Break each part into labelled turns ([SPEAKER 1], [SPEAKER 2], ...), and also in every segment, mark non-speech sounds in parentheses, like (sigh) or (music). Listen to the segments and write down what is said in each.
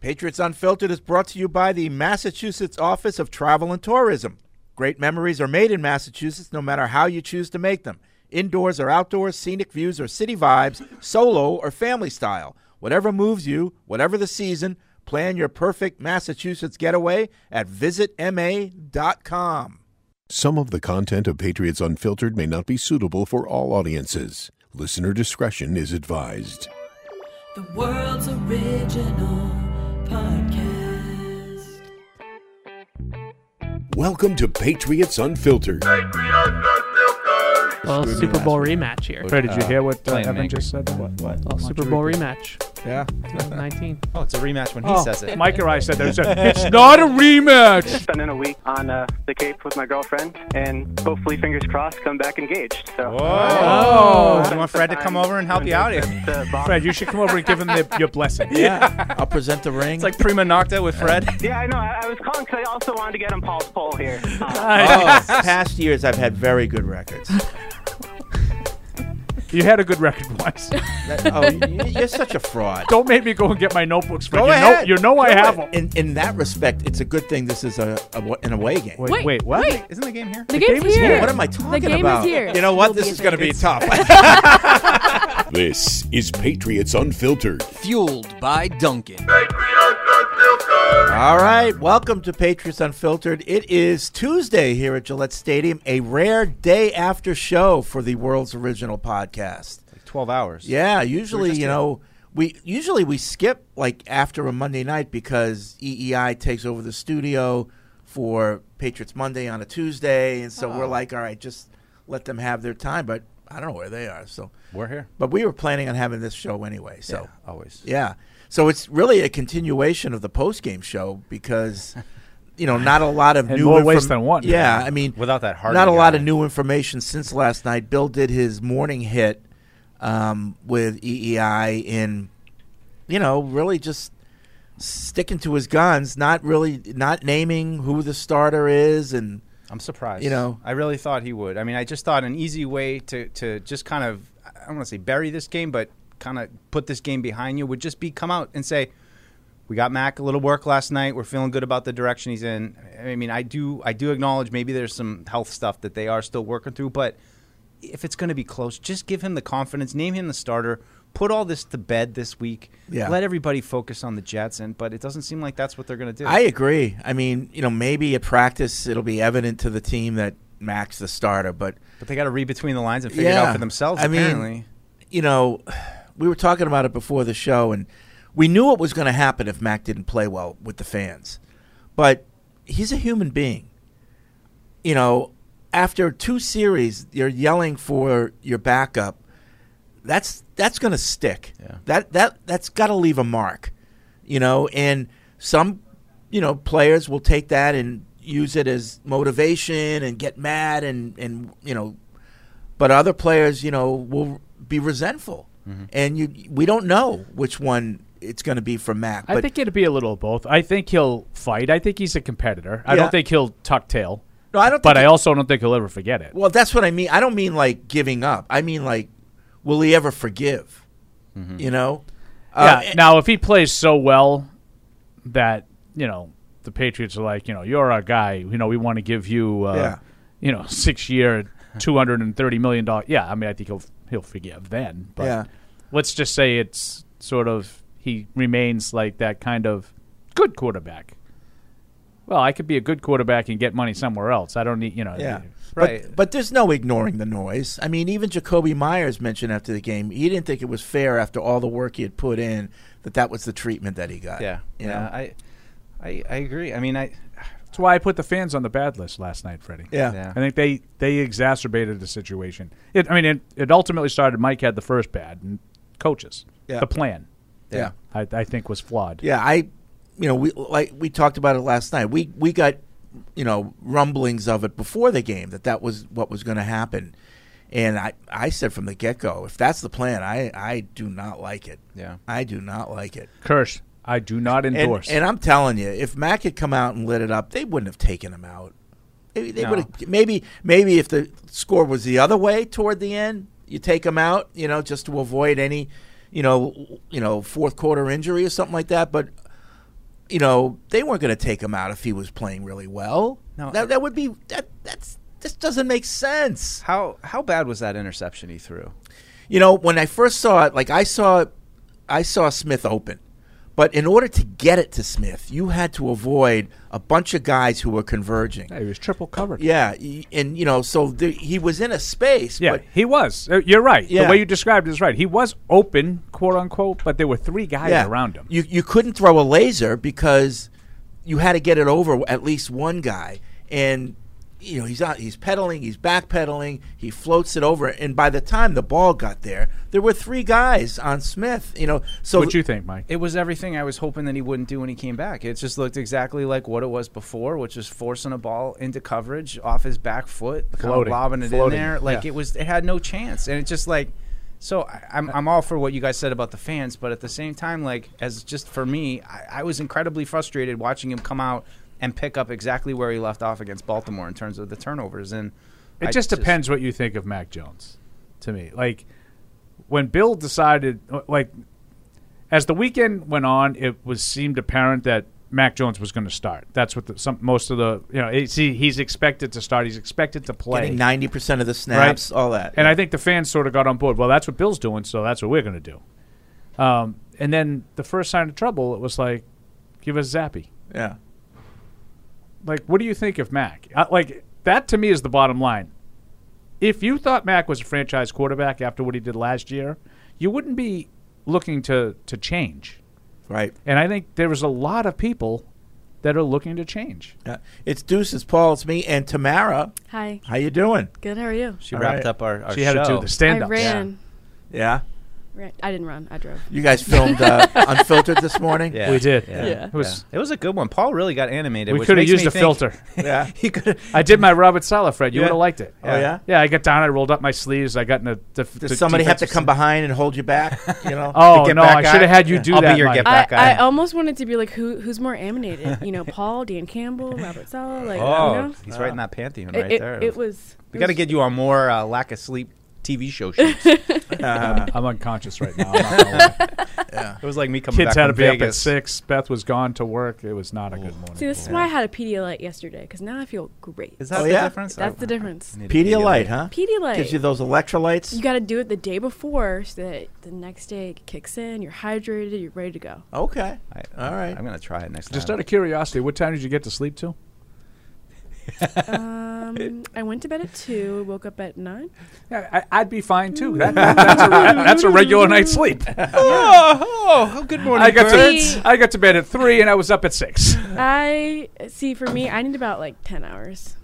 [SPEAKER 1] Patriots Unfiltered is brought to you by the Massachusetts Office of Travel and Tourism. Great memories are made in Massachusetts no matter how you choose to make them indoors or outdoors, scenic views or city vibes, solo or family style. Whatever moves you, whatever the season, plan your perfect Massachusetts getaway at visitma.com.
[SPEAKER 2] Some of the content of Patriots Unfiltered may not be suitable for all audiences. Listener discretion is advised.
[SPEAKER 3] The world's original podcast.
[SPEAKER 2] Welcome to Patriots Unfiltered.
[SPEAKER 4] Well, Super Bowl rematch here.
[SPEAKER 5] Trey, did you hear what uh,
[SPEAKER 6] Playing
[SPEAKER 5] Evan
[SPEAKER 6] maker.
[SPEAKER 5] just said? What? what?
[SPEAKER 4] Well, Super Bowl rematch.
[SPEAKER 1] Yeah.
[SPEAKER 4] 19.
[SPEAKER 6] Oh, it's a rematch when he
[SPEAKER 5] Oh,
[SPEAKER 6] says it.
[SPEAKER 5] Mike or I said that. It's,
[SPEAKER 6] (laughs)
[SPEAKER 5] a- it's not a rematch.
[SPEAKER 7] spending a week on uh, the Cape with my girlfriend, and hopefully, fingers crossed, come back engaged. So.
[SPEAKER 6] Oh,
[SPEAKER 7] Spend
[SPEAKER 6] you want Fred to
[SPEAKER 7] some
[SPEAKER 6] come
[SPEAKER 7] time
[SPEAKER 6] over and help you out here?
[SPEAKER 7] to bond.
[SPEAKER 5] Fred, you should come over and give him the, your blessing.
[SPEAKER 1] Yeah. I'll present the ring.
[SPEAKER 6] It's like prima nocta with Fred.
[SPEAKER 7] Yeah, I know. I, I was calling because I also wanted to get on Paul's poll here. Uh,
[SPEAKER 1] Oh, past years I've had very good records.
[SPEAKER 5] You had a good record once.
[SPEAKER 1] That-
[SPEAKER 5] (laughs)
[SPEAKER 1] oh, you- you're such a fraud.
[SPEAKER 5] Don't make me go and get my notebooks, Fred.
[SPEAKER 1] Go
[SPEAKER 5] you, know,
[SPEAKER 1] ahead.
[SPEAKER 5] you know I
[SPEAKER 1] Do
[SPEAKER 5] have
[SPEAKER 1] it.
[SPEAKER 5] them.
[SPEAKER 1] In, in that respect, it's a good thing this is a, a wa- an away game.
[SPEAKER 5] Wait, wait, what?
[SPEAKER 8] Wait,
[SPEAKER 6] Isn't the game here?
[SPEAKER 8] the, game's,
[SPEAKER 5] game is
[SPEAKER 8] here.
[SPEAKER 5] here.
[SPEAKER 1] What am I talking
[SPEAKER 8] game is
[SPEAKER 1] about?
[SPEAKER 8] here.
[SPEAKER 1] You know what?
[SPEAKER 8] It'll
[SPEAKER 1] This
[SPEAKER 8] be
[SPEAKER 1] is going to be
[SPEAKER 8] interesting.
[SPEAKER 1] tough.
[SPEAKER 2] This is Patriots Unfiltered.
[SPEAKER 9] Fueled by Duncan.
[SPEAKER 1] All right, welcome to Patriots Unfiltered. It is Tuesday here at Gillette Stadium, a rare day after show for the world's original podcast.
[SPEAKER 6] Like 12 hours.
[SPEAKER 1] Yeah, usually you know we usually we skip like after a Monday night because EEI takes over the studio for Patriots Monday on a Tuesday, and so we're like, all right, just let them have their time. But I don't know where they are, so
[SPEAKER 6] We're here.
[SPEAKER 1] but we were planning on having this show anyway, so.
[SPEAKER 6] Always.
[SPEAKER 1] Yeah. So it's really a continuation of the post game show because, (laughs) you know, not a lot of
[SPEAKER 5] In
[SPEAKER 1] new
[SPEAKER 5] more ways than one.
[SPEAKER 1] Yeah, I mean,
[SPEAKER 6] Without that Hardy
[SPEAKER 1] not a lot
[SPEAKER 6] guy.
[SPEAKER 1] of new information since last night. Bill did his morning hit um, with EEI in, you know, really just sticking to his guns, not really not naming who the starter is and
[SPEAKER 6] I'm surprised.
[SPEAKER 1] You know.
[SPEAKER 6] I really thought he would. I mean, I just thought an easy way to, to just kind of, I don't want to say bury this game, but kind of put this game behind you would just be come out and say, we got Mac a little work last night. We're feeling good about the direction he's in. I mean, I do I do acknowledge maybe there's some health stuff that they are still working through, but if it's going to be close, just give him the confidence, name him the starter, put all this to bed this week.
[SPEAKER 1] Yeah.
[SPEAKER 6] Let everybody focus on the Jets, and but it doesn't seem like that's what they're going to do.
[SPEAKER 1] I agree. I mean, you know, maybe at practice it'll be evident to the team that Mac's the starter, but
[SPEAKER 6] but they got to read between the lines and figure it out for themselves.
[SPEAKER 1] I
[SPEAKER 6] apparently.
[SPEAKER 1] mean, you know, we were talking about it before the show, and we knew what was going to happen if Mac didn't play well with the fans. But he's a human being. You know, after two series, you're yelling for your backup. That's that's going to stick.
[SPEAKER 6] Yeah.
[SPEAKER 1] That that that's got to leave a mark. You know, and some you know players will take that and use it as motivation and get mad and and you know but other players, you know, will be resentful. And you, we don't know which one it's going to be for Mac.
[SPEAKER 5] I
[SPEAKER 1] But
[SPEAKER 5] think it'd be a little of both. I think he'll fight. I think he's a competitor. I
[SPEAKER 1] Yeah.
[SPEAKER 5] don't think he'll tuck tail.
[SPEAKER 1] no, I don't.
[SPEAKER 5] But I
[SPEAKER 1] think
[SPEAKER 5] also don't think he'll ever forget it.
[SPEAKER 1] well, that's what I mean. I don't mean like giving up. I mean like, will he ever forgive? You know. Uh,
[SPEAKER 5] Mm-hmm. yeah. Now, if he plays so well that you know the Patriots are like, you know, you're our guy. You know, we want to give you, uh,
[SPEAKER 1] Yeah.
[SPEAKER 5] you know, (laughs) six year, two hundred and thirty million dollars. Yeah, I mean, I think he'll he'll forgive then. But
[SPEAKER 1] Yeah.
[SPEAKER 5] let's just say it's sort of he remains like that kind of good quarterback. Well, I could be a good quarterback and get money somewhere else. I don't need, you know.
[SPEAKER 1] Yeah. But,
[SPEAKER 6] Right.
[SPEAKER 1] but there's no ignoring the noise. I mean, even Jacoby Myers mentioned after the game he didn't think it was fair after all the work he had put in that that was the treatment that he got.
[SPEAKER 6] Yeah,
[SPEAKER 1] You
[SPEAKER 6] yeah,
[SPEAKER 1] know?
[SPEAKER 6] I, I, I agree. I mean, I,
[SPEAKER 5] That's why I put the fans on the bad list last night, Freddie.
[SPEAKER 1] yeah.
[SPEAKER 6] Yeah.
[SPEAKER 5] I think they they exacerbated the situation. It, I mean, it, it ultimately started. Mike had the first bad, and coaches.
[SPEAKER 1] Yeah.
[SPEAKER 5] The plan,
[SPEAKER 1] Yeah.
[SPEAKER 5] I, I think, was flawed.
[SPEAKER 1] Yeah, I, you know, we like we talked about it last night. We we got, you know, rumblings of it before the game that that was what was going to happen, and I I said from the get go, if that's the plan, I I do not like it.
[SPEAKER 6] Yeah.
[SPEAKER 1] I do not like it.
[SPEAKER 5] Curse. I do not
[SPEAKER 1] And,
[SPEAKER 5] endorse.
[SPEAKER 1] and I'm telling you, if Mac had come out and lit it up, they wouldn't have taken him out. They, they
[SPEAKER 6] No.
[SPEAKER 1] would have maybe maybe if the score was the other way toward the end, you take him out, you know, just to avoid any, you know, you know, fourth quarter injury or something like that. But you know, they weren't going to take him out if he was playing really well.
[SPEAKER 6] No.
[SPEAKER 1] that, that would be that. That's this doesn't make sense.
[SPEAKER 6] How how bad was that interception he threw?
[SPEAKER 1] You know, when I first saw it, like I saw, I saw Smith open, but in order to get it to Smith, you had to avoid a bunch of guys who were converging.
[SPEAKER 5] He was triple covered.
[SPEAKER 1] Yeah, y- and you know, so the, he was in a space.
[SPEAKER 5] Yeah,
[SPEAKER 1] but
[SPEAKER 5] he was. Uh, You're right.
[SPEAKER 1] Yeah.
[SPEAKER 5] The way you described it is right. He was open, quote unquote, but there were three guys
[SPEAKER 1] yeah,
[SPEAKER 5] around him.
[SPEAKER 1] You you couldn't throw a laser because you had to get it over at least one guy, and you know he's out, he's pedaling, he's backpedaling, he floats it over, and by the time the ball got there, there were three guys on Smith. You know, so
[SPEAKER 5] what you think, Mike?
[SPEAKER 6] It was everything I was hoping that he wouldn't do when he came back. It just looked exactly like what it was before, which is forcing a ball into coverage off his back foot, kind of
[SPEAKER 5] Floating.
[SPEAKER 6] lobbing it
[SPEAKER 5] Floating.
[SPEAKER 6] in there. Like
[SPEAKER 5] Yeah.
[SPEAKER 6] it was, it had no chance, and it just like. So I- I'm, I'm all for what you guys said about the fans, but at the same time, like as just for me, I, I was incredibly frustrated watching him come out and pick up exactly where he left off against Baltimore in terms of the turnovers. And
[SPEAKER 5] It
[SPEAKER 6] I
[SPEAKER 5] just depends what you think of Mac Jones to me. Like when Bill decided uh, like as the weekend went on, it was seemed apparent that Mac Jones was going to start. That's what the, some most of the you know, it's, he, he's expected to start. He's expected to play.
[SPEAKER 1] getting ninety percent of the snaps, all that.
[SPEAKER 5] And I think the fans sort of got on board. Well, that's what Bill's doing, so that's what we're going to do. Um, and then the first sign of trouble, it was like, give us Zappy.
[SPEAKER 1] yeah,
[SPEAKER 5] Like, what do you think of Mac? Uh, like, that to me is the bottom line. If you thought Mac was a franchise quarterback after what he did last year, you wouldn't be looking to, to change.
[SPEAKER 1] right.
[SPEAKER 5] And I think there was a lot of people that are looking to change.
[SPEAKER 1] Yeah. It's Deuce, it's Paul, it's me, and Tamara.
[SPEAKER 8] Hi.
[SPEAKER 1] How you doing?
[SPEAKER 8] Good. How are you?
[SPEAKER 6] She
[SPEAKER 1] All
[SPEAKER 6] wrapped
[SPEAKER 1] right.
[SPEAKER 6] up our, our
[SPEAKER 5] She had
[SPEAKER 6] show.
[SPEAKER 5] to do the stand
[SPEAKER 8] I
[SPEAKER 5] up.
[SPEAKER 8] ran.
[SPEAKER 1] Yeah,
[SPEAKER 8] ran. I didn't run. I drove.
[SPEAKER 1] you guys filmed
[SPEAKER 8] (laughs)
[SPEAKER 1] uh, Unfiltered this morning.
[SPEAKER 6] Yeah.
[SPEAKER 5] We did.
[SPEAKER 6] Yeah.
[SPEAKER 8] Yeah.
[SPEAKER 5] It was,
[SPEAKER 6] It was a good one. Paul really got animated.
[SPEAKER 5] We
[SPEAKER 6] which
[SPEAKER 5] could have
[SPEAKER 6] makes me
[SPEAKER 5] used a
[SPEAKER 6] think- (laughs)
[SPEAKER 5] filter.
[SPEAKER 1] (laughs) Yeah.
[SPEAKER 6] he could.
[SPEAKER 5] I did my Robert Sala, Fred. You
[SPEAKER 6] Yeah.
[SPEAKER 5] would have liked it.
[SPEAKER 1] Oh, yeah?
[SPEAKER 5] Yeah, I got down. I rolled up my sleeves. I got in a. Def-
[SPEAKER 1] Does
[SPEAKER 5] the
[SPEAKER 1] somebody have to
[SPEAKER 5] defensive
[SPEAKER 1] come behind and hold you back?
[SPEAKER 5] (laughs)
[SPEAKER 1] You know.
[SPEAKER 5] Oh
[SPEAKER 6] get
[SPEAKER 5] no!
[SPEAKER 6] back
[SPEAKER 5] I
[SPEAKER 6] guy?
[SPEAKER 5] should have had you do
[SPEAKER 6] I'll be
[SPEAKER 5] that.
[SPEAKER 6] your (laughs)
[SPEAKER 5] Mike.
[SPEAKER 6] get back.
[SPEAKER 8] I,
[SPEAKER 6] guy.
[SPEAKER 8] I almost wanted to be like, who who's more animated?
[SPEAKER 6] (laughs)
[SPEAKER 8] You know, Paul, Dan Campbell, Robert Sala. Like,
[SPEAKER 6] Oh,
[SPEAKER 8] you know,
[SPEAKER 6] he's right in that pantheon
[SPEAKER 8] it,
[SPEAKER 6] right
[SPEAKER 8] it,
[SPEAKER 6] there.
[SPEAKER 8] it was.
[SPEAKER 6] we
[SPEAKER 8] it
[SPEAKER 6] got to
[SPEAKER 8] was-
[SPEAKER 6] get you on more uh, lack of sleep TV show
[SPEAKER 8] (laughs)
[SPEAKER 6] Um, sheets.
[SPEAKER 1] Uh,
[SPEAKER 5] I'm unconscious right now. I'm not gonna lie.
[SPEAKER 6] (laughs) it was like me coming
[SPEAKER 5] Kids
[SPEAKER 6] back
[SPEAKER 5] had to
[SPEAKER 6] from
[SPEAKER 5] be up at
[SPEAKER 6] Vegas.
[SPEAKER 5] six. Beth was gone to work. It was not a good morning.
[SPEAKER 8] See, this is why I had a Pedialyte yesterday because now I feel great.
[SPEAKER 6] Is that
[SPEAKER 1] Oh,
[SPEAKER 6] the
[SPEAKER 1] yeah?
[SPEAKER 6] difference?
[SPEAKER 8] That's
[SPEAKER 6] I-
[SPEAKER 8] the difference.
[SPEAKER 6] I need a
[SPEAKER 1] Pedialyte, huh?
[SPEAKER 8] Pedialyte.
[SPEAKER 1] Gives you those electrolytes.
[SPEAKER 8] You got to do it the day before so that the next day it kicks in. You're hydrated. You're ready to go.
[SPEAKER 1] okay.
[SPEAKER 6] I-
[SPEAKER 1] All right.
[SPEAKER 6] I'm gonna try it next
[SPEAKER 5] Just out
[SPEAKER 6] time.
[SPEAKER 5] of curiosity, what time did you get to sleep to? (laughs)
[SPEAKER 8] Um, I went to bed at two. Woke up at nine. Mm.
[SPEAKER 5] Yeah, I, I'd be fine too.
[SPEAKER 8] (laughs)
[SPEAKER 5] That, that's, a, that's a regular night's sleep. (laughs)
[SPEAKER 6] oh, oh, good morning.
[SPEAKER 5] I got
[SPEAKER 8] birds.
[SPEAKER 5] to I got to bed at three and I was up at six.
[SPEAKER 8] I see. For me, I need about like ten hours.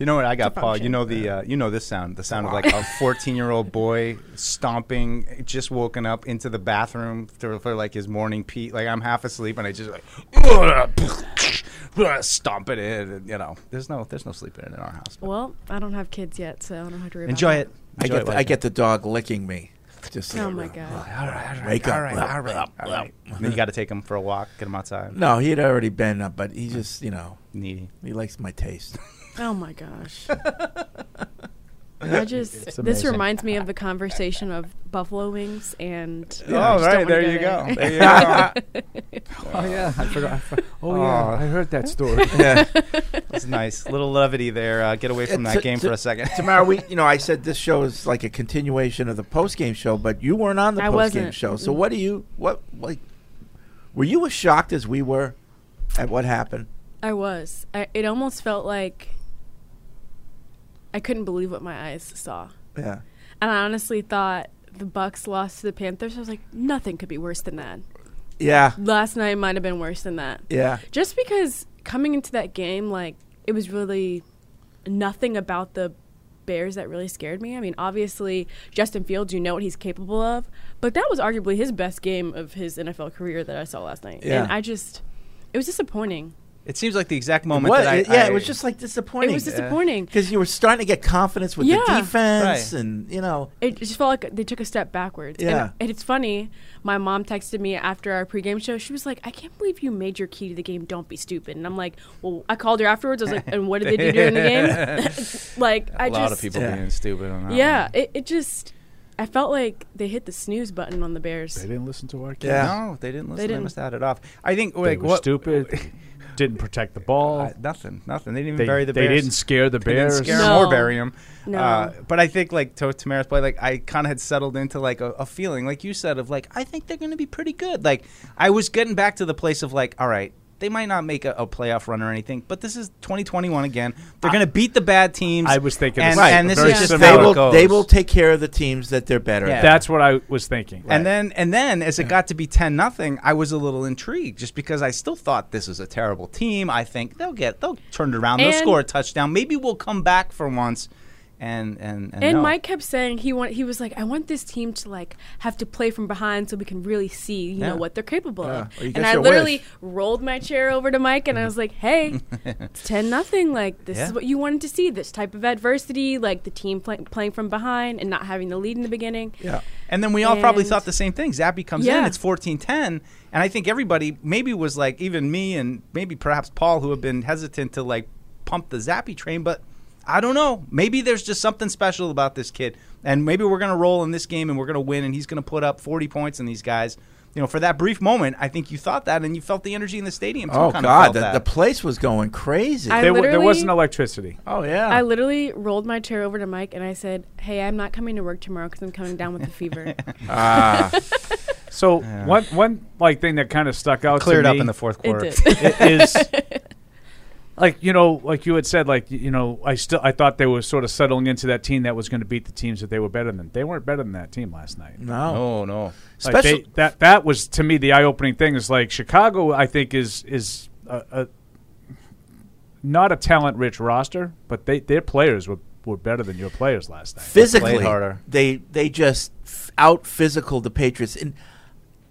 [SPEAKER 6] you know what I got, Paul? You
[SPEAKER 8] function.
[SPEAKER 6] know the uh, you know this sound, the sound of like a 14 year old boy stomping, just woken up into the bathroom for, for like his morning pee. Like I'm half asleep and I just like (laughs) stomp it in. And, you know, there's no there's no sleeping in our house. but
[SPEAKER 8] Well, I don't have kids yet, so I don't have to worry about
[SPEAKER 6] Enjoy
[SPEAKER 8] that.
[SPEAKER 6] it.
[SPEAKER 1] I
[SPEAKER 6] Enjoy
[SPEAKER 1] get
[SPEAKER 6] it
[SPEAKER 1] the,
[SPEAKER 6] while
[SPEAKER 1] I
[SPEAKER 6] you
[SPEAKER 1] get the dog licking me. Just
[SPEAKER 8] Oh my god.
[SPEAKER 6] All right, all right,
[SPEAKER 1] Wake
[SPEAKER 6] all
[SPEAKER 1] up.
[SPEAKER 6] right, all right, all right. And then you got to take him for a walk, get him outside.
[SPEAKER 1] No, he had already been up, but he just you know
[SPEAKER 6] Needy.
[SPEAKER 1] he likes my taste.
[SPEAKER 8] Oh my gosh. I just this
[SPEAKER 5] amazing.
[SPEAKER 8] reminds me of the conversation of buffalo wings and
[SPEAKER 6] oh, right, there you go. There you go.
[SPEAKER 1] (laughs)
[SPEAKER 8] (laughs)
[SPEAKER 5] Oh yeah, I
[SPEAKER 6] (laughs)
[SPEAKER 5] forgot. I for- oh
[SPEAKER 6] Aw.
[SPEAKER 5] I heard
[SPEAKER 6] (laughs)
[SPEAKER 5] that story. (laughs)
[SPEAKER 1] Yeah.
[SPEAKER 6] That's nice. Little levity there. Uh, get away from
[SPEAKER 1] Uh,
[SPEAKER 6] that
[SPEAKER 1] to-
[SPEAKER 6] game
[SPEAKER 1] to-
[SPEAKER 6] for a
[SPEAKER 1] (laughs)
[SPEAKER 6] second.
[SPEAKER 1] Tomorrow we you know I said this show is like a continuation of the post game show, but you weren't on the
[SPEAKER 8] I
[SPEAKER 1] post game
[SPEAKER 8] wasn't.
[SPEAKER 1] show. So what do you what like? Were you as shocked as we were at what happened?
[SPEAKER 8] I was. I, it almost felt like I couldn't believe what my eyes saw.
[SPEAKER 1] Yeah.
[SPEAKER 8] And I honestly thought the Bucks lost to the Panthers. I was like, nothing could be worse than that.
[SPEAKER 1] Yeah.
[SPEAKER 8] Last night might have been worse than that.
[SPEAKER 1] Yeah.
[SPEAKER 8] Just because coming into that game, like, it was really nothing about the Bears that really scared me. I mean, obviously, Justin Fields, you know what he's capable of, but that was arguably his best game of his NFL career that I saw last night.
[SPEAKER 1] Yeah.
[SPEAKER 8] And I just, it was disappointing.
[SPEAKER 6] (laughs) It seems like the exact moment
[SPEAKER 1] What?
[SPEAKER 6] that I,
[SPEAKER 1] yeah,
[SPEAKER 6] I-
[SPEAKER 1] it was just like disappointing.
[SPEAKER 8] It was disappointing.
[SPEAKER 1] because you were starting to get confidence with the
[SPEAKER 8] Yeah.
[SPEAKER 1] defense,
[SPEAKER 6] Right.
[SPEAKER 1] and you know,
[SPEAKER 8] It just felt like they took a step backwards.
[SPEAKER 1] Yeah.
[SPEAKER 8] And, and it's funny. My mom texted me after our pregame show. She was like, I can't believe you made your key to the game, don't be stupid. And I'm like, well, I called her afterwards. I was like, and what
[SPEAKER 1] (laughs)
[SPEAKER 8] did they do during the game? (laughs) like, I
[SPEAKER 6] a lot
[SPEAKER 8] just.
[SPEAKER 6] of people
[SPEAKER 1] Yeah.
[SPEAKER 6] being stupid on that.
[SPEAKER 8] Yeah. It, it just. I felt like they hit the snooze button on the Bears.
[SPEAKER 5] They didn't listen to our kids.
[SPEAKER 1] Yeah.
[SPEAKER 6] No, they didn't listen. They,
[SPEAKER 8] didn't.
[SPEAKER 6] must have had it off. I think
[SPEAKER 5] They
[SPEAKER 6] like
[SPEAKER 5] were
[SPEAKER 6] what?
[SPEAKER 5] stupid. didn't protect the ball.
[SPEAKER 6] Uh, nothing. Nothing. They didn't even
[SPEAKER 5] they
[SPEAKER 6] bury the
[SPEAKER 5] they
[SPEAKER 6] Bears.
[SPEAKER 5] didn't scare the
[SPEAKER 6] They didn't
[SPEAKER 5] Bears.
[SPEAKER 6] scare 'em
[SPEAKER 8] No.
[SPEAKER 6] or bury him.
[SPEAKER 8] No.
[SPEAKER 6] Uh, but I think like to Tamara's play, like I kind of had settled into like a, a feeling, like you said, of like I think they're going to be pretty good. Like I was getting back to the place of like, all right, they might not make a, a playoff run or anything, but this is 2021 again. They're going to beat the bad teams.
[SPEAKER 5] I was thinking the
[SPEAKER 6] and,
[SPEAKER 5] same.
[SPEAKER 6] and this
[SPEAKER 5] Very
[SPEAKER 6] is just
[SPEAKER 5] similar.
[SPEAKER 6] how
[SPEAKER 1] They
[SPEAKER 6] it
[SPEAKER 1] will,
[SPEAKER 6] goes.
[SPEAKER 1] they will take care of the teams that they're better
[SPEAKER 6] Yeah.
[SPEAKER 1] at.
[SPEAKER 5] That's what I was thinking.
[SPEAKER 6] And then and then as it got to be 10 nothing, I was a little intrigued just because I still thought this is a terrible team. I think they'll get they'll turn it around.
[SPEAKER 8] And-
[SPEAKER 6] they'll score a touchdown. Maybe we'll come back for once. And and and,
[SPEAKER 8] And
[SPEAKER 6] no.
[SPEAKER 8] Mike kept saying he want he was like, I want this team to like have to play from behind so we can really see you
[SPEAKER 6] Yeah.
[SPEAKER 8] know what they're capable of.
[SPEAKER 1] Or you get
[SPEAKER 8] and I
[SPEAKER 1] your
[SPEAKER 8] literally
[SPEAKER 1] wish.
[SPEAKER 8] rolled my chair over to Mike and I was
[SPEAKER 6] (laughs)
[SPEAKER 8] like, Hey,
[SPEAKER 5] (laughs)
[SPEAKER 8] it's ten nothing. Like this
[SPEAKER 6] Yeah.
[SPEAKER 8] is what you wanted to see. This type of adversity, like the team play- playing from behind and not having the lead in the beginning.
[SPEAKER 1] Yeah.
[SPEAKER 6] And then we all probably
[SPEAKER 8] And-
[SPEAKER 6] thought the same thing. Zappy comes in,
[SPEAKER 8] Yeah.
[SPEAKER 6] it's 14-10, and I think everybody maybe was like even me and maybe perhaps Paul who have been hesitant to like pump the Zappy train, but I don't know. Maybe there's just something special about this kid. And maybe we're going to roll in this game and we're going to win and he's going to put up 40 points on these guys. You know, for that brief moment, I think you thought that and you felt the energy in the stadium. too,
[SPEAKER 1] Oh
[SPEAKER 6] kinda
[SPEAKER 1] God,
[SPEAKER 6] felt
[SPEAKER 1] the, the
[SPEAKER 6] that.
[SPEAKER 1] place was going crazy.
[SPEAKER 8] I
[SPEAKER 5] There wa- there
[SPEAKER 8] literally-
[SPEAKER 5] wasn't electricity.
[SPEAKER 1] oh yeah.
[SPEAKER 8] I literally rolled my chair over to Mike and I said, "Hey, I'm not coming to work tomorrow because I'm coming down with the fever."
[SPEAKER 5] (laughs)
[SPEAKER 8] (laughs)
[SPEAKER 1] Ah.
[SPEAKER 5] So one one like thing that kind of stuck out
[SPEAKER 6] cleared
[SPEAKER 5] to
[SPEAKER 6] up
[SPEAKER 5] me
[SPEAKER 6] in the fourth
[SPEAKER 8] it
[SPEAKER 6] quarter.
[SPEAKER 8] did.
[SPEAKER 5] i- is (laughs) like you know like you had said like y- you know I still I thought they were sort of settling into that team that was going to beat the teams that they were better than. They weren't better than that team last night.
[SPEAKER 1] no.
[SPEAKER 6] Oh no.
[SPEAKER 5] Like
[SPEAKER 1] Especially
[SPEAKER 5] they, that that was to me the eye opening thing is like Chicago. I think is is a, a not a talent rich roster, but they their players were, were better than your players last night.
[SPEAKER 1] physically
[SPEAKER 6] Played harder.
[SPEAKER 1] they they just f- out physical the Patriots and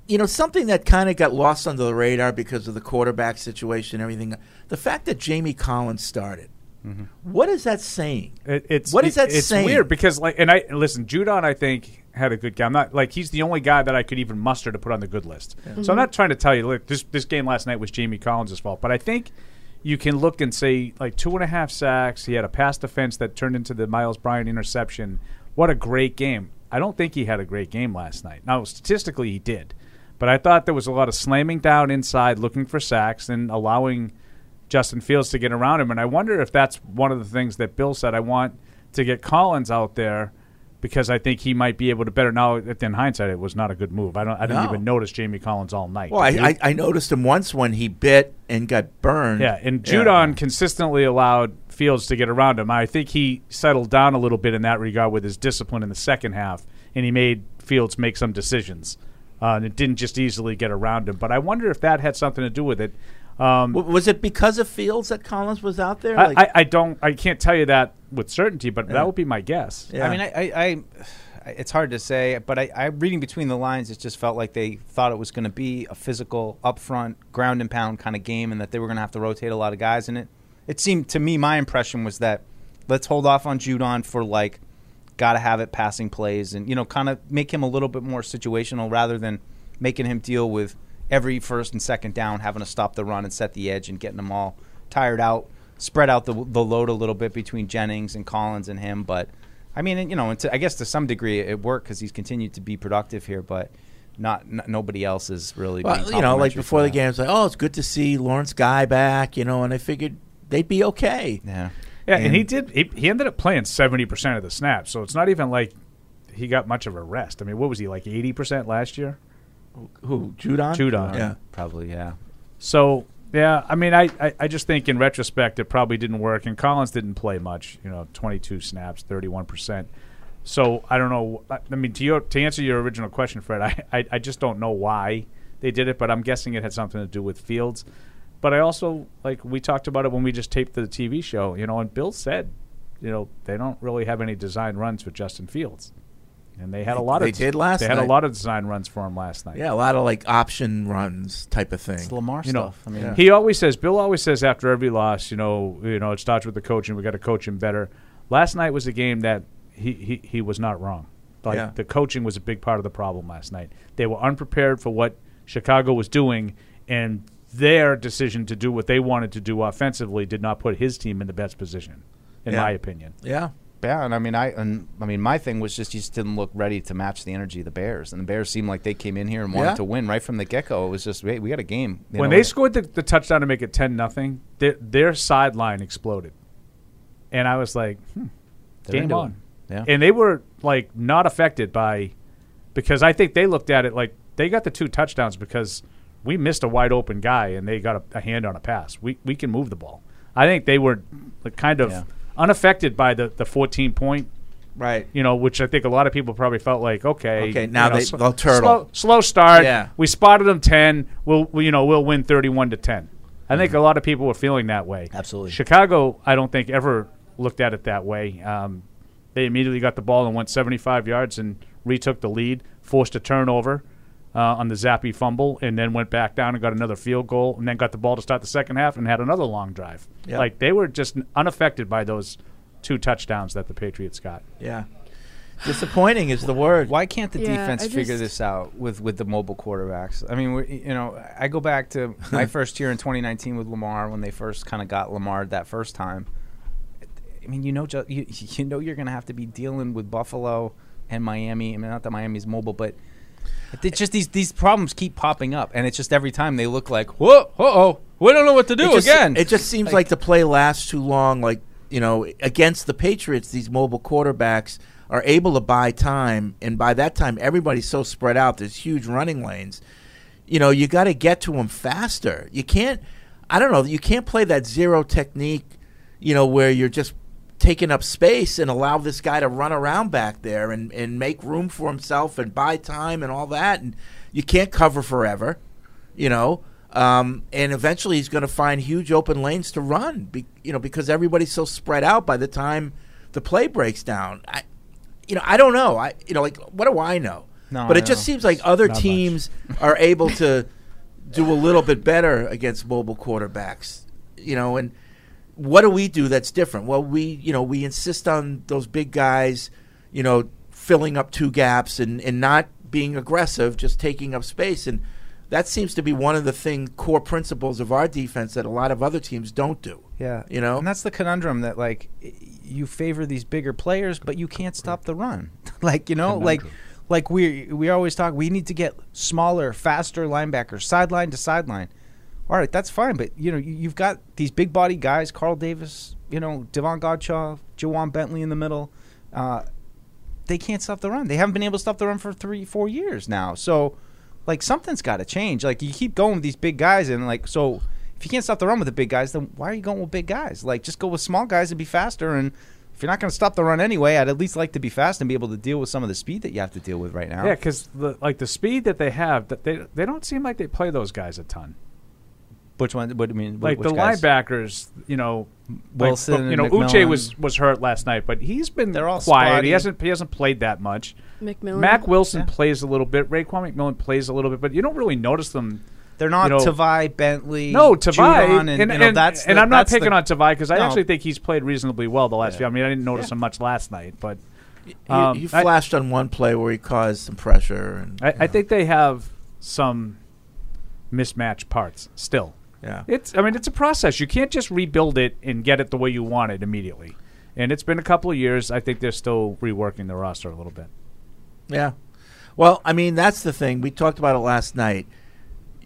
[SPEAKER 1] you know something that kind of got lost under the radar because of the quarterback situation and everything the fact that Jamie Collins started What is that saying
[SPEAKER 5] Mm-hmm. It, it's
[SPEAKER 1] What is that
[SPEAKER 5] it's
[SPEAKER 1] saying?
[SPEAKER 5] weird because like and I and listen, Judon I think had a good game. I'm not like he's the only guy that I could even muster to put on the good list. So I'm not trying to tell you look this this game last night was Jamie Collins' fault, but I think you can look and say like two and a half sacks. He had a pass defense that turned into the Miles Bryant interception. What a great game! I don't think he had a great game last night. Now statistically he did, but I thought there was a lot of slamming down inside, looking for sacks, and allowing. Justin Fields to get around him. And I wonder if that's one of the things that Bill said. I want to get Collins out there because I think he might be able to better. Now, in hindsight, it was not a good move. I don't. I didn't
[SPEAKER 1] No.
[SPEAKER 5] even notice Jamie Collins all night.
[SPEAKER 1] well
[SPEAKER 5] Did
[SPEAKER 1] I,
[SPEAKER 5] you?
[SPEAKER 1] I, I noticed him once when he bit and got burned
[SPEAKER 5] yeah, and Judon consistently allowed Fields to get around him. I think he settled down a little bit in that regard with his discipline in the second half, and he made Fields make some decisions. Uh, and it didn't just easily get around him. But I wonder if that had something to do with it. Um,
[SPEAKER 1] W- was it because of Fields that Collins was out there
[SPEAKER 5] I,
[SPEAKER 1] Like-
[SPEAKER 5] I, I don't. I can't tell you that with certainty, but that would be my guess.
[SPEAKER 1] Yeah.
[SPEAKER 6] I mean, I, I, I, it's hard to say, but I, I, reading between the lines, it just felt like they thought it was going to be a physical, upfront, ground and pound kind of game, and that they were going to have to rotate a lot of guys in it. It seemed to me, my impression was that let's hold off on Judon for like, got to have it passing plays, and you know, kind of make him a little bit more situational rather than making him deal with every first and second down, having to stop the run and set the edge and getting them all tired out. Spread out the the load a little bit between Jennings and Collins and him, but I mean, and, you know, and to, I guess to some degree it worked because he's continued to be productive here, but not, n nobody else is really.
[SPEAKER 1] Well,
[SPEAKER 6] being
[SPEAKER 1] you know, like
[SPEAKER 6] complimentary
[SPEAKER 1] before
[SPEAKER 6] for
[SPEAKER 1] the
[SPEAKER 6] that.
[SPEAKER 1] game, it's like, oh, it's good to see Lawrence Guy back, you know, and I figured they'd be okay.
[SPEAKER 6] Yeah.
[SPEAKER 5] Yeah, and, he did. He, he ended up playing seventy percent of the snaps, so it's not even like he got much of a rest. I mean, what was he like eighty percent last year?
[SPEAKER 1] Who, Judon?
[SPEAKER 5] Judon.
[SPEAKER 1] Yeah.
[SPEAKER 6] Probably, yeah.
[SPEAKER 5] So yeah, I mean, I, I, I just think in retrospect it probably didn't work, and Collins didn't play much. You know, twenty two snaps, thirty one percent. So I don't know. I I mean, to your to answer your original question, Fred, I, I I just don't know why they did it, but I'm guessing it had something to do with Fields. But I also like we talked about it when we just taped the TV show, you know, and Bill said, you know, they don't really have any design runs for Justin Fields, and they had a lot
[SPEAKER 1] They
[SPEAKER 5] of
[SPEAKER 1] did last
[SPEAKER 5] They had a
[SPEAKER 1] night.
[SPEAKER 5] lot of design runs for him last night.
[SPEAKER 1] Yeah, a lot of like option runs type of thing.
[SPEAKER 6] It's Lamar
[SPEAKER 5] You know,
[SPEAKER 6] stuff. I mean,
[SPEAKER 5] He always says, Bill always says after every loss, you know, you know, it starts with the coaching. We got to coach him better. Last night was a game that he he, he was not wrong. Like
[SPEAKER 1] Yeah.
[SPEAKER 5] the coaching was a big part of the problem last night. They were unprepared for what Chicago was doing, and their decision to do what they wanted to do offensively did not put his team in the best position, in
[SPEAKER 1] Yeah.
[SPEAKER 5] my opinion.
[SPEAKER 1] Yeah.
[SPEAKER 6] Yeah, and I mean, I and I mean, my thing was just he just didn't look ready to match the energy of the Bears, and the Bears seemed like they came in here and wanted
[SPEAKER 1] Yeah.
[SPEAKER 6] to win right from the get go. It was just, hey, we got a game. You
[SPEAKER 5] when
[SPEAKER 6] know,
[SPEAKER 5] they scored the, the touchdown to make it 10 nothing, their, their sideline exploded. And I was like, hmm,
[SPEAKER 6] They're
[SPEAKER 5] game
[SPEAKER 6] into
[SPEAKER 5] on.
[SPEAKER 6] it. Yeah.
[SPEAKER 5] And they were like not affected by because I think they looked at it like they got the two touchdowns because we missed a wide open guy and they got a, a hand on a pass. We we can move the ball. I think they were like, kind of
[SPEAKER 6] Yeah.
[SPEAKER 5] unaffected by the, the 14 point
[SPEAKER 1] Right.
[SPEAKER 5] you know, which I think a lot of people probably felt like, okay,
[SPEAKER 1] Okay,
[SPEAKER 5] you
[SPEAKER 1] now
[SPEAKER 5] know,
[SPEAKER 1] they- they'll turtle.
[SPEAKER 5] slow, slow start.
[SPEAKER 1] Yeah.
[SPEAKER 5] we spotted them ten. We'll, we, you know, we'll win thirty-one to ten. I think a lot of people were feeling that way.
[SPEAKER 6] Absolutely.
[SPEAKER 5] Chicago, I don't think ever looked at it that way. Um, they immediately got the ball and went seventy-five yards and retook the lead, forced a turnover uh, on the Zappy fumble, and then went back down and got another field goal, and then got the ball to start the second half and had another long drive.
[SPEAKER 1] Yeah.
[SPEAKER 5] Like they were just unaffected by those two touchdowns that the Patriots got.
[SPEAKER 1] Yeah. Disappointing is the word.
[SPEAKER 6] Why can't the
[SPEAKER 8] Yeah,
[SPEAKER 6] defense
[SPEAKER 8] I
[SPEAKER 6] figure
[SPEAKER 8] just-
[SPEAKER 6] this out with with the mobile quarterbacks? I mean, we're, you know, I go back
[SPEAKER 1] (laughs)
[SPEAKER 6] to my first year in 2019 with Lamar when they first kind of got Lamar that first time. I mean, you know, ju- you, (laughs) you know, you're going to have to be dealing with Buffalo and Miami. I mean, not that Miami's mobile, but it's just these these problems keep popping up, and it's just every time they look like, whoa, uh oh, we don't know what to do
[SPEAKER 1] it just,
[SPEAKER 6] again.
[SPEAKER 1] It just seems like, the play lasts too long. Like you know, against the Patriots, these mobile quarterbacks are able to buy time, and by that time, everybody's so spread out. There's huge running lanes. You know, you got to get to them faster. You can't. I don't know. You can't play that zero technique. You know, where you're just taking up space and allow this guy to run around back there and, and make room for himself and buy time and all that. And you can't cover forever you know. Um, and eventually, he's going to find huge open lanes to run, be, you know, because everybody's so spread out by the time the play breaks down. I, you know, I don't know. I, you know, like what do I know?
[SPEAKER 6] No,
[SPEAKER 1] but
[SPEAKER 6] I
[SPEAKER 1] it just
[SPEAKER 6] know.
[SPEAKER 1] seems like other teams are able to do a little bit better against mobile quarterbacks, you know. And what do we do that's different? Well, we, you know, we insist on those big guys, you know, filling up two gaps and and not being aggressive, just taking up space and that seems to be one of the thing core principles of our defense that a lot of other teams don't do.
[SPEAKER 6] Yeah,
[SPEAKER 1] You know?
[SPEAKER 6] and that's the conundrum that like y- you favor these bigger players, but you can't stop the run. (laughs) like you know, like like we we always talk. We need to get smaller, faster linebackers, sideline to sideline. All right, that's fine, but you know you, you've got these big body guys, Carl Davis, you know Devon Godshaw, Jawan Bentley in the middle. Uh, they can't stop the run. They haven't been able to stop the run for three, four years now. So, like, something's got to change. Like, you keep going with these big guys, and like, so if you can't stop the run with the big guys, then why are you going with big guys? Like, just go with small guys and be faster. And if you're not going to stop the run anyway, I'd at least like to be fast and be able to deal with some of the speed that you have to deal with right now.
[SPEAKER 5] Yeah, because like the speed that they have, that they they don't seem like they play those guys a ton.
[SPEAKER 6] Which one? What do you mean? wh-
[SPEAKER 5] Like
[SPEAKER 6] which
[SPEAKER 5] the
[SPEAKER 6] guys?
[SPEAKER 5] linebackers, you know, like,
[SPEAKER 6] Wilson
[SPEAKER 5] you know,
[SPEAKER 6] and
[SPEAKER 5] Uche
[SPEAKER 6] McMillan.
[SPEAKER 5] was was hurt last night, but he's been
[SPEAKER 6] They're all
[SPEAKER 5] quiet.
[SPEAKER 6] spotty.
[SPEAKER 5] He hasn't he hasn't played that much.
[SPEAKER 8] McMillan.
[SPEAKER 5] Mac Wilson
[SPEAKER 6] Yeah.
[SPEAKER 5] plays a little bit. Raquan McMillan plays a little bit, but you don't really notice them.
[SPEAKER 6] They're not
[SPEAKER 5] you know-
[SPEAKER 6] Tavai Bentley.
[SPEAKER 5] No, Tavai,
[SPEAKER 6] Judon, and, you know, that's
[SPEAKER 5] and
[SPEAKER 6] the-
[SPEAKER 5] I'm not
[SPEAKER 6] that's the-
[SPEAKER 5] picking on Tavai because I
[SPEAKER 6] No.
[SPEAKER 5] actually think he's played reasonably well the last few. I mean, I didn't notice him much last night, but
[SPEAKER 1] He,
[SPEAKER 5] Um,
[SPEAKER 1] he
[SPEAKER 5] I-
[SPEAKER 1] flashed on one play where he caused some pressure, and
[SPEAKER 5] I, I think they have some mismatched parts still.
[SPEAKER 1] yeah,
[SPEAKER 5] It's I mean it's a process. You can't just rebuild it and get it the way you want it immediately. And it's been a couple of years. I think they're still reworking the roster a little bit.
[SPEAKER 1] yeah. Well, I mean, that's the thing we talked about it last night.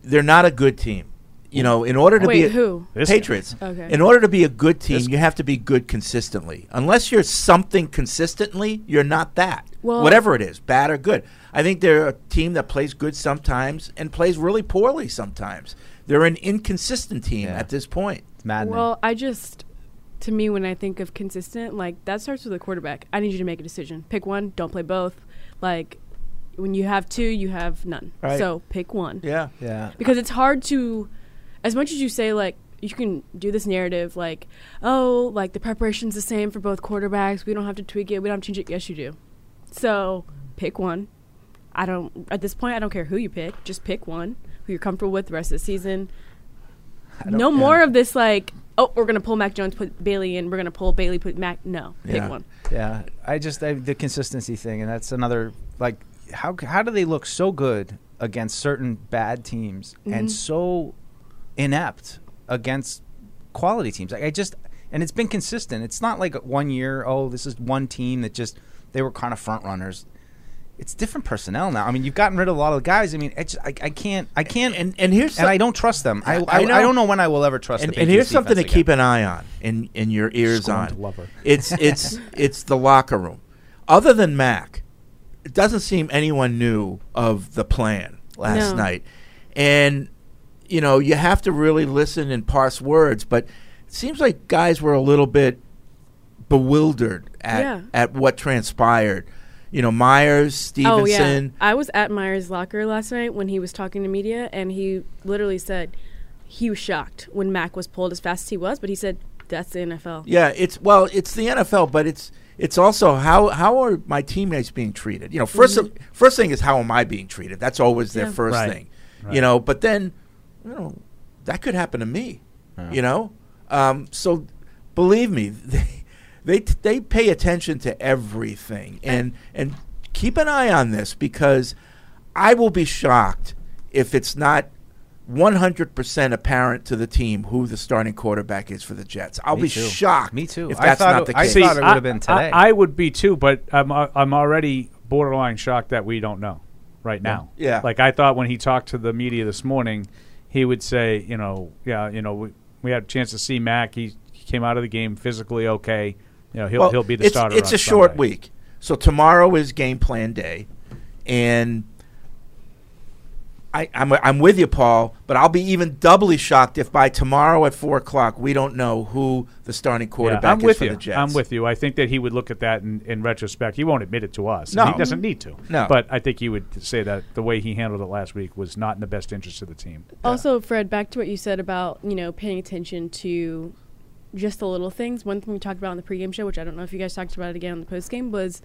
[SPEAKER 1] They're not a good team, you know. In order to be
[SPEAKER 8] Wait,
[SPEAKER 1] a-
[SPEAKER 8] who?
[SPEAKER 5] This
[SPEAKER 1] Patriots.
[SPEAKER 8] Okay.
[SPEAKER 1] In order to be a good team, you have to be good consistently. Unless you're something consistently, you're not that.
[SPEAKER 8] Well-
[SPEAKER 1] Whatever it is, bad or good. I think they're a team that plays good sometimes and plays really poorly sometimes. They're an inconsistent team
[SPEAKER 6] Yeah.
[SPEAKER 1] at this point.
[SPEAKER 6] It's maddening.
[SPEAKER 8] Well, I just, to me, when I think of consistent, like that starts with a quarterback. I need you to make a decision. Pick one. Don't play both. Like when you have two, you have none.
[SPEAKER 1] Right.
[SPEAKER 8] So pick one.
[SPEAKER 1] Yeah.
[SPEAKER 6] yeah.
[SPEAKER 8] Because it's hard to, as much as you say like. You can do this narrative like, oh, like the preparation's the same for both quarterbacks. We don't have to tweak it. We don't have to change it. Yes, you do. So pick one. I don't, at this point, I don't care who you pick. Just pick one who you're comfortable with the rest of the season. No more of this, like, oh, we're going to pull Mac Jones, put Bailey in. We're going to pull Bailey, put Mac. No, pick
[SPEAKER 1] Yeah.
[SPEAKER 8] one.
[SPEAKER 6] Yeah, I just I, the consistency thing, and that's another like how how do they look so good against certain bad
[SPEAKER 8] Mm-hmm.
[SPEAKER 6] teams and so inept against quality teams? Like I just and it's been consistent. It's not like one year. Oh, this is one team that just they were kind of front runners. It's different personnel now. I mean, you've gotten rid of a lot of the guys. I mean, it's I, I can't, I can't,
[SPEAKER 1] And- and here's
[SPEAKER 6] and
[SPEAKER 1] some-
[SPEAKER 6] I don't trust them. I, I,
[SPEAKER 1] I know.
[SPEAKER 6] I don't know when I will ever trust.
[SPEAKER 1] And,
[SPEAKER 6] the
[SPEAKER 1] and here's
[SPEAKER 6] Patriots
[SPEAKER 1] something to
[SPEAKER 6] defense again.
[SPEAKER 1] keep an eye on in, in your ears
[SPEAKER 5] Scorned
[SPEAKER 1] on.
[SPEAKER 5] lover.
[SPEAKER 1] (laughs) It's it's it's the locker room. Other than Mac, it doesn't seem anyone knew of the plan last
[SPEAKER 8] No.
[SPEAKER 1] night. And you know, you have to really listen and parse words, but it seems like guys were a little bit bewildered at
[SPEAKER 8] Yeah.
[SPEAKER 1] at what transpired. You know, Myers, Stevenson,
[SPEAKER 8] Oh, yeah. I was at Myers' locker last night when he was talking to media, and he literally said he was shocked when Mac was pulled as fast as he was, but he said, that's the NFL.
[SPEAKER 1] Yeah, it's well, it's the NFL, but it's it's also how how are my teammates being treated? You know, 1st first thing is how am I being treated? That's always their
[SPEAKER 8] Yeah.
[SPEAKER 1] first
[SPEAKER 5] Right.
[SPEAKER 1] thing, you know. But then, you know, that could happen to me, you know. Um, so believe me, (laughs) they they t- they pay attention to everything, and and keep an eye on this because I will be shocked if it's not. 100% apparent to the team who the starting quarterback is for the Jets. I'll
[SPEAKER 6] Me
[SPEAKER 1] be
[SPEAKER 6] too.
[SPEAKER 1] shocked.
[SPEAKER 6] Me too.
[SPEAKER 1] If
[SPEAKER 6] I
[SPEAKER 1] that's
[SPEAKER 6] thought
[SPEAKER 1] not
[SPEAKER 6] it-
[SPEAKER 1] the
[SPEAKER 6] I
[SPEAKER 1] case.
[SPEAKER 6] thought it would've been today.
[SPEAKER 5] I, I would be too, but I'm uh, I'm already borderline shocked that we don't know right now.
[SPEAKER 1] Yeah.
[SPEAKER 5] Like I thought when he talked to the media this morning, he would say, you know, yeah, you know, we, we had a chance to see Mac. He, he came out of the game physically okay. You know, he'll
[SPEAKER 1] Well,
[SPEAKER 5] he'll be the
[SPEAKER 1] it's,
[SPEAKER 5] starter.
[SPEAKER 1] It's
[SPEAKER 5] on
[SPEAKER 1] a short
[SPEAKER 5] Sunday.
[SPEAKER 1] week, so tomorrow is game plan day, and I, I'm I'm with you, Paul. But I'll be even doubly shocked if by tomorrow at four o'clock we don't know who the starting
[SPEAKER 5] Yeah,
[SPEAKER 1] quarterback
[SPEAKER 5] I'm
[SPEAKER 1] is
[SPEAKER 5] with
[SPEAKER 1] for
[SPEAKER 5] you.
[SPEAKER 1] the Jets.
[SPEAKER 5] I'm with you. I think that he would look at that in, in retrospect. He won't admit it to us.
[SPEAKER 1] No.
[SPEAKER 5] he doesn't need to.
[SPEAKER 1] No.
[SPEAKER 5] but I think he would say that the way he handled it last week was not in the best interest of the team.
[SPEAKER 8] Also, Fred, back to what you said about, you know, paying attention to just the little things. One thing we talked about on the pregame show, which I don't know if you guys talked about it again on the postgame, was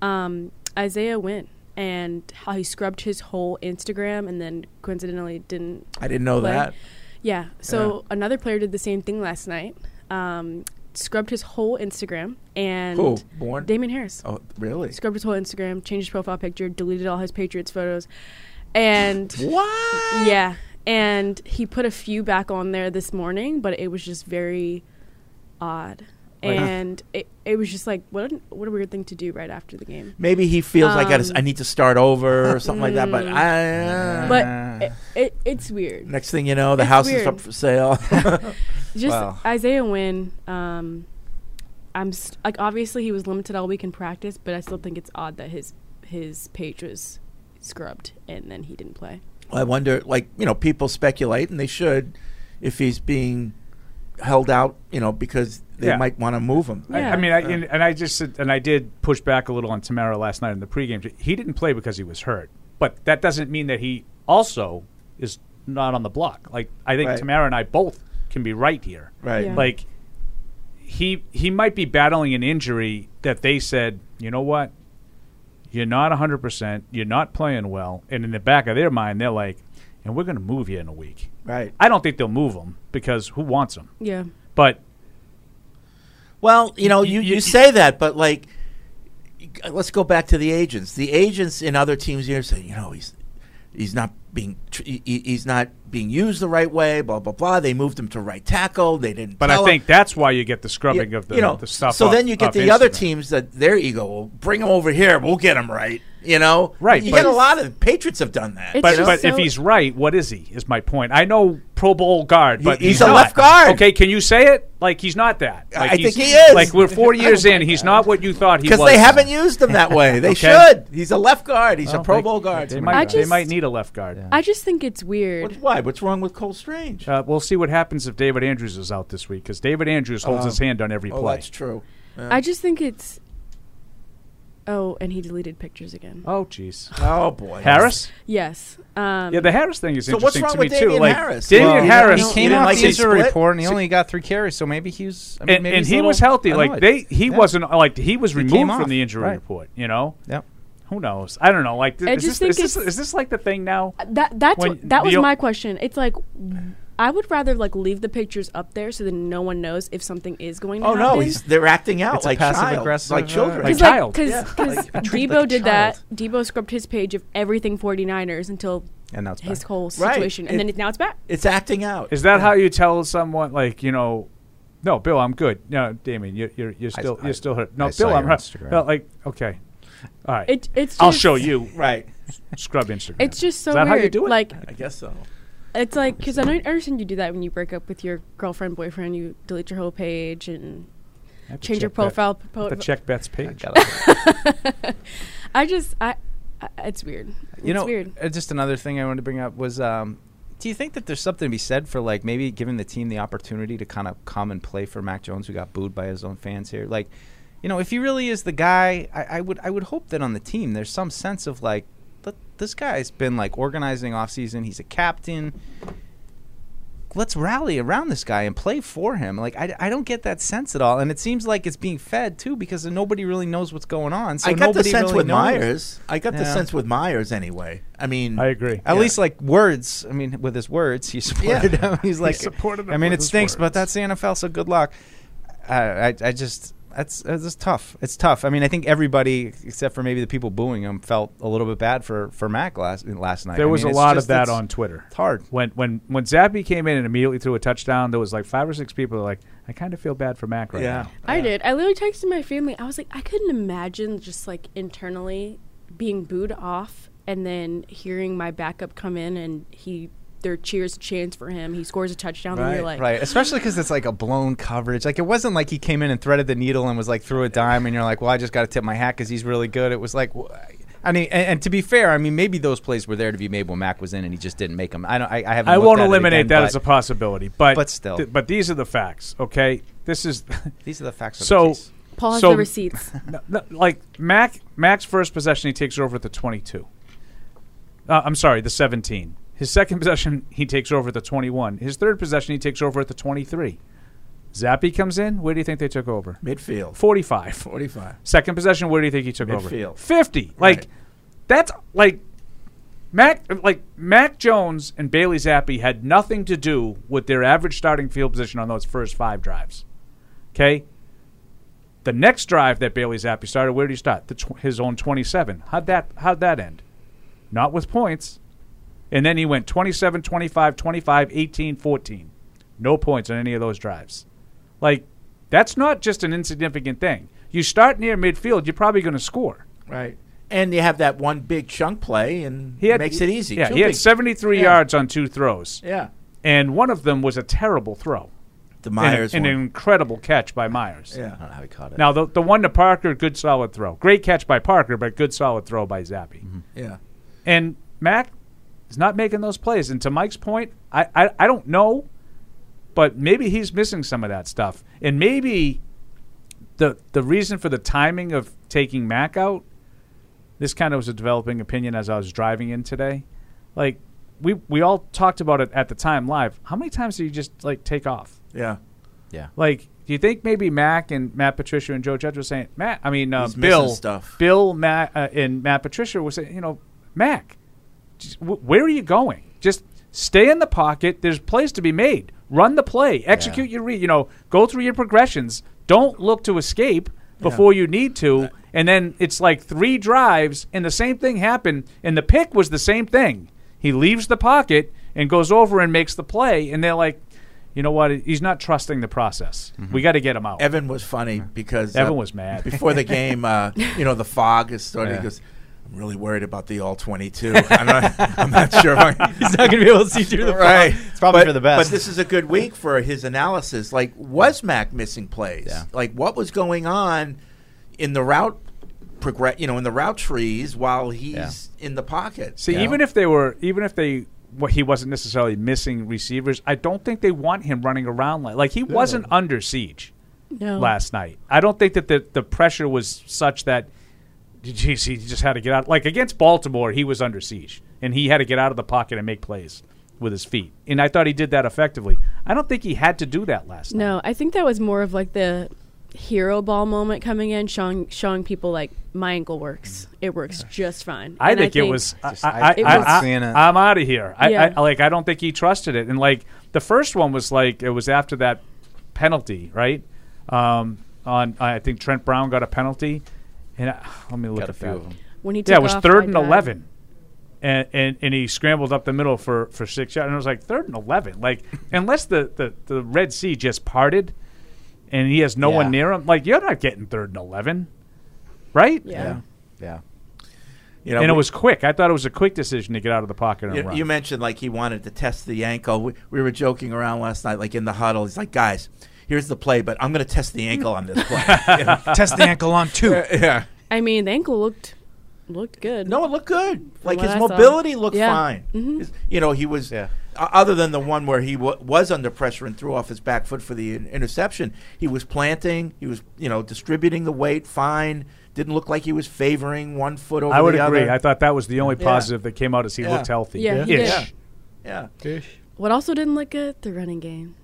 [SPEAKER 8] um, Isaiah Wynn and how he scrubbed his whole Instagram and then coincidentally didn't
[SPEAKER 1] I didn't know
[SPEAKER 8] play.
[SPEAKER 1] that.
[SPEAKER 8] Yeah. So another player did the same thing last night. Um, scrubbed his whole Instagram and
[SPEAKER 1] Who? Born?
[SPEAKER 8] Damon Harris
[SPEAKER 1] Oh, really?
[SPEAKER 8] scrubbed his whole Instagram, changed his profile picture, deleted all his Patriots photos, and
[SPEAKER 1] (laughs) What?
[SPEAKER 8] yeah, and he put a few back on there this morning, but it was just very odd. And it, it was just like what an, what a weird thing to do right after the game.
[SPEAKER 1] Maybe he feels like I, just,
[SPEAKER 8] Um, mm.
[SPEAKER 1] I need to start over or something like that. But I,
[SPEAKER 8] But it, it, it's weird.
[SPEAKER 1] next thing you know, the
[SPEAKER 8] It's
[SPEAKER 1] house is
[SPEAKER 8] weird.
[SPEAKER 1] up for sale.
[SPEAKER 8] (laughs) Just
[SPEAKER 6] Wow.
[SPEAKER 8] Isaiah Wynn. Um, I'm st- like obviously he was limited all week in practice, but I still think it's odd that his his page was scrubbed and then he didn't play.
[SPEAKER 1] I wonder, like, you know, people speculate, and they should, if he's being held out, you know, because they
[SPEAKER 5] Yeah.
[SPEAKER 1] might want to move him.
[SPEAKER 5] I, I
[SPEAKER 8] Yeah.
[SPEAKER 5] mean, I, and, and I just said- and I did push back a little on Tamara last night in the pregame. He didn't play because he was hurt, but that doesn't mean that he also is not on the block. Like I think
[SPEAKER 1] Right.
[SPEAKER 5] Tamara and I both can be right here.
[SPEAKER 1] Right.
[SPEAKER 8] Yeah.
[SPEAKER 5] Like he he might be battling an injury that they said, you know what, you're not 100, percent you're not playing well, and in the back of their mind, they're like, and we're going to move you in a week.
[SPEAKER 1] Right.
[SPEAKER 5] I don't think they'll move him because who wants him?
[SPEAKER 8] Yeah.
[SPEAKER 5] But
[SPEAKER 1] Well, you know, you,
[SPEAKER 5] You-
[SPEAKER 1] you
[SPEAKER 5] you-
[SPEAKER 1] say that, but like, let's go back to the agents. The agents in other teams here say, you know, he's he's not being tr- he, he- he's not being used the right way. Blah blah blah. They moved him to right tackle. They didn't.
[SPEAKER 5] But
[SPEAKER 1] tell
[SPEAKER 5] I
[SPEAKER 1] him.
[SPEAKER 5] think that's why you get the scrubbing
[SPEAKER 1] Yeah,
[SPEAKER 5] of the,
[SPEAKER 1] you know,
[SPEAKER 5] the stuff.
[SPEAKER 1] So
[SPEAKER 5] off-
[SPEAKER 1] then you get
[SPEAKER 5] off
[SPEAKER 1] the other
[SPEAKER 5] Instagram.
[SPEAKER 1] teams that their ego will bring him over here. We'll get him right. You know,
[SPEAKER 5] Right,
[SPEAKER 1] You
[SPEAKER 5] but-
[SPEAKER 1] get a lot of Patriots have done that.
[SPEAKER 8] It's
[SPEAKER 5] But,
[SPEAKER 8] just
[SPEAKER 5] but if
[SPEAKER 8] so-
[SPEAKER 5] he's right, what is he? Is my point. I know Pro Bowl guard, but
[SPEAKER 1] He- he's a
[SPEAKER 5] not.
[SPEAKER 1] left guard.
[SPEAKER 5] Okay, can you say it? Like he's not that. Like,
[SPEAKER 1] I
[SPEAKER 5] he's-
[SPEAKER 1] think he is.
[SPEAKER 5] Like we're four years in, he's not what you thought
[SPEAKER 1] (laughs)
[SPEAKER 5] he was.
[SPEAKER 1] Because they haven't used him that way.
[SPEAKER 5] (laughs)
[SPEAKER 1] They should. He's a left guard. He's a Pro Bowl guard.
[SPEAKER 5] They might, they
[SPEAKER 8] just-
[SPEAKER 5] might need a left guard.
[SPEAKER 8] I just think it's weird.
[SPEAKER 1] What's- why? What's wrong with Cole Strange?
[SPEAKER 5] Uh, we'll see what happens if David Andrews is out this week because David Andrews holds his hand on every
[SPEAKER 1] oh,
[SPEAKER 5] play.
[SPEAKER 1] that's true.
[SPEAKER 8] I just think it's. Oh, and he deleted pictures again.
[SPEAKER 5] Oh, jeez.
[SPEAKER 1] Oh boy,
[SPEAKER 5] Harris?
[SPEAKER 8] Yes. Um,
[SPEAKER 5] Yeah, the Harris thing is
[SPEAKER 1] So what's
[SPEAKER 5] interesting
[SPEAKER 1] wrong
[SPEAKER 5] to
[SPEAKER 1] with
[SPEAKER 5] me too.
[SPEAKER 1] Damian
[SPEAKER 5] like
[SPEAKER 1] Harris?
[SPEAKER 5] Damian
[SPEAKER 1] Well,
[SPEAKER 5] Harris,
[SPEAKER 1] you
[SPEAKER 6] He came
[SPEAKER 1] didn't
[SPEAKER 6] out
[SPEAKER 1] like
[SPEAKER 6] like
[SPEAKER 1] they
[SPEAKER 6] the injury
[SPEAKER 1] split?
[SPEAKER 6] report and he only got three carries, so maybe he was. I mean,
[SPEAKER 5] and,
[SPEAKER 6] maybe
[SPEAKER 5] and
[SPEAKER 6] he's a
[SPEAKER 5] he was
[SPEAKER 6] little
[SPEAKER 5] healthy. Like
[SPEAKER 6] annoyed.
[SPEAKER 5] they, he
[SPEAKER 6] Yeah.
[SPEAKER 5] wasn't like he was
[SPEAKER 6] came
[SPEAKER 5] removed
[SPEAKER 6] off,
[SPEAKER 5] from the injury
[SPEAKER 6] right.
[SPEAKER 5] report. You know,
[SPEAKER 6] Yep.
[SPEAKER 5] who knows? I don't know. Like, th-
[SPEAKER 8] I
[SPEAKER 5] is, this,
[SPEAKER 8] just think
[SPEAKER 5] is, this,
[SPEAKER 8] it's-
[SPEAKER 5] is this like the thing now?
[SPEAKER 8] that that's
[SPEAKER 5] When
[SPEAKER 8] what, that was
[SPEAKER 5] the-
[SPEAKER 8] my question. It's like I would rather like leave the pictures up there so that no one knows if something is going to
[SPEAKER 1] Oh
[SPEAKER 8] happen.
[SPEAKER 1] no, he's they're acting out
[SPEAKER 6] It's a
[SPEAKER 1] like
[SPEAKER 6] passive
[SPEAKER 1] child-
[SPEAKER 6] aggressive,
[SPEAKER 1] like
[SPEAKER 6] uh,
[SPEAKER 1] children.
[SPEAKER 5] like
[SPEAKER 8] Because like,
[SPEAKER 5] child.
[SPEAKER 8] because
[SPEAKER 5] (laughs)
[SPEAKER 1] Yeah,
[SPEAKER 6] treat like
[SPEAKER 8] Debo
[SPEAKER 6] a
[SPEAKER 8] did
[SPEAKER 6] child.
[SPEAKER 8] that. Debo scrubbed his page of everything 49ers until
[SPEAKER 6] And now it's
[SPEAKER 8] his
[SPEAKER 6] back.
[SPEAKER 8] whole
[SPEAKER 1] Right.
[SPEAKER 8] situation, and
[SPEAKER 1] It-
[SPEAKER 8] then it, now it's back.
[SPEAKER 1] it's acting out.
[SPEAKER 5] Is that how you tell someone like you know? No, Bill, I'm good. No, Damien, you're you're, you're still
[SPEAKER 6] I-
[SPEAKER 5] you're still hurt. No,
[SPEAKER 6] I saw
[SPEAKER 5] Bill, I'm
[SPEAKER 6] your
[SPEAKER 5] hurt.
[SPEAKER 6] Instagram.
[SPEAKER 5] No, like okay, all right.
[SPEAKER 8] It, it's. Just,
[SPEAKER 5] I'll show you.
[SPEAKER 1] Right.
[SPEAKER 5] Scrub Instagram.
[SPEAKER 8] It's just so
[SPEAKER 5] Is that
[SPEAKER 8] weird.
[SPEAKER 5] how you do it?
[SPEAKER 8] Like
[SPEAKER 1] I guess so.
[SPEAKER 8] it's like because I don't understand you do that when you break up with your girlfriend, boyfriend. You delete your whole page and
[SPEAKER 5] I have to
[SPEAKER 8] change your
[SPEAKER 5] check that-
[SPEAKER 8] profile.
[SPEAKER 5] I
[SPEAKER 8] po-
[SPEAKER 5] have to check Beth's page.
[SPEAKER 8] I just I, I it's weird. It's
[SPEAKER 6] you know,
[SPEAKER 8] weird.
[SPEAKER 6] uh, just another thing I wanted to bring up was, um, do you think that there's something to be said for like maybe giving the team the opportunity to kind of come and play for Mac Jones, who got booed by his own fans here? Like, you know, if he really is the guy, I, I would I would hope that on the team there's some sense of like, "Let- this guy's been like organizing off season. He's a captain. Let's rally around this guy and play for him. Like I, I don't get that sense at all, and it seems like it's being fed too because nobody really knows what's going on. So
[SPEAKER 1] I got the
[SPEAKER 6] nobody
[SPEAKER 1] sense
[SPEAKER 6] really
[SPEAKER 1] with
[SPEAKER 6] knows.
[SPEAKER 1] Myers. I got the
[SPEAKER 6] Yeah.
[SPEAKER 1] sense with Myers anyway. I mean,
[SPEAKER 5] I agree.
[SPEAKER 6] At
[SPEAKER 1] Yeah.
[SPEAKER 6] least like words. I mean, with his words, he supported him. (laughs) He's like,
[SPEAKER 5] supported him
[SPEAKER 6] I mean, it
[SPEAKER 5] with his
[SPEAKER 6] stinks, but
[SPEAKER 5] words.
[SPEAKER 6] that's the NFL. So good luck. I, I, I just that's that's just tough. It's tough. I mean, I think everybody except for maybe the people booing him felt a little bit bad for for Mac last last night.
[SPEAKER 5] There
[SPEAKER 6] I
[SPEAKER 5] was
[SPEAKER 6] mean,
[SPEAKER 5] a
[SPEAKER 6] it's
[SPEAKER 5] lot
[SPEAKER 6] just-
[SPEAKER 5] of that
[SPEAKER 6] it's-
[SPEAKER 5] on Twitter.
[SPEAKER 6] It's hard.
[SPEAKER 5] When when when Zappy came in and immediately threw a touchdown, there was like five or six people like, I kind of feel bad for Mac right
[SPEAKER 1] Yeah.
[SPEAKER 5] now.
[SPEAKER 8] I did. I literally texted my family. I was like, I couldn't imagine just like internally being booed off and then hearing my backup come in and he their cheers chants for him. He scores a touchdown and you're like
[SPEAKER 6] Right, especially because it's like a blown coverage. Like it wasn't like he came in and threaded the needle and was like threw a dime, and you're like, well, I just got to tip my hat because he's really good. It was like, wh- I mean, and, and to be fair, I mean, maybe those plays were there to be made when Mac was in, and he just didn't make them. I don't, I, I haven't.
[SPEAKER 5] I
[SPEAKER 6] looked
[SPEAKER 5] won't
[SPEAKER 6] at it
[SPEAKER 5] eliminate
[SPEAKER 6] again,
[SPEAKER 5] that
[SPEAKER 6] but
[SPEAKER 5] as a possibility, but
[SPEAKER 6] But still.
[SPEAKER 5] th- but these are the facts. Okay, this is (laughs)
[SPEAKER 6] These are the facts. Of
[SPEAKER 5] So-
[SPEAKER 6] the case.
[SPEAKER 8] pause
[SPEAKER 5] So-
[SPEAKER 8] the receipts.
[SPEAKER 5] (laughs) No, no, like Mac Mac's first possession, he takes over at the 22. Uh, I'm sorry, the 17. His second (laughs) possession, he takes over at the 21. His third possession, he takes over at the 23. Zappy comes in. Where do you think they took over?
[SPEAKER 1] midfield
[SPEAKER 5] 45.
[SPEAKER 1] forty-five.
[SPEAKER 5] Second possession, where do you think he took over?
[SPEAKER 1] Midfield.
[SPEAKER 5] 50. Like
[SPEAKER 1] Right.
[SPEAKER 5] that's like Mac like Mac Jones and Bailey Zappi had nothing to do with their average starting field position on those first five drives. Okay? The next drive that Bailey Zappi started, where did he start? The tw- his own 27. How'd that how'd that end? Not with points. And then he went 27, 25, 25, 18, 14. No points on any of those drives. Like, that's not just an insignificant thing. You start near midfield, you're probably going to score.
[SPEAKER 1] Right. And you have that one big chunk play, and
[SPEAKER 5] He had,
[SPEAKER 1] makes it easy.
[SPEAKER 5] Yeah,
[SPEAKER 1] Two
[SPEAKER 5] he had
[SPEAKER 1] big-
[SPEAKER 5] 73
[SPEAKER 1] yeah.
[SPEAKER 5] yards on two throws,
[SPEAKER 1] Yeah.
[SPEAKER 5] and one of them was a terrible throw.
[SPEAKER 1] The
[SPEAKER 5] And-
[SPEAKER 1] Myers
[SPEAKER 5] and, an
[SPEAKER 1] one.
[SPEAKER 5] incredible catch by Myers.
[SPEAKER 1] Yeah.
[SPEAKER 6] I don't know how he caught it.
[SPEAKER 5] Now, the, the one to Parker, good solid throw. Great catch by Parker, but good solid throw by Zappi.
[SPEAKER 1] yeah.
[SPEAKER 5] And Mac is not making those plays. And to Mike's point, I, I, I don't know, but maybe he's missing some of that stuff. And maybe the the reason for the timing of taking Mac out, this kind of was a developing opinion as I was driving in today. Like we we all talked about it at the time live. How many times do you just like take off?
[SPEAKER 1] Yeah.
[SPEAKER 5] Like, do you think maybe Mac and Matt Patricia and Joe Judge were saying Matt? I mean, uh,
[SPEAKER 1] He's missing
[SPEAKER 5] Bill,
[SPEAKER 1] stuff.
[SPEAKER 5] Bill, Matt, uh, and Matt Patricia were saying, you know, Mac, just, wh- where are you going? Just stay in the pocket. There's plays to be made. Run the play. Execute your read. You know, go through your progressions. Don't look to escape before you need
[SPEAKER 1] Uh,
[SPEAKER 5] to. And then it's like three drives, and the same thing happened. And the pick was the same thing. He leaves the pocket and goes over and makes the play. And they're like, you know what? He's not trusting the process. We got to get him out.
[SPEAKER 1] Mm-hmm. Evan was funny because uh,
[SPEAKER 5] Evan was mad. (laughs)
[SPEAKER 1] before the game. Uh, you know, the fog is starting. He goes, "I'm really worried about the all 22.
[SPEAKER 6] (laughs)
[SPEAKER 1] I'm not, I'm not sure if I'm,
[SPEAKER 6] He's not going to be able to see through the
[SPEAKER 1] right.
[SPEAKER 6] It's probably
[SPEAKER 1] but,
[SPEAKER 6] for the best.
[SPEAKER 1] But this is a good week for his analysis. Like, was Mac missing plays?
[SPEAKER 6] Yeah.
[SPEAKER 1] Like, what was going on in the route progress? You know, in the route trees while he's in the pocket.
[SPEAKER 5] See, even if they were, even if they, what he wasn't necessarily missing receivers. I don't think they want him running around like like he wasn't under siege
[SPEAKER 8] No.
[SPEAKER 5] last night. I don't think that the the pressure was such that. Geez, he just had to get out. Like against Baltimore, he was under siege, and he had to get out of the pocket and make plays with his feet. And I thought he did that effectively. I don't think he had to do that last night.
[SPEAKER 8] No, I think that was more of like the hero ball moment coming in, showing showing people like my ankle works.
[SPEAKER 1] Mm-hmm.
[SPEAKER 8] It works just fine.
[SPEAKER 5] I
[SPEAKER 8] And
[SPEAKER 5] think, it was. I,
[SPEAKER 6] Just-
[SPEAKER 5] I,
[SPEAKER 6] I-
[SPEAKER 8] I'm not
[SPEAKER 5] I,
[SPEAKER 6] seeing it.
[SPEAKER 5] am out of here. I,
[SPEAKER 8] Yeah.
[SPEAKER 5] I like. I don't think he trusted it. And like the first one was like it was after that penalty, right? Um, on I think Trent Brown got a penalty, and I, let me look
[SPEAKER 6] Got
[SPEAKER 5] at
[SPEAKER 6] a few
[SPEAKER 5] that.
[SPEAKER 6] of them.
[SPEAKER 8] when he took
[SPEAKER 5] Yeah, it was
[SPEAKER 8] off,
[SPEAKER 5] third
[SPEAKER 8] I
[SPEAKER 5] and
[SPEAKER 8] died.
[SPEAKER 5] eleven, and, and and he scrambled up the middle for for six yards. And I was like third and eleven, like unless the the the Red Sea just parted, and he has no
[SPEAKER 6] Yeah.
[SPEAKER 5] one near him. Like you're not getting third and eleven, right?
[SPEAKER 8] Yeah.
[SPEAKER 6] Yeah.
[SPEAKER 1] You know,
[SPEAKER 5] and it
[SPEAKER 1] we-
[SPEAKER 5] was quick. I thought it was a quick decision to get out of the pocket and
[SPEAKER 1] You,
[SPEAKER 5] run.
[SPEAKER 1] you mentioned like he wanted to test the ankle. We, we were joking around last night, like in the huddle. He's like, "Guys, here's the play, but I'm going to test the ankle on this
[SPEAKER 5] (laughs)
[SPEAKER 1] play."
[SPEAKER 6] Test the ankle on two.
[SPEAKER 1] yeah.
[SPEAKER 8] I mean, the ankle looked looked good.
[SPEAKER 1] No, it looked good. Like
[SPEAKER 8] what
[SPEAKER 1] his
[SPEAKER 8] I saw.
[SPEAKER 1] mobility looked
[SPEAKER 8] Yeah. Mm-hmm.
[SPEAKER 1] fine. His- you know, he was.
[SPEAKER 6] Yeah.
[SPEAKER 1] o- other than the one where he wa was under pressure and threw off his back foot for the in- interception, he was planting. He was, you know, distributing the weight fine. Didn't look like he was favoring one foot over
[SPEAKER 5] I would
[SPEAKER 1] the
[SPEAKER 5] agree.
[SPEAKER 1] other.
[SPEAKER 5] I thought that was the only
[SPEAKER 1] Yeah.
[SPEAKER 5] positive that came out is he
[SPEAKER 1] Yeah.
[SPEAKER 5] looked healthy.
[SPEAKER 8] Yeah, he
[SPEAKER 5] Ish.
[SPEAKER 8] did.
[SPEAKER 1] yeah,
[SPEAKER 8] What also didn't look good? The running game.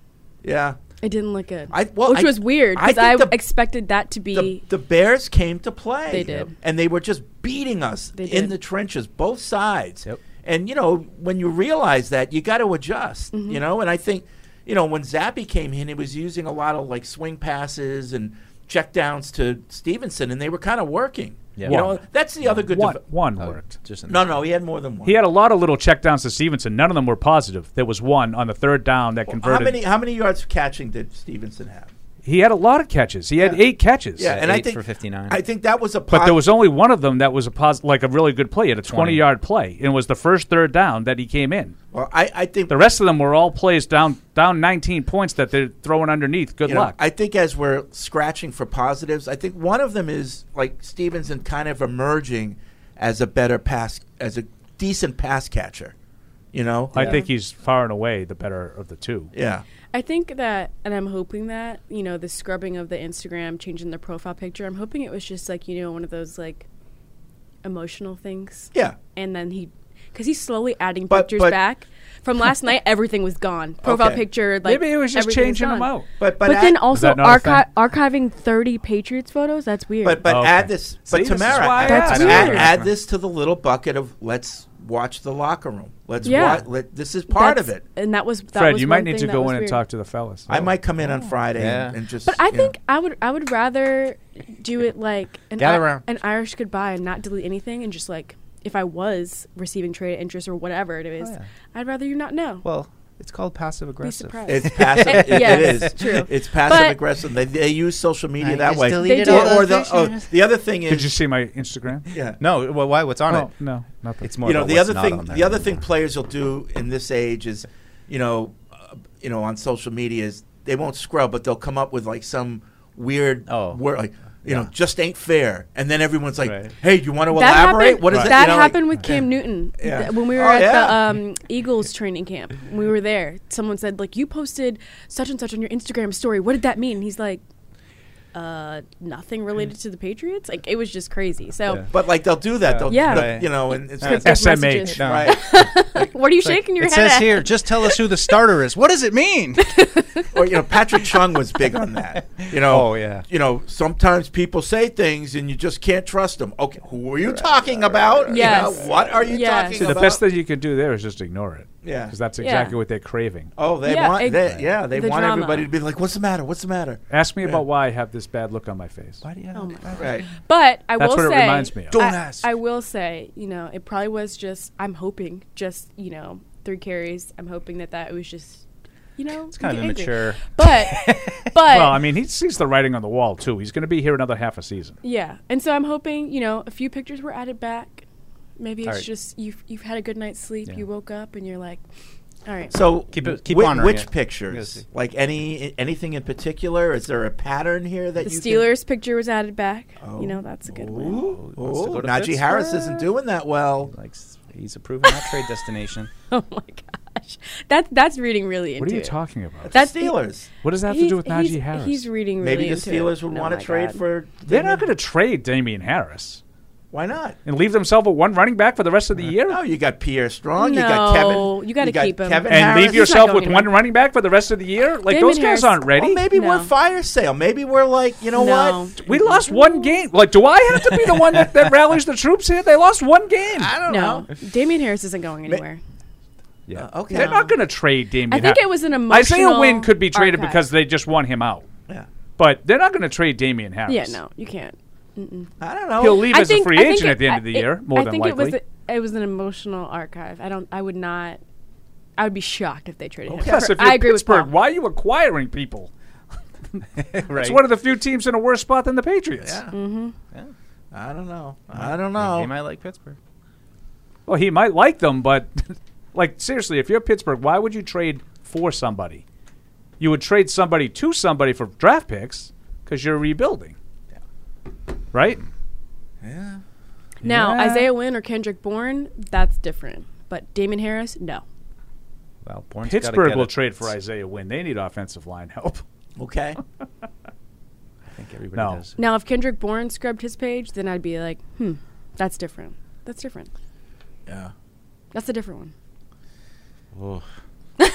[SPEAKER 1] yeah.
[SPEAKER 8] It didn't look good.
[SPEAKER 1] I- well,
[SPEAKER 8] which
[SPEAKER 1] I-
[SPEAKER 8] was weird
[SPEAKER 1] I
[SPEAKER 8] because
[SPEAKER 1] think
[SPEAKER 8] I,
[SPEAKER 1] the-
[SPEAKER 8] expected that to
[SPEAKER 1] the,
[SPEAKER 8] be
[SPEAKER 1] the Bears came to play.
[SPEAKER 8] They did. Yep.
[SPEAKER 1] And they were just beating us
[SPEAKER 8] They
[SPEAKER 1] in
[SPEAKER 8] did.
[SPEAKER 1] the trenches, both sides.
[SPEAKER 6] Yep.
[SPEAKER 1] And, you know, when you realize that, you got to adjust,
[SPEAKER 8] Mm-hmm.
[SPEAKER 1] you know? And I think, you know, when Zappi came in, he was using a lot of like swing passes and check downs to Stevenson, and they were kind of working.
[SPEAKER 6] Yeah.
[SPEAKER 1] You know,
[SPEAKER 5] One.
[SPEAKER 1] that's the other good.
[SPEAKER 5] One,
[SPEAKER 1] def-
[SPEAKER 5] one worked.
[SPEAKER 6] Oh, Just
[SPEAKER 1] no, no, he had more than one.
[SPEAKER 5] He had a lot of little checkdowns to Stevenson. None of them were positive. There was one on the third down that
[SPEAKER 1] how
[SPEAKER 5] converted.
[SPEAKER 1] many how many yards of catching did Stevenson have?
[SPEAKER 5] He had a lot of catches. He had
[SPEAKER 1] Yeah.
[SPEAKER 5] eight catches.
[SPEAKER 1] Yeah, and I
[SPEAKER 6] eight
[SPEAKER 1] think
[SPEAKER 6] for 59.
[SPEAKER 1] I think that was a.
[SPEAKER 5] But
[SPEAKER 1] pos-
[SPEAKER 5] there was only one of them that was a pos- like a really good play, at a twenty-yard play, and it was the first third down that he came in.
[SPEAKER 1] Well, I, I think
[SPEAKER 5] The rest of them were all plays down down nineteen points that they're throwing underneath. Good
[SPEAKER 1] you know,
[SPEAKER 5] luck.
[SPEAKER 1] I think as we're scratching for positives, I think one of them is like Stevenson kind of emerging as a better pass, as a decent pass catcher. You know,
[SPEAKER 5] I think he's far and away the better of the two.
[SPEAKER 1] yeah,
[SPEAKER 8] I think that, and I'm hoping that, you know, the scrubbing of the Instagram, changing the profile picture, I'm hoping it was just like, you know, one of those like emotional things.
[SPEAKER 1] yeah.
[SPEAKER 8] And then he, because he's slowly adding
[SPEAKER 1] But-
[SPEAKER 8] pictures
[SPEAKER 1] but-
[SPEAKER 8] back. From last night, everything
[SPEAKER 1] (laughs)
[SPEAKER 8] was gone. Profile
[SPEAKER 1] Okay.
[SPEAKER 8] picture, like.
[SPEAKER 5] Maybe he was just
[SPEAKER 8] everything's
[SPEAKER 5] changing them
[SPEAKER 8] gone.
[SPEAKER 5] out.
[SPEAKER 1] But but
[SPEAKER 8] But,
[SPEAKER 1] add,
[SPEAKER 8] then also
[SPEAKER 5] that not a
[SPEAKER 8] archi-
[SPEAKER 5] thing?
[SPEAKER 8] archiving 30 Patriots photos, that's weird.
[SPEAKER 1] but but
[SPEAKER 5] Oh, Okay.
[SPEAKER 1] add this. But
[SPEAKER 5] See, this is
[SPEAKER 1] Tamara,
[SPEAKER 5] why I
[SPEAKER 1] add,
[SPEAKER 8] That's
[SPEAKER 1] add-
[SPEAKER 8] weird.
[SPEAKER 1] add this to the little bucket of let's watch the locker room. Let's
[SPEAKER 8] Yeah.
[SPEAKER 1] wa- let, this is part of
[SPEAKER 8] That's-
[SPEAKER 1] it.
[SPEAKER 8] And that was. That
[SPEAKER 5] Fred,
[SPEAKER 8] was
[SPEAKER 5] you
[SPEAKER 8] one
[SPEAKER 5] might need
[SPEAKER 8] thing
[SPEAKER 5] to
[SPEAKER 8] that
[SPEAKER 5] go in
[SPEAKER 8] was
[SPEAKER 5] and
[SPEAKER 8] weird.
[SPEAKER 5] talk to the fellas.
[SPEAKER 1] I might come in on Friday and,
[SPEAKER 6] Yeah.
[SPEAKER 1] and just.
[SPEAKER 8] But I
[SPEAKER 1] you know.
[SPEAKER 8] think I would I would rather do it like an,
[SPEAKER 6] Gather
[SPEAKER 8] Ir-
[SPEAKER 6] round.
[SPEAKER 8] an Irish goodbye and not delete anything and just like if I was receiving trade interest or whatever it
[SPEAKER 1] Oh,
[SPEAKER 8] is,
[SPEAKER 6] yeah.
[SPEAKER 8] I'd rather you not know.
[SPEAKER 6] Well, it's called passive
[SPEAKER 8] Be
[SPEAKER 6] aggressive.
[SPEAKER 8] surprised. (laughs)
[SPEAKER 1] It's passive. it-
[SPEAKER 8] Yes,
[SPEAKER 1] it is
[SPEAKER 8] true.
[SPEAKER 1] It's passive
[SPEAKER 8] But-
[SPEAKER 1] aggressive. They, they use social media that way.
[SPEAKER 8] deleted
[SPEAKER 1] Or-
[SPEAKER 8] all
[SPEAKER 1] or the, oh, the other thing is,
[SPEAKER 5] Did you see my Instagram?
[SPEAKER 1] yeah.
[SPEAKER 6] No, well, why? What's on
[SPEAKER 5] Oh,
[SPEAKER 6] it?
[SPEAKER 5] no, nothing.
[SPEAKER 6] It's more.
[SPEAKER 1] you know
[SPEAKER 6] about
[SPEAKER 1] the
[SPEAKER 6] what's
[SPEAKER 1] other
[SPEAKER 6] not
[SPEAKER 1] thing
[SPEAKER 6] on there
[SPEAKER 1] the other
[SPEAKER 6] anymore.
[SPEAKER 1] thing players will do in this age is you know uh, you know on social media is they won't scrub but they'll come up with like some weird
[SPEAKER 6] Oh.
[SPEAKER 1] word like you know just ain't fair and then everyone's like
[SPEAKER 6] Right.
[SPEAKER 1] hey you want to
[SPEAKER 8] that
[SPEAKER 1] elaborate
[SPEAKER 8] happened,
[SPEAKER 1] what is it
[SPEAKER 8] that
[SPEAKER 1] You know, like-
[SPEAKER 8] happened with Cam Newton
[SPEAKER 1] Yeah.
[SPEAKER 8] Th- when we were
[SPEAKER 1] Oh,
[SPEAKER 8] at
[SPEAKER 1] yeah.
[SPEAKER 8] the um, Eagles training camp. When we were there. Someone said like you posted such and such on your Instagram story. What did that mean? And he's like, uh, nothing related to the Patriots. Like it was just crazy. So
[SPEAKER 1] but like they'll do that they'll
[SPEAKER 8] Yeah.
[SPEAKER 1] they'll- you know and it's
[SPEAKER 6] Right.
[SPEAKER 1] like,
[SPEAKER 8] those
[SPEAKER 5] SMH.
[SPEAKER 8] messages.
[SPEAKER 6] No.
[SPEAKER 1] right
[SPEAKER 8] (laughs) What are you shaking your
[SPEAKER 6] it
[SPEAKER 8] head
[SPEAKER 6] says
[SPEAKER 8] at?
[SPEAKER 6] here, just tell us who the starter is. What does it
[SPEAKER 8] (laughs)
[SPEAKER 6] mean?
[SPEAKER 1] or you know Patrick Chung was big on that you know
[SPEAKER 6] Oh, yeah.
[SPEAKER 1] you know sometimes people say things and you just can't trust them okay who are you talking about You know,
[SPEAKER 8] Yes.
[SPEAKER 1] what are you
[SPEAKER 8] Yes.
[SPEAKER 1] talking
[SPEAKER 5] See, the
[SPEAKER 1] about
[SPEAKER 5] best thing you can do there is just ignore it.
[SPEAKER 1] Yeah.
[SPEAKER 5] because that's
[SPEAKER 8] Yeah.
[SPEAKER 5] exactly what they're craving.
[SPEAKER 1] Oh, they
[SPEAKER 8] Yeah,
[SPEAKER 1] want
[SPEAKER 8] ex-
[SPEAKER 1] they, yeah, they
[SPEAKER 8] The
[SPEAKER 1] want
[SPEAKER 8] drama.
[SPEAKER 1] everybody to be like, "What's the matter? What's the matter?"
[SPEAKER 5] Ask me about why I have this bad look on my face.
[SPEAKER 6] Why do you have-
[SPEAKER 8] Oh my
[SPEAKER 1] Right.
[SPEAKER 8] But I
[SPEAKER 5] That's
[SPEAKER 8] will
[SPEAKER 5] what
[SPEAKER 8] say,
[SPEAKER 5] it reminds me of.
[SPEAKER 6] Don't
[SPEAKER 8] I,
[SPEAKER 6] ask.
[SPEAKER 8] I will say, you know, it probably was just. I'm hoping, just you know, three carries. I'm hoping that that was just, you know, it's
[SPEAKER 6] kind of immature.
[SPEAKER 5] (laughs)
[SPEAKER 8] But, but
[SPEAKER 5] Well, I mean, he sees the writing on the wall too. He's going to be here another half a season.
[SPEAKER 8] yeah. And so I'm hoping, you know, a few pictures were added back. Maybe it's
[SPEAKER 6] right.
[SPEAKER 8] just you've you've had a good night's sleep. You woke up and you're like, all right.
[SPEAKER 1] So
[SPEAKER 6] Keep it- keep
[SPEAKER 1] whi-
[SPEAKER 6] honoring
[SPEAKER 1] Which
[SPEAKER 6] it.
[SPEAKER 1] pictures?
[SPEAKER 6] Yes.
[SPEAKER 1] Like any anything in particular? Is there a pattern here that
[SPEAKER 8] the
[SPEAKER 1] you
[SPEAKER 8] Steelers picture was added back.
[SPEAKER 1] Oh.
[SPEAKER 8] You know, that's a
[SPEAKER 1] Can,
[SPEAKER 8] good one.
[SPEAKER 1] ooh,
[SPEAKER 6] Oh, wants to
[SPEAKER 1] ooh,
[SPEAKER 6] go to
[SPEAKER 1] Najee Harris
[SPEAKER 6] Pittsburgh.
[SPEAKER 1] isn't doing that well.
[SPEAKER 6] Like s- he's approving that trade
[SPEAKER 1] (laughs)
[SPEAKER 6] destination.
[SPEAKER 8] Oh my gosh, that's that's reading really into
[SPEAKER 5] What are you
[SPEAKER 8] it.
[SPEAKER 5] talking about?
[SPEAKER 8] That's
[SPEAKER 1] Steelers.
[SPEAKER 5] What does that have
[SPEAKER 8] He-
[SPEAKER 5] to do with
[SPEAKER 8] he's-
[SPEAKER 5] Najee Harris?
[SPEAKER 8] He's reading really
[SPEAKER 1] Maybe the
[SPEAKER 8] into it.
[SPEAKER 1] Steelers would
[SPEAKER 8] Oh
[SPEAKER 1] want
[SPEAKER 8] my
[SPEAKER 1] to trade
[SPEAKER 8] God.
[SPEAKER 1] for.
[SPEAKER 5] They're not going to trade Damian Harris
[SPEAKER 1] Why not? Uh,
[SPEAKER 5] and leave themselves with one running back for the rest of the year,
[SPEAKER 1] No, you got Pierre Strong. you got Kevin.
[SPEAKER 8] No, you gotta keep him.
[SPEAKER 1] Kevin
[SPEAKER 5] and
[SPEAKER 1] Harris.
[SPEAKER 5] leave
[SPEAKER 8] He's your-
[SPEAKER 5] yourself
[SPEAKER 8] not
[SPEAKER 5] with
[SPEAKER 8] going
[SPEAKER 5] one
[SPEAKER 8] anywhere.
[SPEAKER 5] running back for the rest of the year. Like
[SPEAKER 8] Damian
[SPEAKER 5] those guys
[SPEAKER 8] Harris-
[SPEAKER 5] aren't ready.
[SPEAKER 1] Well, maybe
[SPEAKER 8] No.
[SPEAKER 1] we're fire sale. Maybe we're like, you know
[SPEAKER 8] No.
[SPEAKER 1] what?
[SPEAKER 5] we lost one game. Like, do I have to be the one that, that rallies the troops here? They lost one game.
[SPEAKER 1] I don't
[SPEAKER 8] No,
[SPEAKER 1] know.
[SPEAKER 8] Damian Harris isn't going anywhere.
[SPEAKER 1] Uh, Okay.
[SPEAKER 5] They're not going to trade Damian.
[SPEAKER 8] I think
[SPEAKER 5] Har-
[SPEAKER 8] it was an
[SPEAKER 5] Isaiah
[SPEAKER 8] emotional
[SPEAKER 5] Wynn could be traded
[SPEAKER 8] archive.
[SPEAKER 5] because they just want him out,
[SPEAKER 1] Yeah.
[SPEAKER 5] but they're not going to trade Damian Harris.
[SPEAKER 8] Yeah, no, you can't.
[SPEAKER 1] I don't know.
[SPEAKER 5] He'll leave
[SPEAKER 8] I
[SPEAKER 5] as
[SPEAKER 8] think,
[SPEAKER 5] a free
[SPEAKER 8] I think
[SPEAKER 5] agent
[SPEAKER 8] it-
[SPEAKER 5] at the end of the
[SPEAKER 8] I-
[SPEAKER 5] year,
[SPEAKER 8] it-
[SPEAKER 5] more
[SPEAKER 8] I
[SPEAKER 5] than
[SPEAKER 8] think
[SPEAKER 5] likely.
[SPEAKER 8] it was a, it was an emotional archive. I don't. I would not. I would be shocked if they traded him.
[SPEAKER 5] Plus,
[SPEAKER 8] For-
[SPEAKER 5] if you're
[SPEAKER 8] I agree
[SPEAKER 5] Pittsburgh,
[SPEAKER 8] with
[SPEAKER 1] (laughs)
[SPEAKER 8] Paul.
[SPEAKER 5] why are you acquiring people? It's one of the few teams in a worse spot than the Patriots.
[SPEAKER 1] Yeah.
[SPEAKER 8] Mhm.
[SPEAKER 6] Yeah.
[SPEAKER 1] I don't know. I don't
[SPEAKER 6] They
[SPEAKER 1] know.
[SPEAKER 6] might like Pittsburgh.
[SPEAKER 5] Well, he might like them, but (laughs) like seriously, if you're Pittsburgh, why would you trade for somebody? You would trade somebody to somebody for draft picks because you're rebuilding, right?
[SPEAKER 1] Yeah.
[SPEAKER 8] Now,
[SPEAKER 5] Yeah.
[SPEAKER 8] Isaiah Wynn or Kendrick Bourne, that's different. But Damon Harris, no.
[SPEAKER 6] Well, Bourne's gotta
[SPEAKER 5] Pittsburgh
[SPEAKER 6] get
[SPEAKER 5] will
[SPEAKER 6] it.
[SPEAKER 5] trade for Isaiah Wynn. They need offensive line help. (laughs)
[SPEAKER 1] Okay.
[SPEAKER 6] I think everybody
[SPEAKER 5] No.
[SPEAKER 6] does.
[SPEAKER 8] Now, if Kendrick Bourne scrubbed his page, then I'd be like, hmm, that's different. That's different.
[SPEAKER 1] Yeah.
[SPEAKER 8] That's a different one.
[SPEAKER 6] Oh,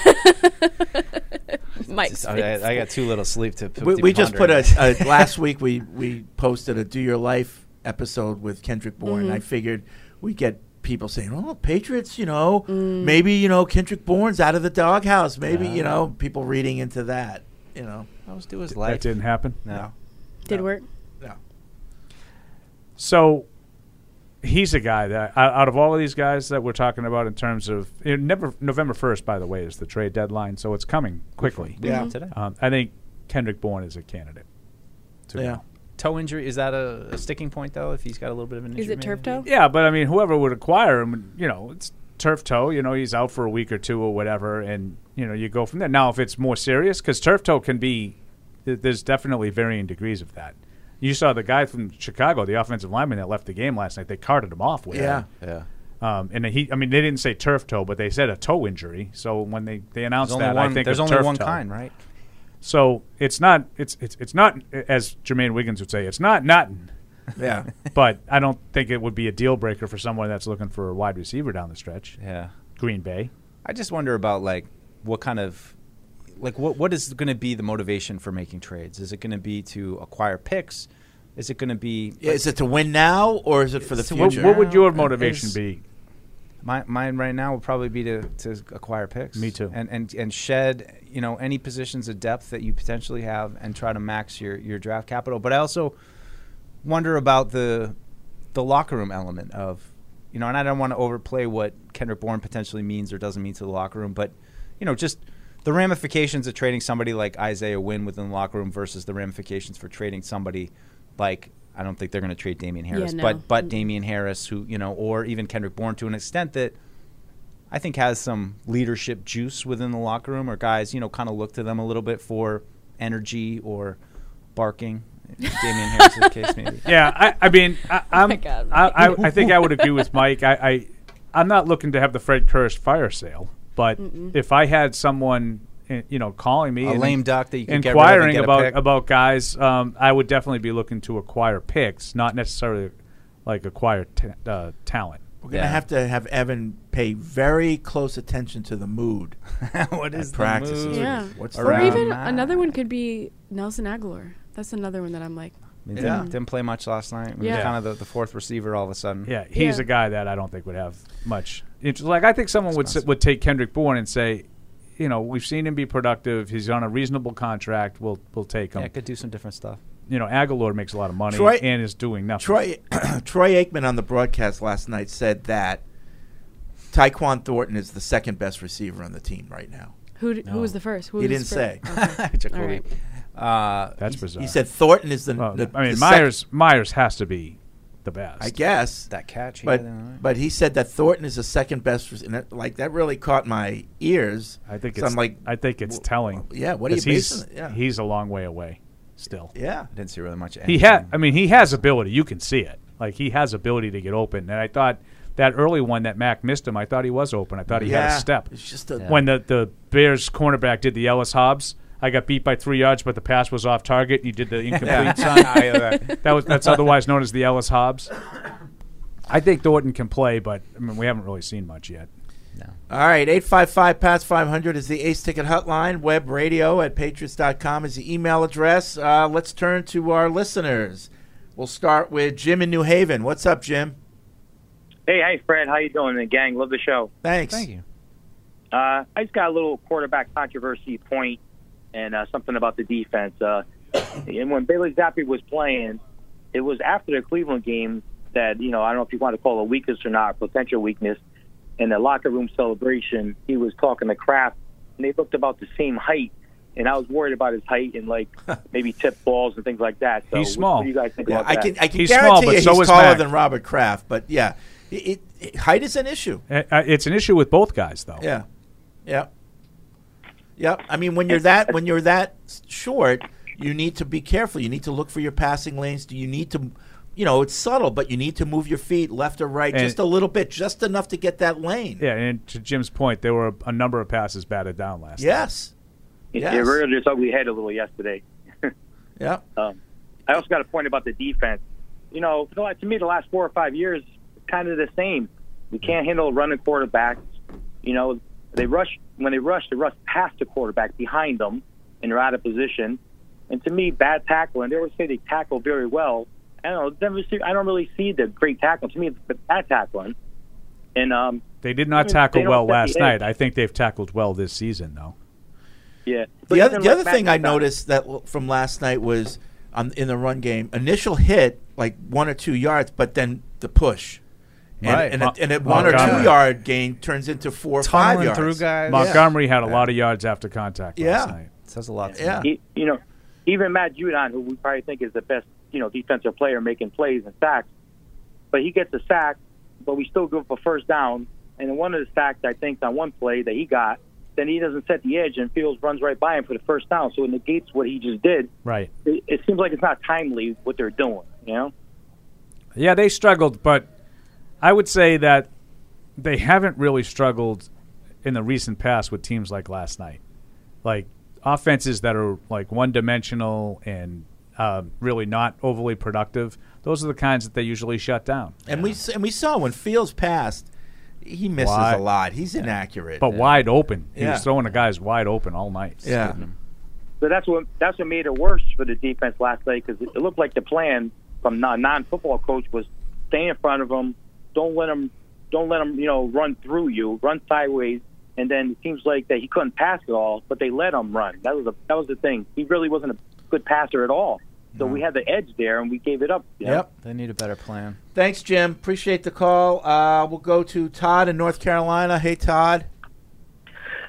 [SPEAKER 8] Mike's.
[SPEAKER 5] Oh,
[SPEAKER 6] just- I, I- I got too little sleep to. p-
[SPEAKER 1] We,
[SPEAKER 6] to
[SPEAKER 1] we just put
[SPEAKER 6] ponder
[SPEAKER 1] a,
[SPEAKER 6] it. (laughs)
[SPEAKER 1] a last week we we posted a do your life episode with Kendrick Bourne. I figured we get people saying, "Oh, Patriots, you know, maybe you know Kendrick Bourne's out of the doghouse. Maybe you know people reading into that. You know,
[SPEAKER 6] That was do his
[SPEAKER 5] That
[SPEAKER 6] life.
[SPEAKER 5] didn't happen.
[SPEAKER 6] No.
[SPEAKER 8] Did work.
[SPEAKER 1] no,
[SPEAKER 5] So he's a guy that out out of all of these guys that we're talking about in terms of it never November first, by the way, is the trade deadline, so it's coming quickly.
[SPEAKER 1] Yeah.
[SPEAKER 6] Today.
[SPEAKER 5] Um, I think Kendrick Bourne is a candidate. to
[SPEAKER 1] yeah,
[SPEAKER 5] go.
[SPEAKER 6] Toe injury is that a, a sticking point though? If he's got a little bit of an injury,
[SPEAKER 8] Is it turf
[SPEAKER 6] maybe?
[SPEAKER 8] toe?
[SPEAKER 5] Yeah, but I mean, whoever would acquire him, you know, it's turf toe. You know, he's out for a week or two or whatever, and you know, you go from there. Now, if it's more serious, because turf toe can be, th- there's definitely varying degrees of that. You saw the guy from Chicago, the offensive lineman that left the game last night. They carted him off with.
[SPEAKER 1] yeah.
[SPEAKER 6] Yeah.
[SPEAKER 5] Um, and he, I mean, they didn't say turf toe, but they said a toe injury. So when they, they announced
[SPEAKER 6] There's only
[SPEAKER 5] that,
[SPEAKER 6] one.
[SPEAKER 5] I think
[SPEAKER 6] there's
[SPEAKER 5] of
[SPEAKER 6] only
[SPEAKER 5] turf
[SPEAKER 6] one
[SPEAKER 5] toe.
[SPEAKER 6] kind, right?
[SPEAKER 5] So it's not, it's it's it's not as Jermaine Wiggins would say, it's not nothing
[SPEAKER 1] yeah.
[SPEAKER 5] (laughs) but I don't think it would be a deal breaker for someone that's looking for a wide receiver down the stretch.
[SPEAKER 6] Yeah.
[SPEAKER 5] Green Bay.
[SPEAKER 6] I just wonder about like what kind of like what what is going to be the motivation for making trades? Is it going to be to acquire picks? Is it going to be
[SPEAKER 1] Yeah, Is it to win now or is it for the
[SPEAKER 6] So
[SPEAKER 5] What,
[SPEAKER 1] future?
[SPEAKER 5] what would your
[SPEAKER 6] Now,
[SPEAKER 5] motivation
[SPEAKER 6] is-
[SPEAKER 5] be?
[SPEAKER 6] my, mine right now would probably be to, to acquire picks.
[SPEAKER 5] Me too.
[SPEAKER 6] And and and shed you know any positions of depth that you potentially have and try to max your your draft capital. But I also wonder about the the locker room element of you know, and I don't want to overplay what Kendrick Bourne potentially means or doesn't mean to the locker room, but you know, just the ramifications of trading somebody like Isaiah Wynn within the locker room versus the ramifications for trading somebody like I don't think they're going to trade Damian Harris,
[SPEAKER 8] no.
[SPEAKER 6] but but Damian Harris, who you know, or even Kendrick Bourne to an extent that I think has some leadership juice within the locker room, or guys, you know, kind of look to them a little bit for energy or barking. Damian Harris's case, maybe.
[SPEAKER 5] (laughs) Yeah, I, I mean,
[SPEAKER 8] (laughs)
[SPEAKER 5] I, I'm,
[SPEAKER 8] Oh my God,
[SPEAKER 5] I, I, I think I would
[SPEAKER 6] (laughs)
[SPEAKER 5] agree with Mike. I, I, I'm not looking to have the Fred Kirsch fire sale, but if I had someone, eh, you know, calling me
[SPEAKER 6] A
[SPEAKER 5] and
[SPEAKER 6] lame duck that you can get rid of and
[SPEAKER 5] inquiring
[SPEAKER 6] get a
[SPEAKER 5] about
[SPEAKER 6] pick.
[SPEAKER 5] about guys, um, I would definitely be looking to acquire picks, not necessarily like acquire t- uh, talent.
[SPEAKER 1] We're gonna
[SPEAKER 6] Yeah.
[SPEAKER 1] have to have Evan pay very close attention to the mood.
[SPEAKER 6] (laughs) what
[SPEAKER 1] at
[SPEAKER 6] is the
[SPEAKER 1] practices.
[SPEAKER 6] mood?
[SPEAKER 8] Yeah.
[SPEAKER 1] What's
[SPEAKER 8] Or
[SPEAKER 1] the
[SPEAKER 6] Around
[SPEAKER 8] even
[SPEAKER 6] that.
[SPEAKER 8] another one could be Nelson Aguilar. That's another one that I'm like, hmm.
[SPEAKER 6] I mean,
[SPEAKER 1] Yeah.
[SPEAKER 6] didn't, didn't play much last night. We
[SPEAKER 8] Yeah.
[SPEAKER 6] was kind of the, the fourth receiver all of a sudden.
[SPEAKER 5] Yeah, he's
[SPEAKER 8] Yeah.
[SPEAKER 5] a guy that I don't think would have much. It's like I think someone would s-
[SPEAKER 6] Expensive.
[SPEAKER 5] would take Kendrick Bourne and say, you know, we've seen him be productive. He's on a reasonable contract. We'll we'll take him.
[SPEAKER 6] Yeah, could do some different stuff.
[SPEAKER 5] you know, Aguilar makes a lot of money
[SPEAKER 1] Troy-
[SPEAKER 5] and is doing nothing.
[SPEAKER 1] Troy (clears throat) Troy Aikman on the broadcast last night said that Tyquan Thornton is the second best receiver on the team right now.
[SPEAKER 8] who d- who was the first? Who
[SPEAKER 1] He
[SPEAKER 8] was the
[SPEAKER 1] didn't
[SPEAKER 8] fir-
[SPEAKER 1] (laughs)
[SPEAKER 8] Okay. All right.
[SPEAKER 6] Uh,
[SPEAKER 5] That's bizarre.
[SPEAKER 1] He said Thornton is the.
[SPEAKER 5] Well,
[SPEAKER 1] the-
[SPEAKER 5] I
[SPEAKER 1] the
[SPEAKER 5] mean,
[SPEAKER 1] sec-
[SPEAKER 5] Myers Myers has to be the best.
[SPEAKER 1] I guess,
[SPEAKER 6] that catch. he
[SPEAKER 1] but
[SPEAKER 6] had, uh,
[SPEAKER 1] but he said that Thornton is the second best. rec- And that, like that really caught my ears.
[SPEAKER 5] I think
[SPEAKER 1] So
[SPEAKER 5] it's
[SPEAKER 1] I'm like,
[SPEAKER 5] I think it's
[SPEAKER 1] w-
[SPEAKER 5] telling.
[SPEAKER 1] yeah, what are you
[SPEAKER 5] 'cause he's
[SPEAKER 1] basing it- yeah.
[SPEAKER 5] he's a long way away still.
[SPEAKER 1] yeah,
[SPEAKER 6] I didn't see really much.
[SPEAKER 5] He
[SPEAKER 6] action.
[SPEAKER 5] had. I mean, he has ability. You can see it. Like he has ability to get open. And I thought that early one that Mac missed him. I thought he was open. I thought he had
[SPEAKER 1] yeah.
[SPEAKER 5] a step.
[SPEAKER 1] It's just a
[SPEAKER 5] When the the Bears cornerback did the Ellis Hobbs, I got beat by three yards, but the pass was off target. and You
[SPEAKER 1] (laughs)
[SPEAKER 5] did the
[SPEAKER 6] Yeah.
[SPEAKER 5] incomplete.
[SPEAKER 6] I, uh,
[SPEAKER 5] that was that's otherwise known as the Ellis Hobbs. I think Thornton can play, but I mean, we haven't really seen much yet.
[SPEAKER 1] All right, 855 Pass 500 is the Ace Ticket Hotline. Web radio at patriots.com is the email address. Uh, let's turn to our listeners. We'll start with Jim in New Haven. What's up, Jim?
[SPEAKER 10] Hey, hey, Fred, how you doing? And gang, love the show.
[SPEAKER 1] Thanks.
[SPEAKER 6] Thank you.
[SPEAKER 10] Uh, I just got a little quarterback controversy point and uh, something about the defense. Uh, and when Bailey Zappi was playing, it was after the Cleveland game that you know I don't know if you want to call it a weakness or not, potential weakness. In the locker room celebration, he was talking to Kraft, and they looked about the same height. and I was worried about his height and
[SPEAKER 5] (laughs)
[SPEAKER 10] like maybe tip balls and things like that. So
[SPEAKER 5] He's
[SPEAKER 10] what-
[SPEAKER 5] small.
[SPEAKER 10] What do you guys think
[SPEAKER 5] Yeah,
[SPEAKER 10] about
[SPEAKER 5] I
[SPEAKER 10] that?
[SPEAKER 5] can-
[SPEAKER 1] I can
[SPEAKER 5] He's
[SPEAKER 1] guarantee
[SPEAKER 5] small, but
[SPEAKER 1] you
[SPEAKER 5] so
[SPEAKER 1] he's
[SPEAKER 5] is
[SPEAKER 1] taller
[SPEAKER 5] Mac.
[SPEAKER 1] than Robert Kraft. But yeah, it, it, height is an issue.
[SPEAKER 5] Uh, uh, It's an issue with both guys, though.
[SPEAKER 1] Yeah, yeah, yeah. I mean, when you're that when you're that s- short, you need to be careful. You need to look for your passing lanes. Do you need to? You know, it's subtle, but you need to move your feet left or right
[SPEAKER 5] And-
[SPEAKER 1] just a little bit, just enough to get that lane.
[SPEAKER 5] Yeah, and to Jim's point, there were a, a number of passes batted down last.
[SPEAKER 1] Yes.
[SPEAKER 10] It,
[SPEAKER 5] Yes.
[SPEAKER 10] it reared its ugly head a little yesterday.
[SPEAKER 1] (laughs) yeah.
[SPEAKER 10] Um, I also got a point about the defense. You know, for the la- to me, the last four or five years, kind of the same. We can't handle running quarterbacks. You know, they rush when they rush, they rush past the quarterback behind them, and they're out of position. And to me, bad tackle, and they always say they tackle very well. I don't know. never see- I don't really see the great tackle. To me, it's the bad tackling. And um,
[SPEAKER 5] They did
[SPEAKER 10] Mm,
[SPEAKER 5] not
[SPEAKER 10] they
[SPEAKER 5] tackle
[SPEAKER 10] don't
[SPEAKER 5] well
[SPEAKER 10] set the
[SPEAKER 5] last
[SPEAKER 10] edge.
[SPEAKER 5] night. I think they've tackled well this season, though.
[SPEAKER 10] yeah. But
[SPEAKER 1] The other,
[SPEAKER 10] even
[SPEAKER 1] the
[SPEAKER 10] like
[SPEAKER 1] other thing
[SPEAKER 10] Matt-
[SPEAKER 1] I noticed that l- from last night was um, in the run game, initial hit like one or two yards, but then the push, and,
[SPEAKER 5] Right.
[SPEAKER 1] and, a,
[SPEAKER 5] Mo-
[SPEAKER 1] and a one or two
[SPEAKER 5] Montgomery.
[SPEAKER 1] yard gain turns into four or five yards.
[SPEAKER 5] Montgomery had a lot of yards after contact last
[SPEAKER 1] Yeah.
[SPEAKER 5] night.
[SPEAKER 6] Says a lot.
[SPEAKER 1] to Yeah. me.
[SPEAKER 10] E- you know, even Matt Judon, who we probably think is the best, you know, defensive player making plays and sacks, but he gets a sack, but we still go for first down. And in one of the sacks, I think, on one play that he got, then he doesn't set the edge, and Fields runs right by him for the first down, so it negates what he just did.
[SPEAKER 5] Right.
[SPEAKER 10] It, it seems like it's not timely what they're doing. You know,
[SPEAKER 5] Yeah, they struggled, but I would say that they haven't really struggled in the recent past with teams like last night. Like offenses that are like one dimensional and um, really not overly productive, those are the kinds that they usually shut down.
[SPEAKER 1] And we s- and we saw when Fields passed, he misses
[SPEAKER 5] Wide-
[SPEAKER 1] a lot. He's inaccurate.
[SPEAKER 5] But wide open. He
[SPEAKER 1] Yeah.
[SPEAKER 5] was throwing the guys wide open all night.
[SPEAKER 1] Yeah.
[SPEAKER 10] so that's what that's what made it worse for the defense last night because it, it looked like the plan from non non-football coach was stay in front of them, don't let them, don't let them, you know, run through you, run sideways, and then it seems like that he couldn't pass at all, but they let him run. That was a that was the thing. He really wasn't a good passer at all. So we had the edge there, and we gave it up. you know?
[SPEAKER 1] Yep.
[SPEAKER 6] They need a better plan.
[SPEAKER 1] Thanks, Jim. Appreciate the call. Uh, we'll go to Todd in North Carolina. Hey, Todd.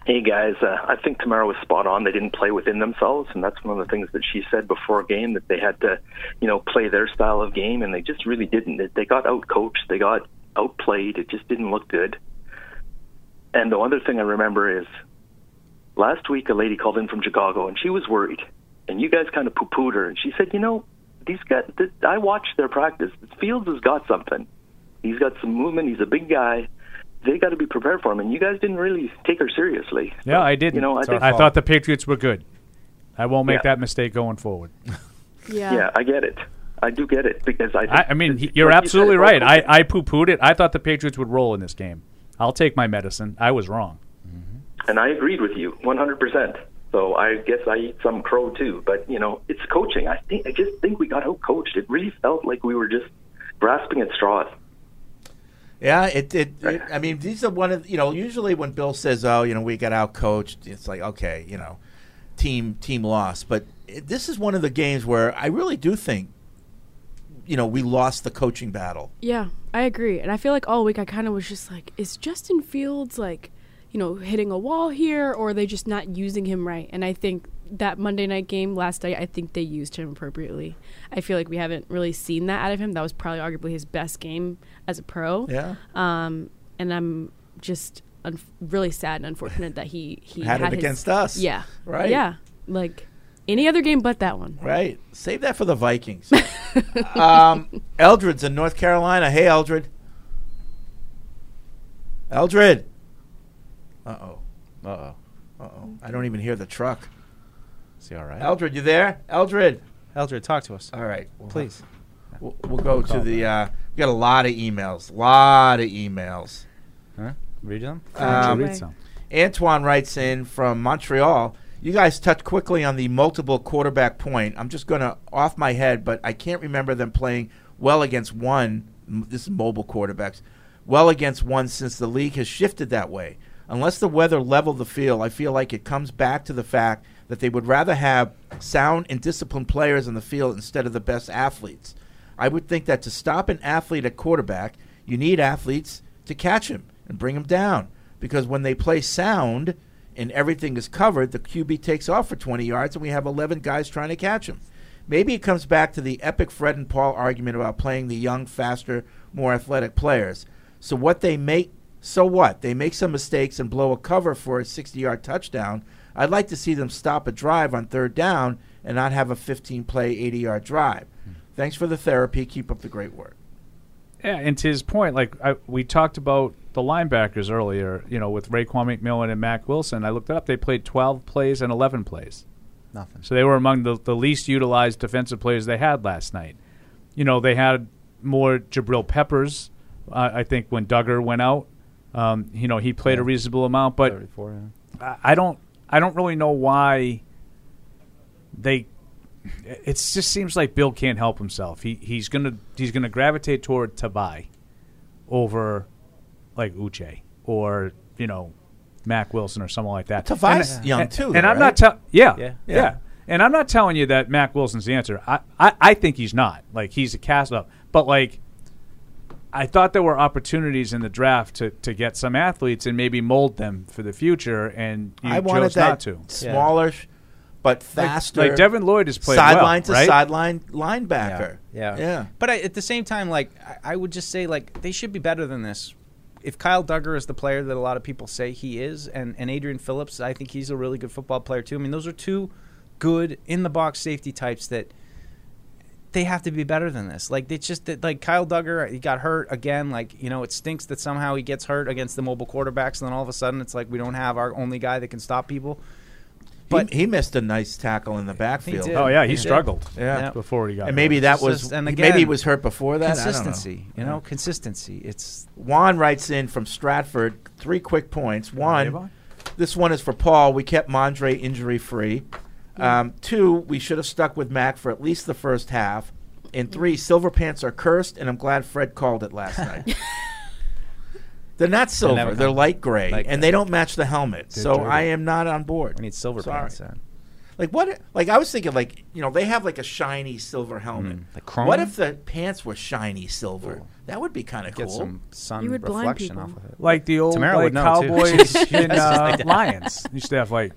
[SPEAKER 11] Hey guys, uh, I think Tamara was spot on. They didn't play within themselves, and that's one of the things that she said before game that they had to, you know, play their style of game, and they just really didn't. They- They got outcoached, they got outplayed. It just didn't look good. And the other thing I remember is last week a lady called in from Chicago, and she was worried, and you guys kind of poo-pooed her, and she said, you know, these guys. Th- I watched their practice. Fields has got something. He's got some movement. He's a big guy. They got to be prepared for him, and you guys didn't really take her seriously.
[SPEAKER 5] Yeah, I didn't.
[SPEAKER 11] You know, I think-
[SPEAKER 5] I thought the Patriots were good. I won't make
[SPEAKER 11] Yeah.
[SPEAKER 5] that mistake going forward.
[SPEAKER 11] Yeah. I get it. I do get it because I.
[SPEAKER 5] I, I mean, he- you're
[SPEAKER 11] like you said,
[SPEAKER 5] absolutely
[SPEAKER 11] it's
[SPEAKER 5] right.
[SPEAKER 11] all
[SPEAKER 5] I, I poo pooed it. I thought the Patriots would roll in this game. I'll take my medicine. I was wrong.
[SPEAKER 11] and I agreed with you 100%. So I guess I eat some crow too. But you know, it's coaching. I think I just think we got out coached. It really felt like we were just grasping at straws.
[SPEAKER 1] Yeah, it did. It, I mean, these are one of you know. Usually, when Bill says, "Oh, you know, we got out coached," it's like, okay, you know, team team lost. But it, this is one of the games where I really do think, you know, we lost the coaching battle.
[SPEAKER 8] Yeah, I agree. And I feel like all week I kind of was just like, is Justin Fields like, you know, hitting a wall here or are they just not using him right? And I think that Monday night game last night, I think they used him appropriately. I feel like we haven't really seen that out of him. That was probably arguably his best game as a pro.
[SPEAKER 1] Yeah.
[SPEAKER 8] Um, and I'm just un- really sad and unfortunate that he, he
[SPEAKER 1] Had it
[SPEAKER 8] his-
[SPEAKER 1] against us.
[SPEAKER 8] Yeah.
[SPEAKER 1] Right.
[SPEAKER 8] Yeah. Like any other game but that one.
[SPEAKER 1] Right. Save that for the Vikings. um, Eldred's in North Carolina. Hey, Eldred. Eldred. Uh oh.
[SPEAKER 6] Uh oh.
[SPEAKER 1] Uh oh. I don't even hear the truck.
[SPEAKER 6] Is he all right?
[SPEAKER 1] Eldred, you there? Eldred.
[SPEAKER 6] Eldred, talk to us.
[SPEAKER 1] All right. We'll-
[SPEAKER 6] Please.
[SPEAKER 1] We'll, we'll go to the. Uh, we got a lot of emails. lot of emails.
[SPEAKER 6] Huh? Read them?
[SPEAKER 1] Um, Antoine writes in from Montreal. You guys touched quickly on the multiple quarterback point. I'm just going to off my head, but I can't remember them playing well against one. m- This is mobile quarterbacks. Well against one since the league has shifted that way. Unless the weather leveled the field, I feel like it comes back to the fact that they would rather have sound and disciplined players on the field instead of the best athletes. I would think that to stop an athlete at quarterback, you need athletes to catch him and bring him down because when they play sound and everything is covered, the QB takes off for 20 yards, and we have 11 guys trying to catch him. Maybe it comes back to the epic Fred and Paul argument about playing the young, faster, more athletic players. So what they make, so what? They make some mistakes and blow a cover for a 60-yard touchdown. I'd like to see them stop a drive on third down and not have a 15-play, 80-yard drive. Thanks for the therapy. Keep up the great work.
[SPEAKER 5] Yeah, and to his point, like I, we talked about the linebackers earlier, you know, with Raquan McMillan and Mac Wilson. I looked it up; they played 12 plays and 11 plays.
[SPEAKER 6] Nothing.
[SPEAKER 5] So they were among the, the least utilized defensive players they had last night. You know, they had more Jabril Peppers. Uh, I think when Duggar went out, um, you know, he played a reasonable amount, but
[SPEAKER 6] 34, yeah.
[SPEAKER 5] I I don't I don't really know why they it just seems like Bill can't help himself. He he's gonna he's gonna gravitate toward Tabai over like Uche or you know Mac Wilson or someone like that.
[SPEAKER 1] Tabai's
[SPEAKER 5] And-
[SPEAKER 1] young
[SPEAKER 5] and-
[SPEAKER 1] too,
[SPEAKER 5] and
[SPEAKER 1] though,
[SPEAKER 5] I'm not
[SPEAKER 1] right?
[SPEAKER 5] telling yeah,
[SPEAKER 1] Yeah.
[SPEAKER 5] yeah
[SPEAKER 1] Yeah.
[SPEAKER 5] And I'm not telling you that Mac Wilson's the answer. I I, I think he's not. Like he's a cast up, but like I thought there were opportunities in the draft to, to get some athletes and maybe mold them for the future, and you
[SPEAKER 1] I wanted
[SPEAKER 5] chose
[SPEAKER 1] that
[SPEAKER 5] not to.
[SPEAKER 1] smaller, sh- but faster.
[SPEAKER 5] Like, Devin Lloyd has played well,
[SPEAKER 1] sideline to
[SPEAKER 5] right?
[SPEAKER 1] sideline linebacker.
[SPEAKER 6] Yeah.
[SPEAKER 1] yeah.
[SPEAKER 6] But I, at the same time, like I, I would just say, like they should be better than this. If Kyle Duggar is the player that a lot of people say he is, and and Adrian Phillips, I think he's a really good football player too. I mean, those are two good in the box safety types that they have to be better than this. Like it's just that like Kyle Duggar, he got hurt again. Like you know, it stinks that somehow he gets hurt against the mobile quarterbacks, and then all of a sudden it's like we don't have our only guy that can stop people.
[SPEAKER 1] But he, missed a nice tackle in the backfield.
[SPEAKER 6] did. Oh, yeah, he He did. struggled
[SPEAKER 1] Yeah.
[SPEAKER 6] Yeah. before he got
[SPEAKER 1] And maybe
[SPEAKER 6] hurt.
[SPEAKER 1] that
[SPEAKER 6] It's
[SPEAKER 1] was
[SPEAKER 6] just- and
[SPEAKER 1] maybe he
[SPEAKER 6] again,
[SPEAKER 1] was hurt before that. I don't know.
[SPEAKER 6] consistency, you know, consistency. It's
[SPEAKER 1] Juan writes in from Stratford three quick points. One,
[SPEAKER 6] Avon?
[SPEAKER 1] this one is for Paul. We kept Mondre injury free. Um, two, we should have stuck with Mac for at least the first half. And three, silver pants are cursed, and I'm glad Fred called it
[SPEAKER 6] (laughs)
[SPEAKER 1] last night. They're not silver; they're,
[SPEAKER 6] never come.
[SPEAKER 1] light gray,
[SPEAKER 6] Light
[SPEAKER 1] and
[SPEAKER 6] gray.
[SPEAKER 1] they don't match the helmet.
[SPEAKER 6] They're
[SPEAKER 1] so
[SPEAKER 6] dirty.
[SPEAKER 1] I am not on board.
[SPEAKER 6] We need silver
[SPEAKER 1] Sorry.
[SPEAKER 6] pants then.
[SPEAKER 1] Like what? Like I was thinking, like you know, they have like a shiny silver helmet.
[SPEAKER 6] Mm. like chrome?
[SPEAKER 1] What if the pants were shiny silver? That would be kind of cool.
[SPEAKER 6] Get some sun
[SPEAKER 8] You would blind
[SPEAKER 6] reflection
[SPEAKER 8] people.
[SPEAKER 6] off of it.
[SPEAKER 5] like the old
[SPEAKER 6] Tamara
[SPEAKER 5] like,
[SPEAKER 6] would know, too. (laughs)
[SPEAKER 5] Cowboys
[SPEAKER 6] She's
[SPEAKER 5] and
[SPEAKER 6] just
[SPEAKER 5] uh,
[SPEAKER 6] like that.
[SPEAKER 5] (laughs) Lions used to have like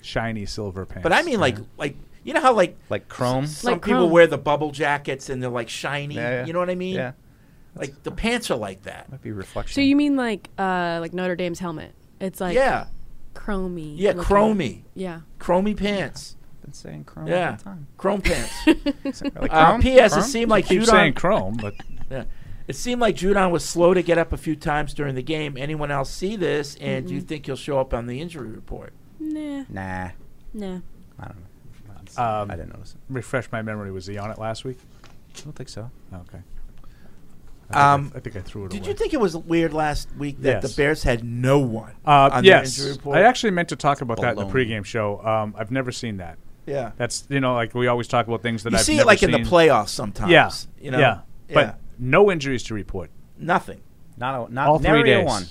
[SPEAKER 5] shiny silver pants.
[SPEAKER 1] But I mean, like, like you know how like
[SPEAKER 6] Like chrome?
[SPEAKER 1] s- Some
[SPEAKER 6] Like
[SPEAKER 1] people
[SPEAKER 6] chrome.
[SPEAKER 1] wear the bubble jackets and they're like shiny.
[SPEAKER 6] Yeah, yeah.
[SPEAKER 1] You know what I mean?
[SPEAKER 6] Yeah.
[SPEAKER 1] Like the pants are like that.
[SPEAKER 6] Might be reflection.
[SPEAKER 8] So you mean like uh like Notre Dame's helmet? It's like
[SPEAKER 1] Yeah.
[SPEAKER 8] chromey.
[SPEAKER 1] Yeah,
[SPEAKER 8] looking.
[SPEAKER 1] chromey.
[SPEAKER 8] Yeah.
[SPEAKER 1] Chromey pants.
[SPEAKER 6] Been saying chrome
[SPEAKER 1] yeah.
[SPEAKER 6] the time.
[SPEAKER 1] Chrome pants.
[SPEAKER 8] (laughs)
[SPEAKER 6] Like
[SPEAKER 1] Uh,
[SPEAKER 6] chrome?
[SPEAKER 1] P.S. It
[SPEAKER 6] Chrome?
[SPEAKER 1] seemed like
[SPEAKER 5] keep
[SPEAKER 1] Judon.
[SPEAKER 5] saying chrome, but
[SPEAKER 1] (laughs) Yeah. It seemed like Judon was slow to get up a few times during the game. Anyone else see this? And do you think he'll show up on the injury report?
[SPEAKER 8] Nah.
[SPEAKER 6] Nah,
[SPEAKER 8] Nah.
[SPEAKER 6] I don't know.
[SPEAKER 5] um,
[SPEAKER 6] I didn't notice it.
[SPEAKER 5] refresh my memory. Was he on it last week?
[SPEAKER 6] I don't think so.
[SPEAKER 5] Okay.
[SPEAKER 1] Um,
[SPEAKER 5] I think I threw it
[SPEAKER 1] Did
[SPEAKER 5] away.
[SPEAKER 1] you think it was weird last week that
[SPEAKER 5] Yes.
[SPEAKER 1] the Bears had no one
[SPEAKER 5] Uh,
[SPEAKER 1] on
[SPEAKER 5] yes,
[SPEAKER 1] their injury report?
[SPEAKER 5] I actually meant to talk about that in the
[SPEAKER 6] Baloney.
[SPEAKER 5] pregame show. Um, I've never seen that.
[SPEAKER 1] Yeah.
[SPEAKER 5] that's you know, like we always talk about things that
[SPEAKER 1] you
[SPEAKER 5] I've
[SPEAKER 1] see it
[SPEAKER 5] never
[SPEAKER 1] like in
[SPEAKER 5] seen.
[SPEAKER 1] the playoffs sometimes.
[SPEAKER 5] Yeah,
[SPEAKER 1] You know?
[SPEAKER 5] yeah, but
[SPEAKER 1] Yeah.
[SPEAKER 5] no injuries to report.
[SPEAKER 1] nothing.
[SPEAKER 6] Not a, not
[SPEAKER 5] All three
[SPEAKER 6] nary a
[SPEAKER 5] days.
[SPEAKER 6] one.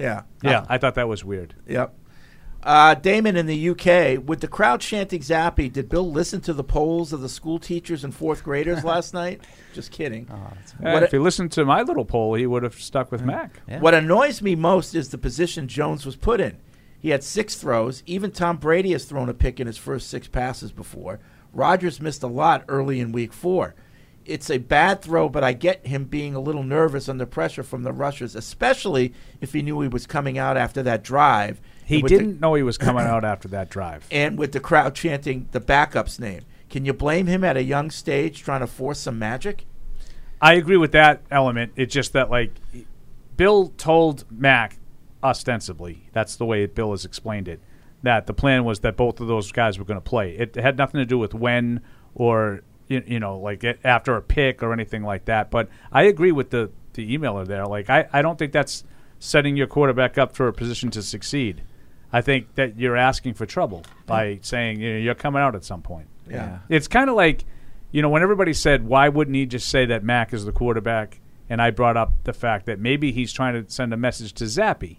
[SPEAKER 1] Yeah.
[SPEAKER 5] Yeah, I thought that was weird.
[SPEAKER 1] Yep. Uh, Damon in the UK, with the crowd chanting Zappy, did Bill listen to the polls of the school teachers and fourth
[SPEAKER 6] (laughs)
[SPEAKER 1] graders last night? Just kidding.
[SPEAKER 6] Oh,
[SPEAKER 5] Uh,
[SPEAKER 1] What Mm.
[SPEAKER 5] if he listened to my little poll, he would have stuck with Mac.
[SPEAKER 6] Yeah.
[SPEAKER 1] What annoys me most is the position Jones was put in. He had six throws. Even Tom Brady has thrown a pick in his first six passes before. Rodgers missed a lot early in week four. It's a bad throw, but I get him being a little nervous under pressure from the rushers, especially if he knew he was coming out after that drive.
[SPEAKER 5] He
[SPEAKER 1] And with the-
[SPEAKER 5] didn't know he was coming out after that drive.
[SPEAKER 1] and with the crowd chanting the backup's name. Can you blame him at a young stage trying to force some magic?
[SPEAKER 5] I agree with that element. It's just that like Bill told Mac ostensibly, that's the way Bill has explained it, that the plan was that both of those guys were going to play. It had nothing to do with when or you, you know like it, after a pick or anything like that. But I agree with the the emailer there. Like I, I don't think that's setting your quarterback up for a position to succeed. I think that you're asking for trouble by saying you know, you're coming out at some point.
[SPEAKER 1] Yeah.
[SPEAKER 5] It's kind of like, you know, when everybody said, why wouldn't he just say that Mac is the quarterback? And I brought up the fact that maybe he's trying to send a message to Zappy.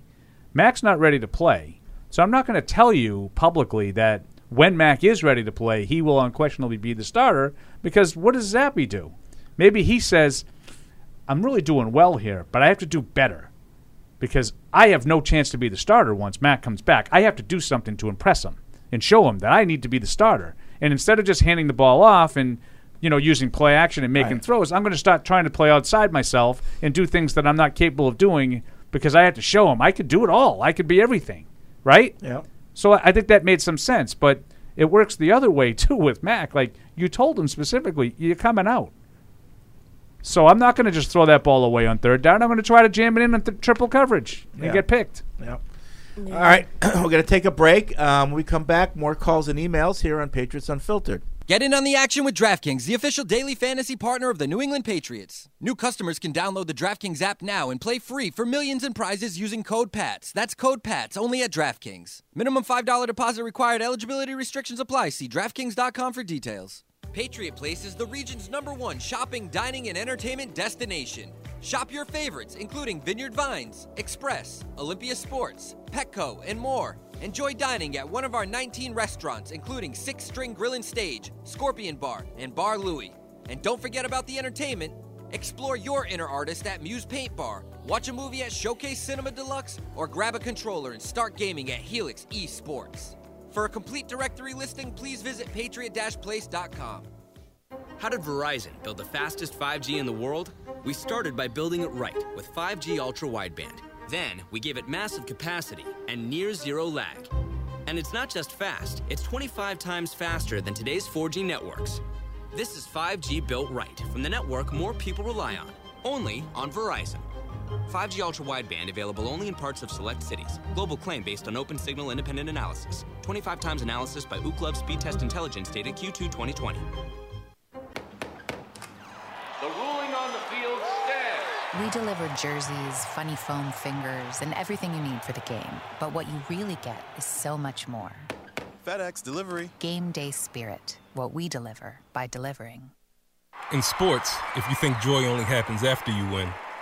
[SPEAKER 5] Mac's not ready to play. So I'm not going to tell you publicly that when Mac is ready to play, he will unquestionably be the starter because what does Zappy do? Maybe he says, I'm really doing well here, but I have to do better. because I have no chance to be the starter once Matt comes back. I have to do something to impress him and show him that I need to be the starter. And instead of just handing the ball off and you know using play action and making throws, I'm going to start trying to play outside myself and do things that I'm not capable of doing because I have to show him I could do it all. I could be everything, right?
[SPEAKER 1] Yeah.
[SPEAKER 5] So I I think that made some sense, but it works the other way (laughs) too with Mac. Like you told him specifically, you're coming out. So I'm not going to just throw that ball away on third down. I'm going to try to jam it in on th- triple coverage and
[SPEAKER 1] Yeah.
[SPEAKER 5] get picked.
[SPEAKER 1] Yep. All right, (clears throat) we're going to take a break. Um, when we come back, more calls and emails here on Patriots Unfiltered.
[SPEAKER 9] (laughs) Get in on the action with DraftKings, the official daily fantasy partner of the New England Patriots. New customers can download the DraftKings app now and play free for millions in prizes using code PATS. That's code PATS only at DraftKings. Minimum $5 deposit required. Eligibility restrictions apply. See DraftKings.com for details. Patriot Place is the region's number one shopping, dining, and entertainment destination. Shop your favorites, including Vineyard Vines, Express, Olympia Sports, Petco, and more. Enjoy dining at one of our 19 restaurants, including Six String Grill and Stage, Scorpion Bar, and Bar Louie. And don't forget about the entertainment. Explore your inner artist at Muse Paint Bar, watch a movie at Showcase Cinema Deluxe, or grab a controller and start gaming at Helix Esports. For a complete directory listing, please visit patriot-place.com.
[SPEAKER 12] How did Verizon build the fastest 5G in the world? We started by building it right with 5G Ultra Wideband. Then we gave it massive capacity and near zero lag. And it's not just fast, it's 25 times faster than today's 4G networks. This is 5G built right from the network more people rely on, only on Verizon. 5G Ultra Wideband available only in parts of select cities. Global claim based on open signal independent analysis. 25 times analysis by Ookla Speed Test Intelligence data Q2 2020.
[SPEAKER 13] The ruling on the field stands.
[SPEAKER 14] We deliver jerseys, funny foam fingers, and everything you need for the game. But what you really get is so much more.
[SPEAKER 15] FedEx delivery.
[SPEAKER 14] Game day spirit. What we deliver by delivering.
[SPEAKER 16] In sports, if you think joy only happens after you win,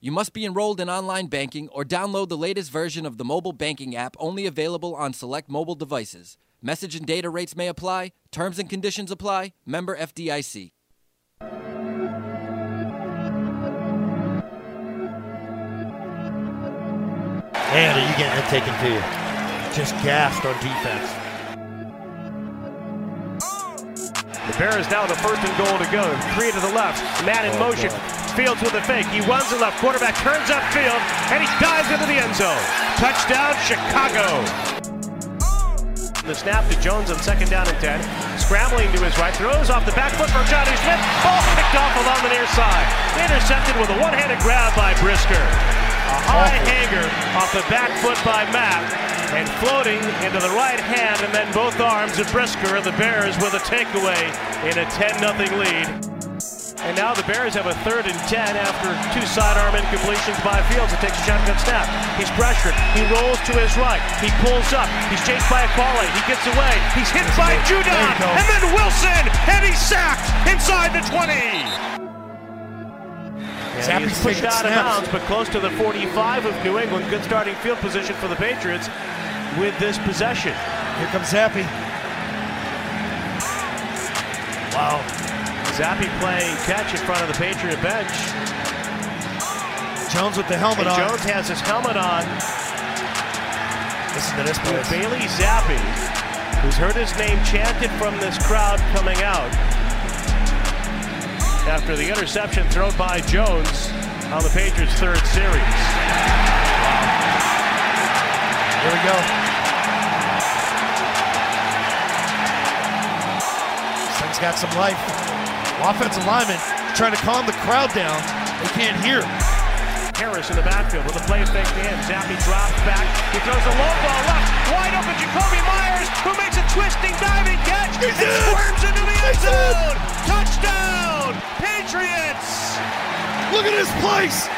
[SPEAKER 9] You must be enrolled in online banking or download the latest version of the mobile banking app only available on select mobile devices. Message and data rates may apply. Terms and conditions apply. Member FDIC.
[SPEAKER 17] Man, are you getting it taken to you? Just gassed on defense.
[SPEAKER 18] The Bears now the first and goal to go. Three to the left. Man in motion. Fields with a fake. He runs the left. Quarterback turns upfield and he dives into the end zone. Touchdown, Chicago. The snap to Jones on second down and 10. Scrambling to his right. Throws off the back foot for Johnny Smith. Ball picked off along the near side. Intercepted with a one handed grab by Brisker. A high hanger off the back foot by Mapp. And floating into the right hand and then both arms of Brisker. And the Bears with a takeaway in a 10 0 lead. And now the Bears have a third and 10 after two sidearm incompletions by Fields. It takes a shotgun snap. He's pressured. He rolls to his right. He pulls up. He's chased by Akbale. He gets away. He's hit by Judon. And then Wilson. And he's sacked inside the 20. And
[SPEAKER 17] Zappi's
[SPEAKER 18] he's pushed
[SPEAKER 17] taking
[SPEAKER 18] out of
[SPEAKER 17] snaps.
[SPEAKER 18] bounds, but close to the 45 of New England. Good starting field position for the Patriots with this possession.
[SPEAKER 17] Here comes Happy.
[SPEAKER 18] Wow. Zappi playing catch in front of the Patriot bench.
[SPEAKER 17] Jones with the helmet
[SPEAKER 18] And
[SPEAKER 17] on.
[SPEAKER 18] Jones has his helmet on.
[SPEAKER 17] Listen to this
[SPEAKER 18] with
[SPEAKER 17] place.
[SPEAKER 18] Bailey Zappi, who's heard his name chanted from this crowd coming out after the interception thrown by Jones on the Patriots' third series.
[SPEAKER 17] Here we go. This thing's got some life. Offensive lineman trying to calm the crowd down. They can't hear.
[SPEAKER 18] Harris in the backfield with a play fake to him. Zappi drops back. He throws a low ball left, wide open Jacoby Myers, who makes a twisting, diving catch and squirms into the end zone. Touchdown, Patriots! Look at this place.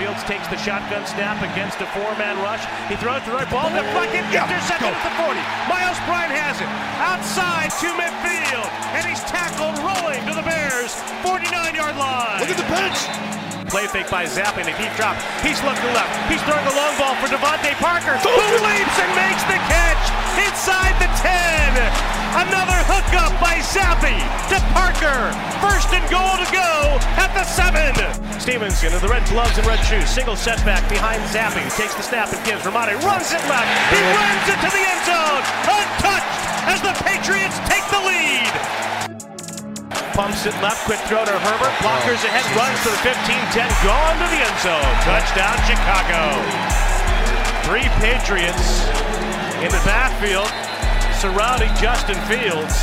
[SPEAKER 18] Fields takes the shotgun snap against a four-man rush. He throws the right ball to Bucket, intercepted at the 40. Miles Bryant has it. Outside to midfield, and he's tackled rolling to the Bears 49-yard line. Look at the bench. Play fake by Zappi, and a deep drop. He's looked to left. He's throwing the long ball for Devontae Parker, who leaps and makes the catch inside the 10. Another hookup by Zappi to Parker. First and goal to go at the 7. Stevenson in the red gloves and red shoes. Single setback behind Zappi. who Takes the snap and gives. Ramadi runs it left. He runs it to the end zone. Untouched as the Patriots take the lead. Pumps it left, quick throw to Herbert. Blockers ahead, runs to the 15-10, gone to the end zone. Touchdown, Chicago. Three Patriots in the backfield surrounding Justin Fields.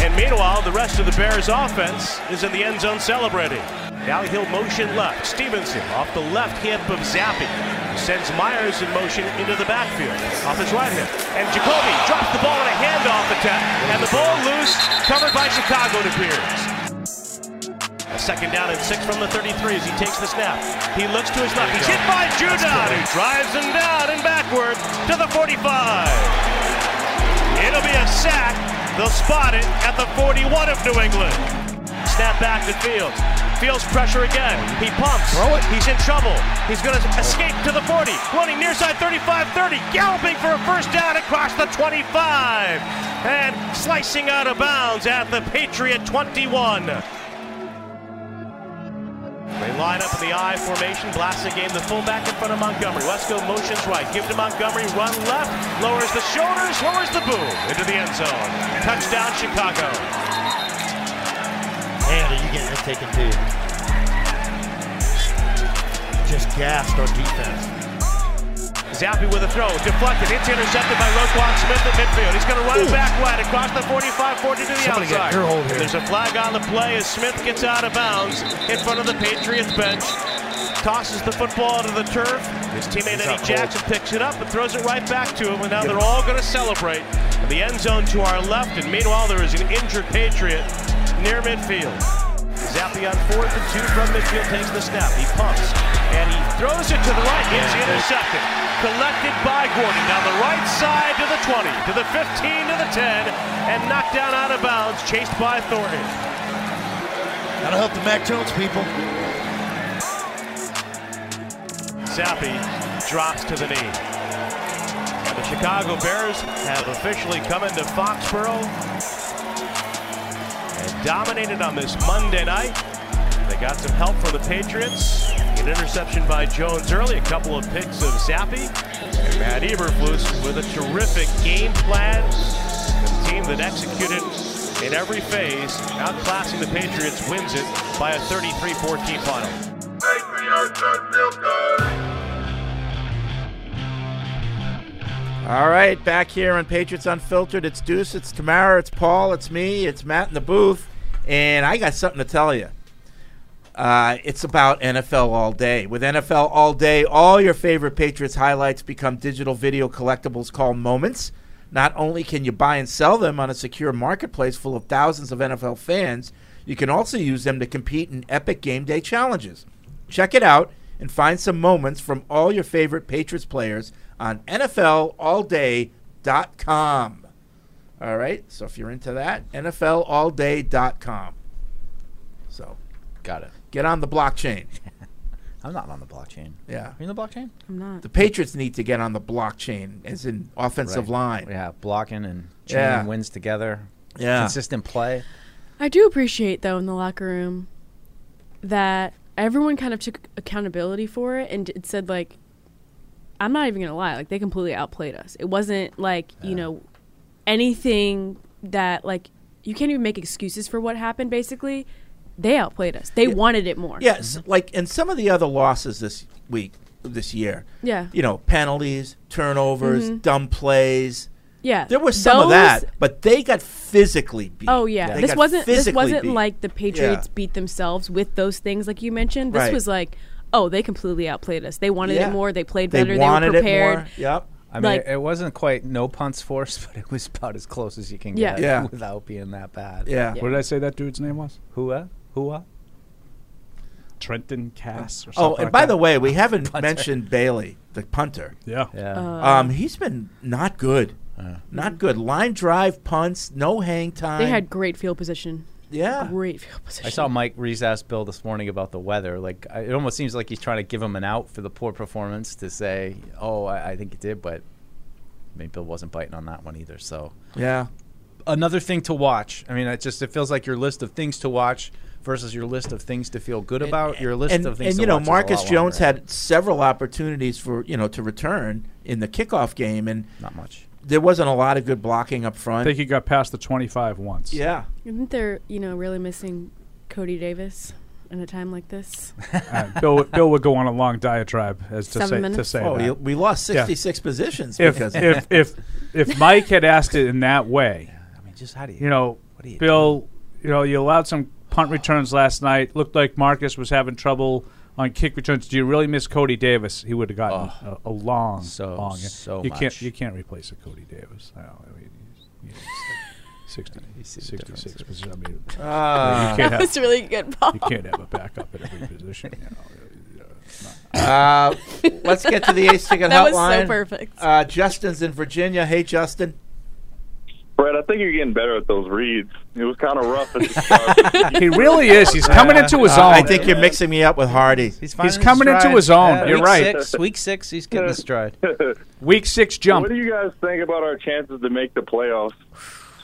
[SPEAKER 18] And meanwhile, the rest of the Bears' offense is in the end zone celebrating. Now he'll motion left. Stevenson off the left hip of Zappi. Sends Myers in motion into the backfield. Off his right hip. And Jacoby drops the ball in a handoff attempt. And the ball loose, covered by Chicago to Bears. A second down and six from the 33 as he takes the snap. He looks to his left. He's hit by Judon, who drives him down and backward to the 45. It'll be a sack. They'll spot it at the 41 of New England. Snap back to Fields. Fields pressure again. He pumps. Throw it. He's in trouble. He's going to escape to the 40. Running near side 35 30. Galloping for a first down across the 25. And slicing out of bounds at the Patriot 21. They line up in the I formation. Blassa game the fullback in front of Montgomery. Wesco motions right. Give to Montgomery. Run left. Lowers the shoulders. Lowers the boom. Into the end zone. Touchdown, Chicago.
[SPEAKER 17] Man, are you getting it taken to you? Just gassed on defense.
[SPEAKER 18] Zappi with a throw. Deflected. It's intercepted by Roquan Smith at midfield. He's going to run it back wide across the 45 40 to the
[SPEAKER 17] Somebody get
[SPEAKER 18] outside.
[SPEAKER 17] ear hold here.
[SPEAKER 18] There's a flag on the play as Smith gets out of bounds in front of the Patriots bench. Tosses the football to the turf. His teammate
[SPEAKER 17] He's
[SPEAKER 18] Eddie
[SPEAKER 17] up
[SPEAKER 18] Jackson picks it up and throws it right back to him. And now they're all going to celebrate in the end zone to our left. And meanwhile, there is an injured Patriot near midfield. Zappi on fourth and two from midfield takes the snap. He pumps and he throws it to the right. It's intercepted. Collected by Gordon down the right side to the 20, to the 15, to the 10, and knocked down out of bounds, chased by Thornton.
[SPEAKER 17] Gotta help the Mac Jones people.
[SPEAKER 18] Zappi drops to the knee. And the Chicago Bears have officially come into Foxborough and dominated on this Monday night. They got some help from the Patriots. An interception by Jones early, a couple of picks of Zappi. And Matt Eberflus with a terrific game plan. The team that executed in every phase, outclassing the Patriots, wins it by a 33-14 final.
[SPEAKER 1] All right, back here on Patriots Unfiltered. It's Deuce, it's Tamara, it's Paul, it's me, it's Matt in the booth, and I got something to tell you. Uh, it's about NFL all day. With NFL all day, all your favorite Patriots highlights become digital video collectibles called moments. Not only can you buy and sell them on a secure marketplace full of thousands of NFL fans, you can also use them to compete in epic game day challenges. Check it out and find some moments from all your favorite Patriots players on NFLAllDay.com. All right, so if you're into that, NFLAllDay.com. So,
[SPEAKER 6] got it.
[SPEAKER 1] Get on the blockchain.
[SPEAKER 6] (laughs) I'm not on the blockchain.
[SPEAKER 1] Yeah.
[SPEAKER 6] Are you on the blockchain?
[SPEAKER 8] I'm not.
[SPEAKER 1] The Patriots need to get on the blockchain, as in offensive line.
[SPEAKER 6] Yeah, blocking and chaining
[SPEAKER 1] Yeah.
[SPEAKER 6] wins together.
[SPEAKER 1] Yeah.
[SPEAKER 6] Consistent play.
[SPEAKER 8] I do appreciate though in the locker room that everyone kind of took accountability for it and it said like I'm not even gonna lie, like they completely outplayed us. It wasn't like, you know, anything that like you can't even make excuses for what happened basically. They outplayed us. They wanted it more. Mm-hmm.
[SPEAKER 1] Yes, like and some of the other losses this week, this year.
[SPEAKER 8] Yeah.
[SPEAKER 1] You know, penalties, turnovers,
[SPEAKER 8] Mhm.
[SPEAKER 1] dumb plays.
[SPEAKER 8] Yeah.
[SPEAKER 1] There was some of
[SPEAKER 8] Those-
[SPEAKER 1] that, but they got physically beat.
[SPEAKER 8] Oh yeah,
[SPEAKER 1] They
[SPEAKER 8] this
[SPEAKER 1] got
[SPEAKER 8] wasn't this
[SPEAKER 1] physically
[SPEAKER 8] wasn't
[SPEAKER 1] beat.
[SPEAKER 8] like the Patriots
[SPEAKER 1] Yeah.
[SPEAKER 8] beat themselves with those things like you mentioned. This
[SPEAKER 1] Right.
[SPEAKER 8] was like, oh, they completely outplayed us. They wanted
[SPEAKER 1] Yeah.
[SPEAKER 8] it more. They played
[SPEAKER 1] They
[SPEAKER 8] better.
[SPEAKER 1] wanted it
[SPEAKER 8] they were prepared.
[SPEAKER 1] Yep.
[SPEAKER 6] I mean,
[SPEAKER 8] Like-
[SPEAKER 6] it wasn't quite no punts force, (laughs) but it was about as close as you can
[SPEAKER 8] Yeah.
[SPEAKER 6] get
[SPEAKER 1] Yeah.
[SPEAKER 6] without being that bad.
[SPEAKER 1] Yeah. Yeah.
[SPEAKER 5] What did I say that dude's name was?
[SPEAKER 6] Hua? Hua?
[SPEAKER 5] Trenton Cass or something.
[SPEAKER 1] Oh, and
[SPEAKER 5] like
[SPEAKER 1] by
[SPEAKER 5] that.
[SPEAKER 1] the way, we
[SPEAKER 5] (laughs)
[SPEAKER 1] haven't
[SPEAKER 5] Punter.
[SPEAKER 1] mentioned Bailey, the punter.
[SPEAKER 5] Yeah. Uh.
[SPEAKER 6] Yeah.
[SPEAKER 8] Uh,
[SPEAKER 1] um, he's been not good. Not good. Line drive punts, no hang time.
[SPEAKER 8] They had great field position.
[SPEAKER 1] Yeah.
[SPEAKER 8] Great field position.
[SPEAKER 6] I saw Mike Reese ask Bill this morning about the weather. Like, I, it almost seems like he's trying to give him an out for the poor performance to say, "Oh, I, I think he did," but maybe Bill wasn't biting on that one either. So,
[SPEAKER 1] Yeah.
[SPEAKER 6] another thing to watch. I mean, it just it feels like your list of things to watch versus your list of things to feel good about. Your list
[SPEAKER 1] and,
[SPEAKER 6] of things.
[SPEAKER 1] and
[SPEAKER 6] to
[SPEAKER 1] you know,
[SPEAKER 6] watch is a
[SPEAKER 1] Marcus
[SPEAKER 6] lot
[SPEAKER 1] Jones
[SPEAKER 6] longer.
[SPEAKER 1] had several opportunities for you know to return in the kickoff game, and
[SPEAKER 6] not much.
[SPEAKER 1] There wasn't a lot of good blocking up
[SPEAKER 5] I
[SPEAKER 1] front.
[SPEAKER 5] think he got past the 25 once.
[SPEAKER 1] yeah,
[SPEAKER 8] Isn't there, you know, really missing Cody Davis in a time like this?
[SPEAKER 5] (laughs) Uh, Bill, Bill would go on a long diatribe as to
[SPEAKER 8] Seven
[SPEAKER 5] say to
[SPEAKER 8] minutes?
[SPEAKER 5] say
[SPEAKER 1] Oh,
[SPEAKER 5] that.
[SPEAKER 1] you- we lost
[SPEAKER 5] Yeah.
[SPEAKER 1] 66 positions
[SPEAKER 5] If
[SPEAKER 1] because
[SPEAKER 6] (laughs)
[SPEAKER 1] of
[SPEAKER 5] if, if if Mike had asked it in that way,
[SPEAKER 6] I mean, just how do you?
[SPEAKER 5] you know,
[SPEAKER 6] What do you
[SPEAKER 5] Bill, you know, you allowed some punt returns last night. Looked like Marcus was having trouble on kick returns. Do you really miss Cody Davis? He would have gotten a, a long,
[SPEAKER 6] Oh, so,
[SPEAKER 5] long.
[SPEAKER 6] so
[SPEAKER 5] you
[SPEAKER 6] much.
[SPEAKER 5] can't you can't replace a Cody Davis. I, don't, I mean, he's,
[SPEAKER 1] (laughs)
[SPEAKER 5] he's 60, 66 position. I mean,
[SPEAKER 1] Ah.
[SPEAKER 5] you can't
[SPEAKER 1] That
[SPEAKER 5] have-
[SPEAKER 1] was really good, Paul.
[SPEAKER 5] You can't have a backup at every position. You know.
[SPEAKER 1] Uh, (laughs) let's get to the Ace Ticket
[SPEAKER 8] That
[SPEAKER 1] Hotline.
[SPEAKER 8] was so perfect.
[SPEAKER 1] Uh, Justin's in Virginia. Hey, Justin.
[SPEAKER 19] Brett, I think you're getting better at those reads. It was kind of rough at the start.
[SPEAKER 5] (laughs) He really is. He's coming into his
[SPEAKER 1] Uh, I
[SPEAKER 5] own.
[SPEAKER 1] think you're mixing me up with Hardy. He's,
[SPEAKER 5] finding his coming into stride. his own. Yeah, You're week right. six-
[SPEAKER 6] week
[SPEAKER 19] (laughs)
[SPEAKER 6] six, he's
[SPEAKER 1] Uh,
[SPEAKER 6] getting the stride.
[SPEAKER 5] Week six jump.
[SPEAKER 19] What do you guys think about our chances to make the playoffs?